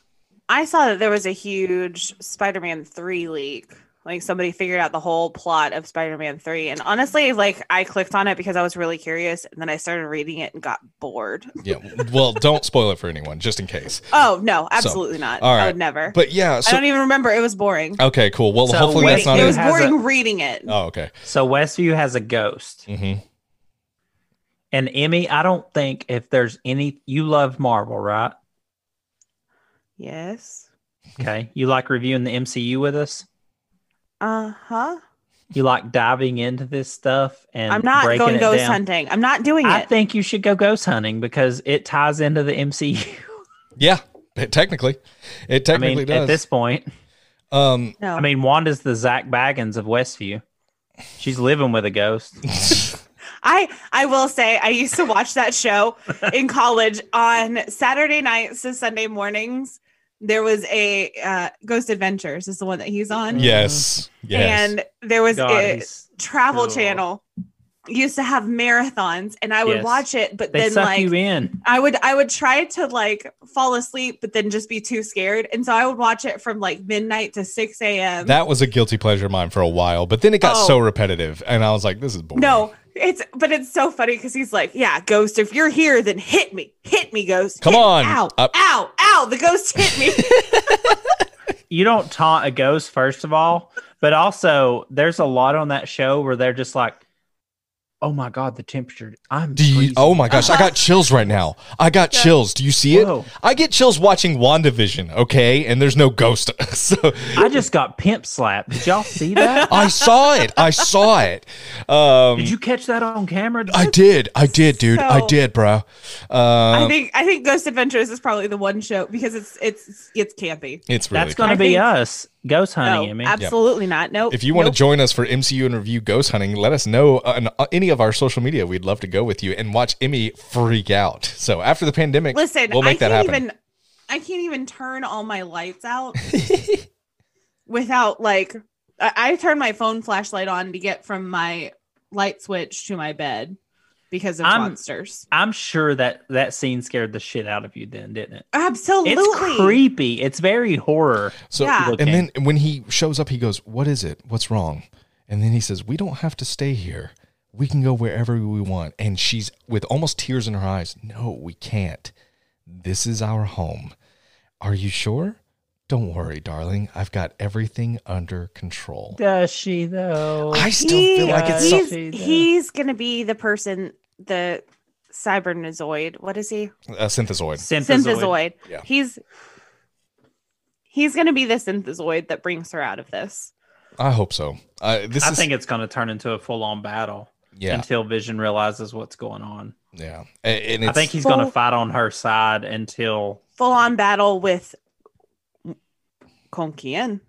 S2: I saw that there was a huge Spider-Man 3 leak. Like somebody figured out the whole plot of Spider-Man 3 and honestly like I clicked on it because I was really curious and then I started reading it and got bored.
S1: Yeah. Well, don't spoil it for anyone, just in case.
S2: Oh, no, absolutely not.
S1: all
S2: I
S1: right.
S2: would never.
S1: But yeah,
S2: I
S1: so
S2: don't even remember it was boring.
S1: okay, cool. Well,
S4: So
S1: hopefully
S4: wait,
S1: that's not
S2: it
S4: it.
S2: was
S1: it.
S4: Has a-
S2: boring reading it.
S1: Oh, okay.
S4: So Westview has a ghost.
S1: hmm
S4: And Emmy, I don't think if there's any you love Marvel, right?
S2: Yes.
S4: Okay. You like reviewing the MCU with us?
S2: Uh huh.
S4: You like diving into this stuff and
S2: I'm not
S4: breaking
S2: going
S4: it
S2: ghost
S4: down?
S2: hunting. I'm not doing
S4: I
S2: it.
S4: think you should go ghost hunting because it ties into the [laughs] MCU.
S1: Yeah. It, technically, it
S4: I
S1: technically
S4: mean,
S1: does.
S4: at this point,
S1: um, [laughs]
S2: no.
S4: I mean, Wanda's the Zach Baggins of Westview. She's living with a ghost.
S2: I I will say I used to watch that show
S4: [laughs]
S2: in college on Saturday nights to Sunday mornings. There was a uh, Ghost Adventures is the one that he's on,
S1: yes, yes.
S2: and there was
S4: God,
S2: a
S4: he's-
S2: Travel
S4: cool.
S2: Channel used to have marathons, and I would
S4: Yes.
S2: watch it, but
S4: they
S2: then
S4: suck
S2: like
S4: you in.
S2: I would I would try to like fall asleep, but then just be too scared, and so I would watch it from like midnight to six a.m.
S1: that was a guilty pleasure of mine for a while, but then it got
S2: Oh.
S1: so repetitive, and I was like, "This is boring."
S2: No, it's but it's so funny because he's like, "Yeah, ghost, if you're here, then hit me, hit me, ghost.
S1: Come
S2: Hit me.
S1: on.
S2: ow,
S1: Up."
S2: ow, ow!" The ghost hit me. [laughs]
S4: You don't taunt a ghost, first of all, but also there's a lot on that show where they're just like, "Oh my god, the temperature! I'm
S1: Do you,
S4: freezing."
S1: oh my gosh, I got chills right now. I got
S2: Yeah.
S1: chills. Do you see it?
S4: Whoa.
S1: I get chills watching WandaVision, okay? And there's no ghost. [laughs] so
S4: I just got pimp slapped. Did y'all
S1: [laughs]
S4: see that?
S1: I saw it. I saw it. Um,
S4: Did you catch that on camera?
S1: I did. I did, dude. I
S2: So-
S1: did, bro.
S2: I
S1: Um,
S2: think I think Ghost Adventures is probably the one show because it's it's it's campy.
S1: it's really
S4: That's
S1: cool.
S4: going to
S2: I
S4: be
S2: think-
S4: us ghost hunting. I
S2: No,
S4: mean,
S2: absolutely not. Nope.
S1: If you want
S2: nope.
S1: to join us for MCU and review ghost hunting, let us know on any of our social media. We'd love to go with you and watch Emmy freak out. So after the pandemic,
S2: listen,
S1: we'll
S2: I
S1: make that
S2: can't
S1: happen.
S2: even I can't even turn all my
S1: [laughs]
S2: lights out without like I, I turn my phone flashlight on to get from my light switch to my bed because of
S4: I'm-
S2: monsters.
S4: I'm sure that that scene scared the shit out of you, then, didn't it?
S2: Absolutely.
S4: It's creepy. It's very horror.
S1: So
S2: Yeah.
S1: and then when he shows up, he goes, "What is it? What's wrong?" And then he says, "We don't have to stay here. We can go wherever we want." And she's with almost tears in her eyes, "No, we can't. This is our home. Are you sure? Don't worry, darling. I've got everything under control."
S4: Does she though?
S1: I still feel like it's
S4: so-
S1: something.
S2: he's, he's gonna be the person the cybernozoid what is he
S1: a synthesoid.
S4: Synthesoid.
S2: synthesoid
S1: Yeah.
S2: he's he's gonna be the synthesoid that brings her out of this
S1: I hope so. Uh, this
S4: I
S1: is
S4: think it's going to turn into a full-on battle
S1: yeah,
S4: until Vision realizes what's going on.
S1: yeah. And, and it's,
S4: I think he's going
S2: Full-
S4: to fight on her side until
S2: full-on battle with konkian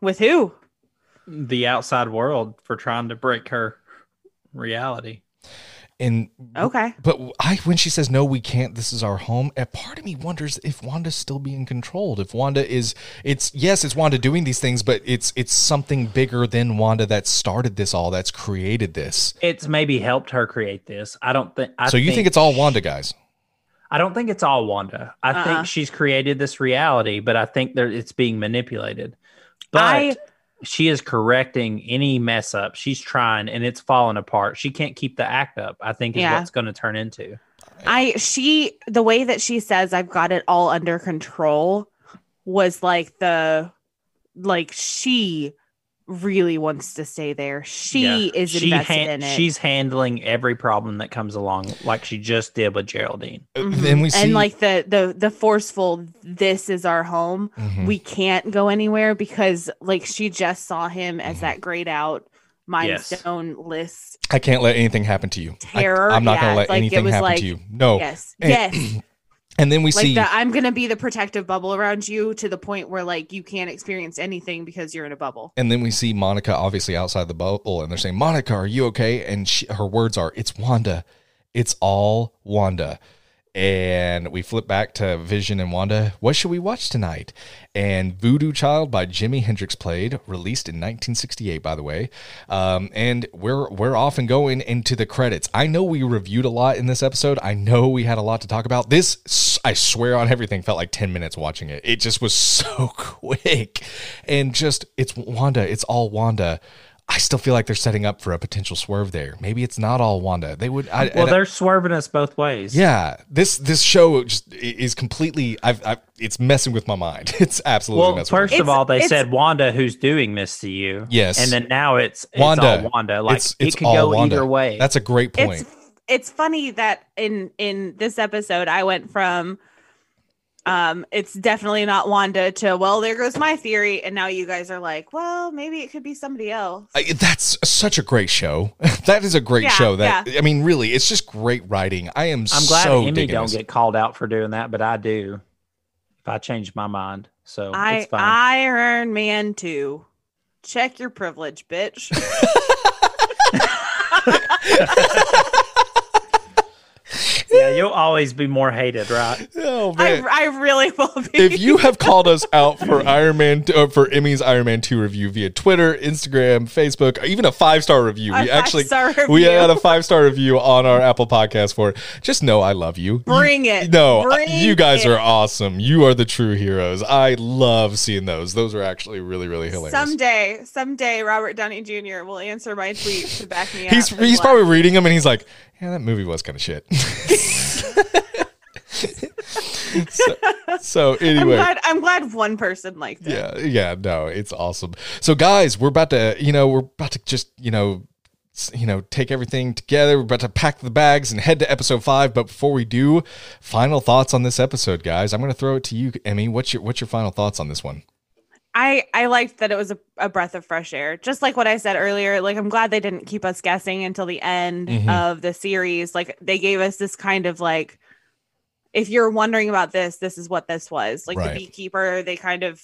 S2: with who
S4: the outside world for trying to break her reality.
S1: and
S2: okay
S1: But I, when she says no, we can't. This is our home. A part of me wonders if Wanda's still being controlled. If Wanda is, it's yes, it's Wanda doing these things, but it's it's something bigger than Wanda that started this all, that's created this.
S4: It's maybe helped her create this. I don't think. I
S1: so you think, it's all Wanda, guys? Uh,
S4: I don't think it's all Wanda. I
S2: Uh-uh.
S4: think she's created this reality, but I think there it's being manipulated. But
S2: I-
S4: she is correcting any mess up. She's trying and it's falling apart. She can't keep the act up, I think is
S2: Yeah.
S4: what's going to turn into.
S2: I she the way that she says I've got it all under control was like the like she really wants to stay there. She
S4: Yeah.
S2: is
S4: She
S2: invested
S4: han-
S2: in it.
S4: She's handling every problem that comes along, like she just did with Geraldine.
S2: Mhm.
S1: Then we see
S2: and like the the the forceful this is our home.
S1: Mhm.
S2: We can't go anywhere because like she just saw him as
S1: Mhm.
S2: that grayed out
S4: Yes.
S2: mindstone list
S1: I can't let anything happen to you.
S2: terror.
S1: I, am not
S2: Yeah,
S1: gonna
S2: it's
S1: let
S2: like, it
S1: anything
S2: was
S1: happen
S2: like,
S1: to you. No.
S2: Yes.
S1: And-
S2: yes.
S1: And then we
S2: like
S1: see
S2: that i'm gonna be the protective bubble around you to the point where like you can't experience anything because you're in a bubble
S1: and then we see Monica obviously outside the bubble and they're saying, "Monica, are you okay?" And she, her words are, "It's Wanda. It's all Wanda." And we flip back to Vision and Wanda. What should we watch tonight? And Voodoo Child by Jimi Hendrix played, released in 1968, by the way. Um, and we're we're off and going into the credits. I know we reviewed a lot in this episode. I know we had a lot to talk about. This, s- I swear on everything, felt like 10 minutes watching it. It just was [laughs] so quick, and just it's Wanda. It's all Wanda. I still feel like they're setting up for a potential swerve there. Maybe it's not all Wanda. They would. I,
S4: Well,
S1: and I-
S4: they're swerving us both ways.
S1: yeah, this this show just i- is completely. I've, I've it's messing with my mind. [laughs] It's absolutely
S4: Well,
S1: messing. with
S4: first
S1: me.
S2: It's-
S4: of all, they
S2: it's-
S4: said Wanda, who's doing this to you?
S1: Yes.
S4: and then now it's, it's
S1: Wanda.
S4: all Wanda. Like
S1: it's, it's
S4: it could
S1: all
S4: go
S1: Wanda.
S4: either way.
S1: That's a great point.
S2: it's it's funny that in in this episode i went from um it's definitely not wanda to well there goes my theory and now you guys are like well maybe it could be somebody else
S1: I, that's such a great show. [laughs] that is a great
S2: Yeah,
S1: show. That I mean, really, it's just great writing. I am.
S4: I'm glad
S1: so
S4: Emmy
S1: digging
S4: don't
S1: this.
S4: get called out for doing that, but I do. If I change my mind,
S1: Oh,
S4: so
S2: i
S4: it's fine.
S2: iron man 2 check your
S1: [laughs]
S2: privilege bitch
S4: yeah, you'll always be more hated, right?
S1: Oh
S2: I,
S1: man.
S2: I really will be
S1: if you have called us out for
S2: [laughs]
S1: Iron Man uh, for Emmy's Iron Man 2 review via Twitter, Instagram, Facebook, or even a five-star review.
S2: A
S1: we actually
S2: five-star
S1: we
S2: review.
S1: had a five-star review on our Apple podcast for it. Just know I love you.
S2: Bring [laughs] it.
S1: No, I-
S2: Bring
S1: you guys
S2: it.
S1: are awesome. You are the true heroes. I love seeing those. Those are actually really, really hilarious.
S2: Someday, someday, Robert Downey Jr. will answer my tweet to back me up.
S1: [laughs] he's
S2: as
S1: he's
S2: well.
S1: probably reading them and he's like, yeah, that movie was kind of shit. [laughs] so, so
S2: [laughs] I'm
S1: anyway.
S2: glad. I'm glad one person liked it.
S1: Yeah, yeah, no, it's awesome. So guys, we're about to, you know, we're about to just, you know, s- you know, take everything together. We're about to pack the bags and head to episode five. But before we do, final thoughts on this episode, guys. I'm gonna throw it to you, Emmy. What's your what's your final thoughts on this one?
S2: I I liked that it was a, a breath of fresh air. Just like what I said earlier, like I'm glad they didn't keep us guessing until the end
S1: Mhm.
S2: of the series. Like they gave us this kind of like if you're wondering about this, this is what this was. Like
S1: Right.
S2: the beekeeper, they kind of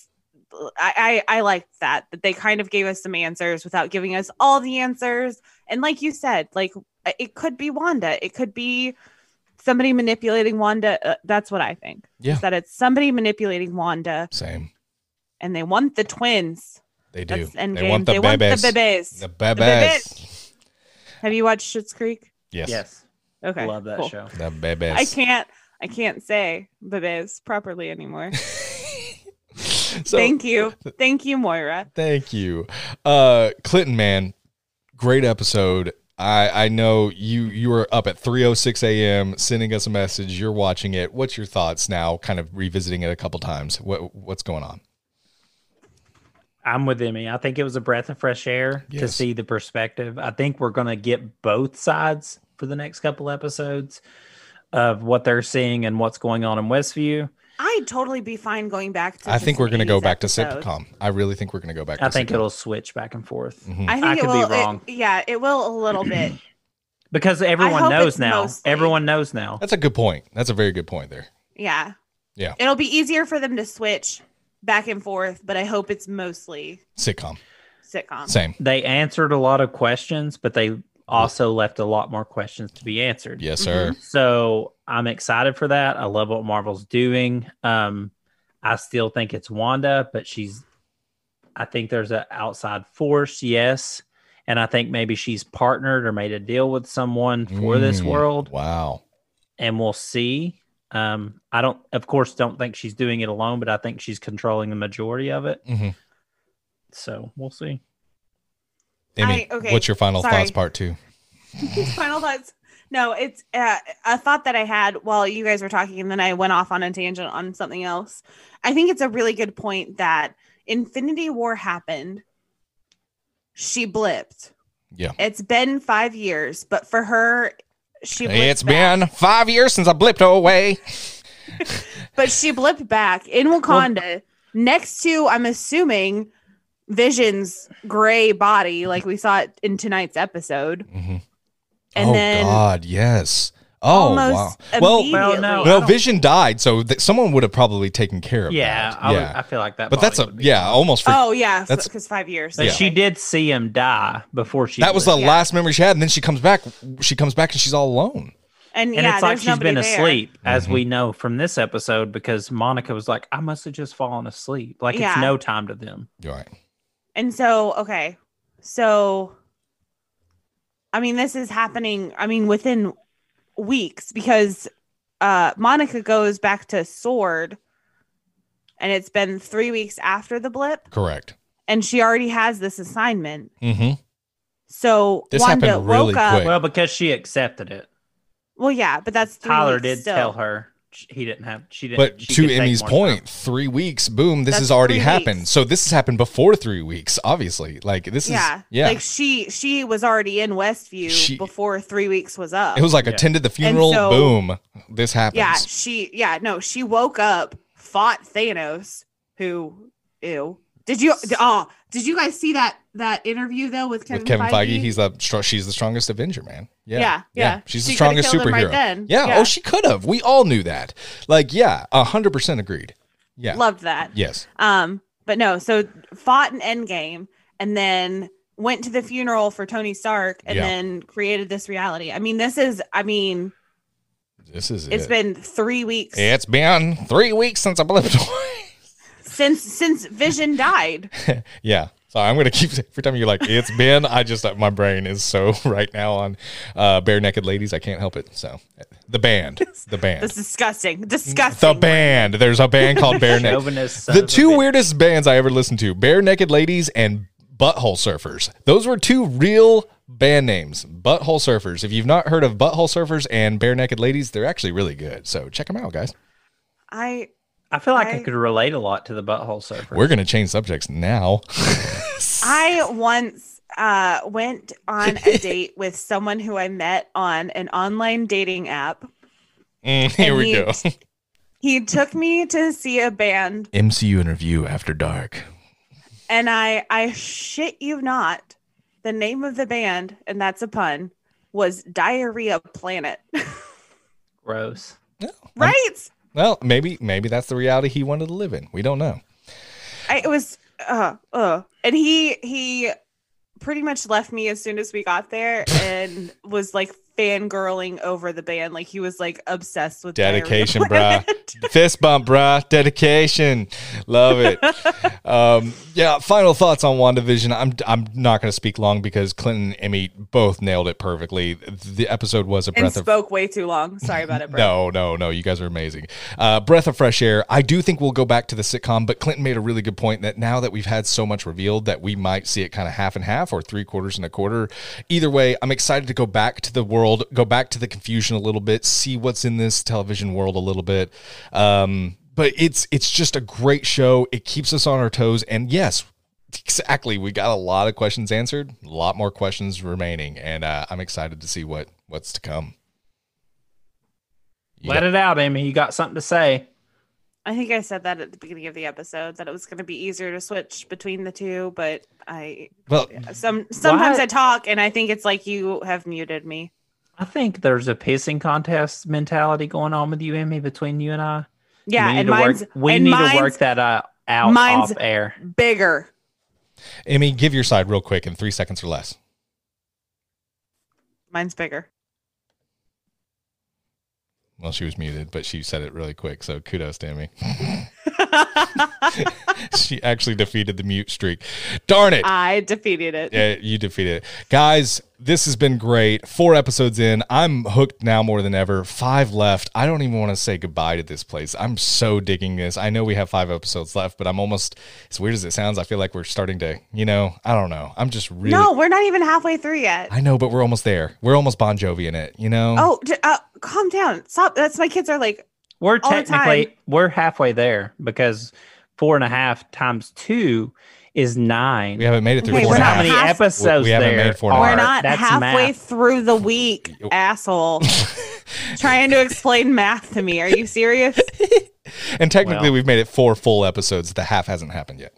S2: I, I I liked that that they kind of gave us some answers without giving us all the answers. And like you said, like it could be Wanda. It could be somebody manipulating Wanda. Uh, that's what I think.
S1: Yeah.
S2: Is that it's somebody manipulating Wanda
S1: Same.
S2: and they want the twins.
S1: They do.
S2: That's end
S1: they
S2: game.
S1: want the
S2: they
S1: bebes.
S2: want the bebes.
S1: the bebes.
S2: Have you watched Schitt's Creek?
S1: Yes.
S4: Yes,
S2: Okay.
S4: love that
S2: cool.
S4: show.
S1: The bebes.
S2: I can't I can't say bebes properly anymore.
S1: [laughs] So-
S2: Thank you. Thank you, Moira.
S1: Thank you. Uh Clinton man, great episode. I I know you you were up at 306 a.m. sending us a message. You're watching it. What's your thoughts now? Kind of revisiting it a couple times. What what's going on?
S4: I'm with Emmy. I think it was a breath of fresh air to
S1: Yes.
S4: see the perspective. I think we're going to get both sides for the next couple episodes of what they're seeing and what's going on in Westview.
S2: I'd totally be fine going back to
S1: I think
S2: just
S1: we're gonna go
S2: 80s
S1: back to
S2: episodes.
S1: sitcom. I really think we're gonna go back.
S4: I
S1: to
S4: think
S1: sitcom.
S4: it'll switch back and forth
S1: Mhm.
S2: I think
S4: I
S2: it
S4: could be
S2: will it-
S4: wrong.
S2: yeah, it will a little
S1: [clears throat]
S2: bit.
S4: because
S2: hope
S4: everyone knows
S2: it's
S4: now.
S2: mostly-
S4: Everyone knows now.
S1: That's a good point. That's a very good point there.
S2: Yeah.
S1: Yeah.
S2: It'll be easier for them to switch back and forth, but I hope it's mostly
S1: Sitcom.
S2: sitcom.
S1: Same.
S4: They answered a lot of questions, but they also left a lot more questions to be answered.
S1: Yes, sir.
S4: So I'm excited for that. I love what Marvel's doing. Um, I still think it's Wanda, but she's, I think there's an outside force, yes. And I think maybe she's partnered or made a deal with someone for this
S1: Mm,
S4: world,
S2: Mm-hmm.
S1: Wow.
S4: and we'll see. Um, I don't, of course, don't think she's doing it alone, but I think she's controlling the majority of it.
S1: hmm
S4: So we'll see.
S1: Emmy,
S2: I- okay,
S1: what's your final
S2: sorry.
S1: thoughts? Part two.
S2: Final thoughts. No, it's uh, a thought that I had while you guys were talking, and then I went off on a tangent on something else. I think it's a really good point that Infinity War happened. She blipped.
S1: Yeah.
S2: It's been five years, but for her, she blipped
S1: It's
S2: back.
S1: been five years since I blipped away.
S2: But she blipped back in Wakanda next to, I'm assuming, Vision's gray body, like we saw it in tonight's episode.
S1: Mhm.
S2: Mm-hmm. And
S1: oh
S2: then
S1: God, yes. Oh
S2: almost
S1: wow.
S2: immediately.
S1: Well,
S4: Well, no, I
S1: no,
S4: don't-
S1: Vision died, so th- someone would have probably taken care of
S4: yeah,
S1: that.
S4: I, would-
S1: yeah.
S4: I feel like that.
S1: but that's
S4: body
S1: a
S4: would be
S1: yeah,
S4: gone.
S1: almost. For,
S2: oh, yeah.
S1: that's-
S2: Because five years.
S4: But
S2: okay.
S4: she did see him die before she.
S1: that was the
S4: lived.
S2: yeah.
S1: last memory she had, and then she comes back. She comes back, and she's all alone.
S2: And,
S4: and
S2: yeah,
S4: it's like
S2: there's
S4: she's been
S2: nobody there.
S4: asleep, as
S1: Mhm.
S4: we know from this episode, because Monica was like, "I must have just fallen asleep. Like it's
S2: Yeah.
S4: no time to them."
S1: You're right.
S2: And so, okay. So, I mean, this is happening, I mean, within weeks because uh, Monica goes back to Sword and it's been three weeks after the blip
S1: Correct.
S2: and she already has this assignment.
S1: Mm-hmm.
S2: So,
S1: This
S2: Wanda
S1: happened really
S2: woke up.
S1: quick.
S4: Well, because she accepted it.
S2: Well, yeah, but that's three
S4: Tyler
S2: weeks
S4: did
S2: still.
S4: tell her sh- he didn't have. She didn't.
S1: But
S4: she
S1: to
S4: could take
S1: Emmy's
S4: more
S1: point,
S4: time.
S1: three weeks, boom, this
S2: That's
S1: has already
S2: three
S1: happened.
S2: weeks.
S1: So this has happened before three weeks, obviously. Like this
S2: yeah,
S1: is yeah.
S2: Like she, she was already in Westview
S1: She-
S2: before three weeks was up.
S1: it was like
S4: Yeah.
S1: attended the funeral,
S2: so-
S1: boom, this happens.
S2: Yeah, she yeah, no, she woke up, fought Thanos, who ew. Did you oh, did you guys see that that interview though with Kevin,
S1: With Kevin Feige, he's the str- she's the strongest Avenger, man. Yeah.
S2: yeah, yeah.
S1: She's
S2: She
S1: the
S2: coulda
S1: strongest
S2: killed him
S1: superhero.
S2: Right then.
S1: yeah. Oh, she could have. We all knew that. Like, yeah, hundred percent agreed. Yeah.
S2: loved that.
S1: yes.
S2: Um, but no, so fought an endgame and then went to the funeral for Tony Stark and
S1: Yeah.
S2: then created this reality. I mean, this is I mean,
S1: This is
S2: it's
S1: it.
S2: been three weeks
S1: it's been three weeks since I blipped away.
S2: since since Vision died.
S1: [laughs] Yeah. So I'm gonna keep every time you're like, it's been. I just uh, my brain is so [laughs] right now on uh, bare naked ladies. I can't help it. So uh, the band, the
S2: That's
S1: band,
S2: disgusting.
S1: the
S2: Disgusting.
S1: band. There's a band called Bare Naked.
S4: Chauvinist son
S1: The
S4: of a
S1: two
S4: bitch.
S1: weirdest bands I ever listened to: Bare Naked Ladies and Butthole Surfers. Those were two real band names. Butthole Surfers. If you've not heard of Butthole Surfers and Bare Naked Ladies, they're actually really good. So check them out, guys.
S2: I
S4: I feel like I,
S2: I-
S4: could relate a lot to the butthole surfer.
S1: We're gonna change subjects now. [laughs]
S2: I once uh, went on a date with someone who I met on an online dating app.
S1: Mm, here
S2: And
S1: we
S2: he-
S4: [laughs]
S1: go.
S2: He took me to see a band,
S1: MCU interview after dark.
S2: and I I shit you not, the name of the band, and that's a pun, was Diarrhea Planet. [laughs]
S4: Gross.
S2: right?
S1: Well, maybe maybe that's the reality he wanted to live in. We don't know.
S2: I, it was uh uh, and he he pretty much left me as soon as we got there, and was like fangirling over the band, like he was like obsessed with Diarrhea
S1: Dedication,
S2: Planet. [laughs]
S1: Fist bump, bruh. Dedication. Love it. um, yeah, final thoughts on WandaVision. I'm I'm not going to speak long because Clinton and Emmy both nailed it perfectly. The episode was a
S2: and
S1: breath of
S2: spoke way too long. Sorry
S4: [laughs]
S2: about it, bro.
S1: No, no, no. You guys are amazing. Uh, breath of fresh air. I do think we'll go back to the sitcom, but Clinton made a really good point that now that we've had so much revealed that we might see it kind of half and half or three quarters and a quarter. Either way, I'm excited to go back to the world, go back to the confusion a little bit, see what's in this television world a little bit. Um, but it's it's just a great show. It keeps us on our toes. And yes, exactly, we got a lot of questions answered, a lot more questions remaining, and uh, I'm excited to see what what's to come. You
S4: Let
S1: got-
S4: it out, Emmy. You got something to say?
S2: I think I said that at the beginning of the episode that it was going to be easier to switch between the two, but I
S1: well,
S2: some sometimes
S4: What?
S2: I talk and I think it's like you have muted me.
S4: I think there's a pissing contest mentality going on with you, Emmy, between you and I.
S2: Yeah,
S4: we need
S2: and
S4: to
S2: mine's
S4: work. We
S2: and
S4: need
S2: mine's
S4: to work that uh, out
S2: mine's-
S4: off air.
S2: bigger.
S1: Emmy, give your side real quick in three seconds or less.
S2: Mine's bigger. [laughs]
S1: Well, she was muted, but she said it really quick, so kudos to Emmy. [laughs] she actually defeated the mute streak. Darn it.
S2: I defeated it.
S1: Yeah, you defeated it. Guys, this has been great. Four episodes in. I'm hooked now more than ever. Five left. I don't even want to say goodbye to this place. I'm so digging this. I know we have five episodes left, but I'm almost, as weird as it sounds, I feel like we're starting to, you know, I don't know. I'm just really.
S2: No, we're not even halfway through yet.
S1: I know, but we're almost there. We're almost Bon Jovi in it, you know?
S2: Oh, j- uh, calm down. Stop. That's my kids are like,
S4: We're
S2: All the time.
S4: technically we're halfway there because four and a half times two is nine.
S1: We haven't made it through
S2: Okay,
S1: four and
S2: we're
S1: a
S4: how
S1: half.
S2: not
S4: many
S2: half-
S4: episodes
S1: We haven't
S4: there
S1: made four and a
S4: are.
S1: half.
S2: we're not
S4: That's
S2: halfway
S4: math.
S2: through the
S4: [laughs]
S2: week,
S1: Yo.
S2: asshole. Trying to explain math to me. Are you serious?
S1: And technically,
S4: Well.
S1: we've made it four full episodes. The half hasn't happened yet.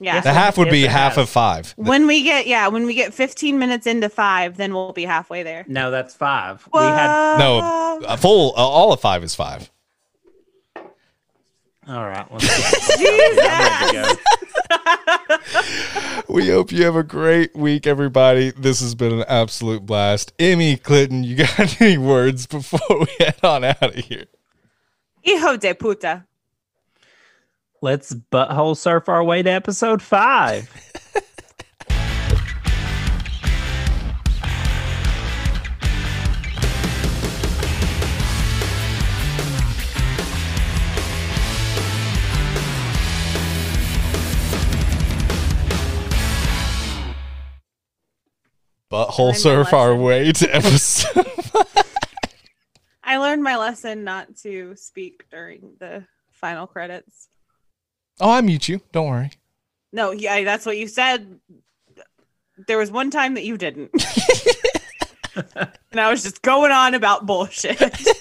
S2: Yeah.
S1: The half would
S4: [laughs] Yes,
S1: be
S4: it
S1: half
S4: has.
S1: of five.
S2: when we get yeah, when we get 15 minutes into 5, then we'll be halfway there.
S4: No, that's five. We had
S1: No, a full, uh, all of five is five.
S4: all right. Let's go.
S2: [laughs]
S4: I'm ready to go.
S1: We hope you have a great week, everybody. This has been an absolute blast. Emmy Clinton, you got [laughs] any words before we head on out of here?
S2: Hijo de puta.
S4: Let's butthole surf our way to episode five.
S1: Butthole
S2: my
S1: surf our
S2: lesson.
S1: way to episode. [laughs]
S2: I learned my lesson not to speak during the final credits.
S1: oh, I mute you. Don't worry.
S2: No, yeah, that's what you said. There was one
S4: [laughs]
S2: time that you didn't. and I was just going on about bullshit.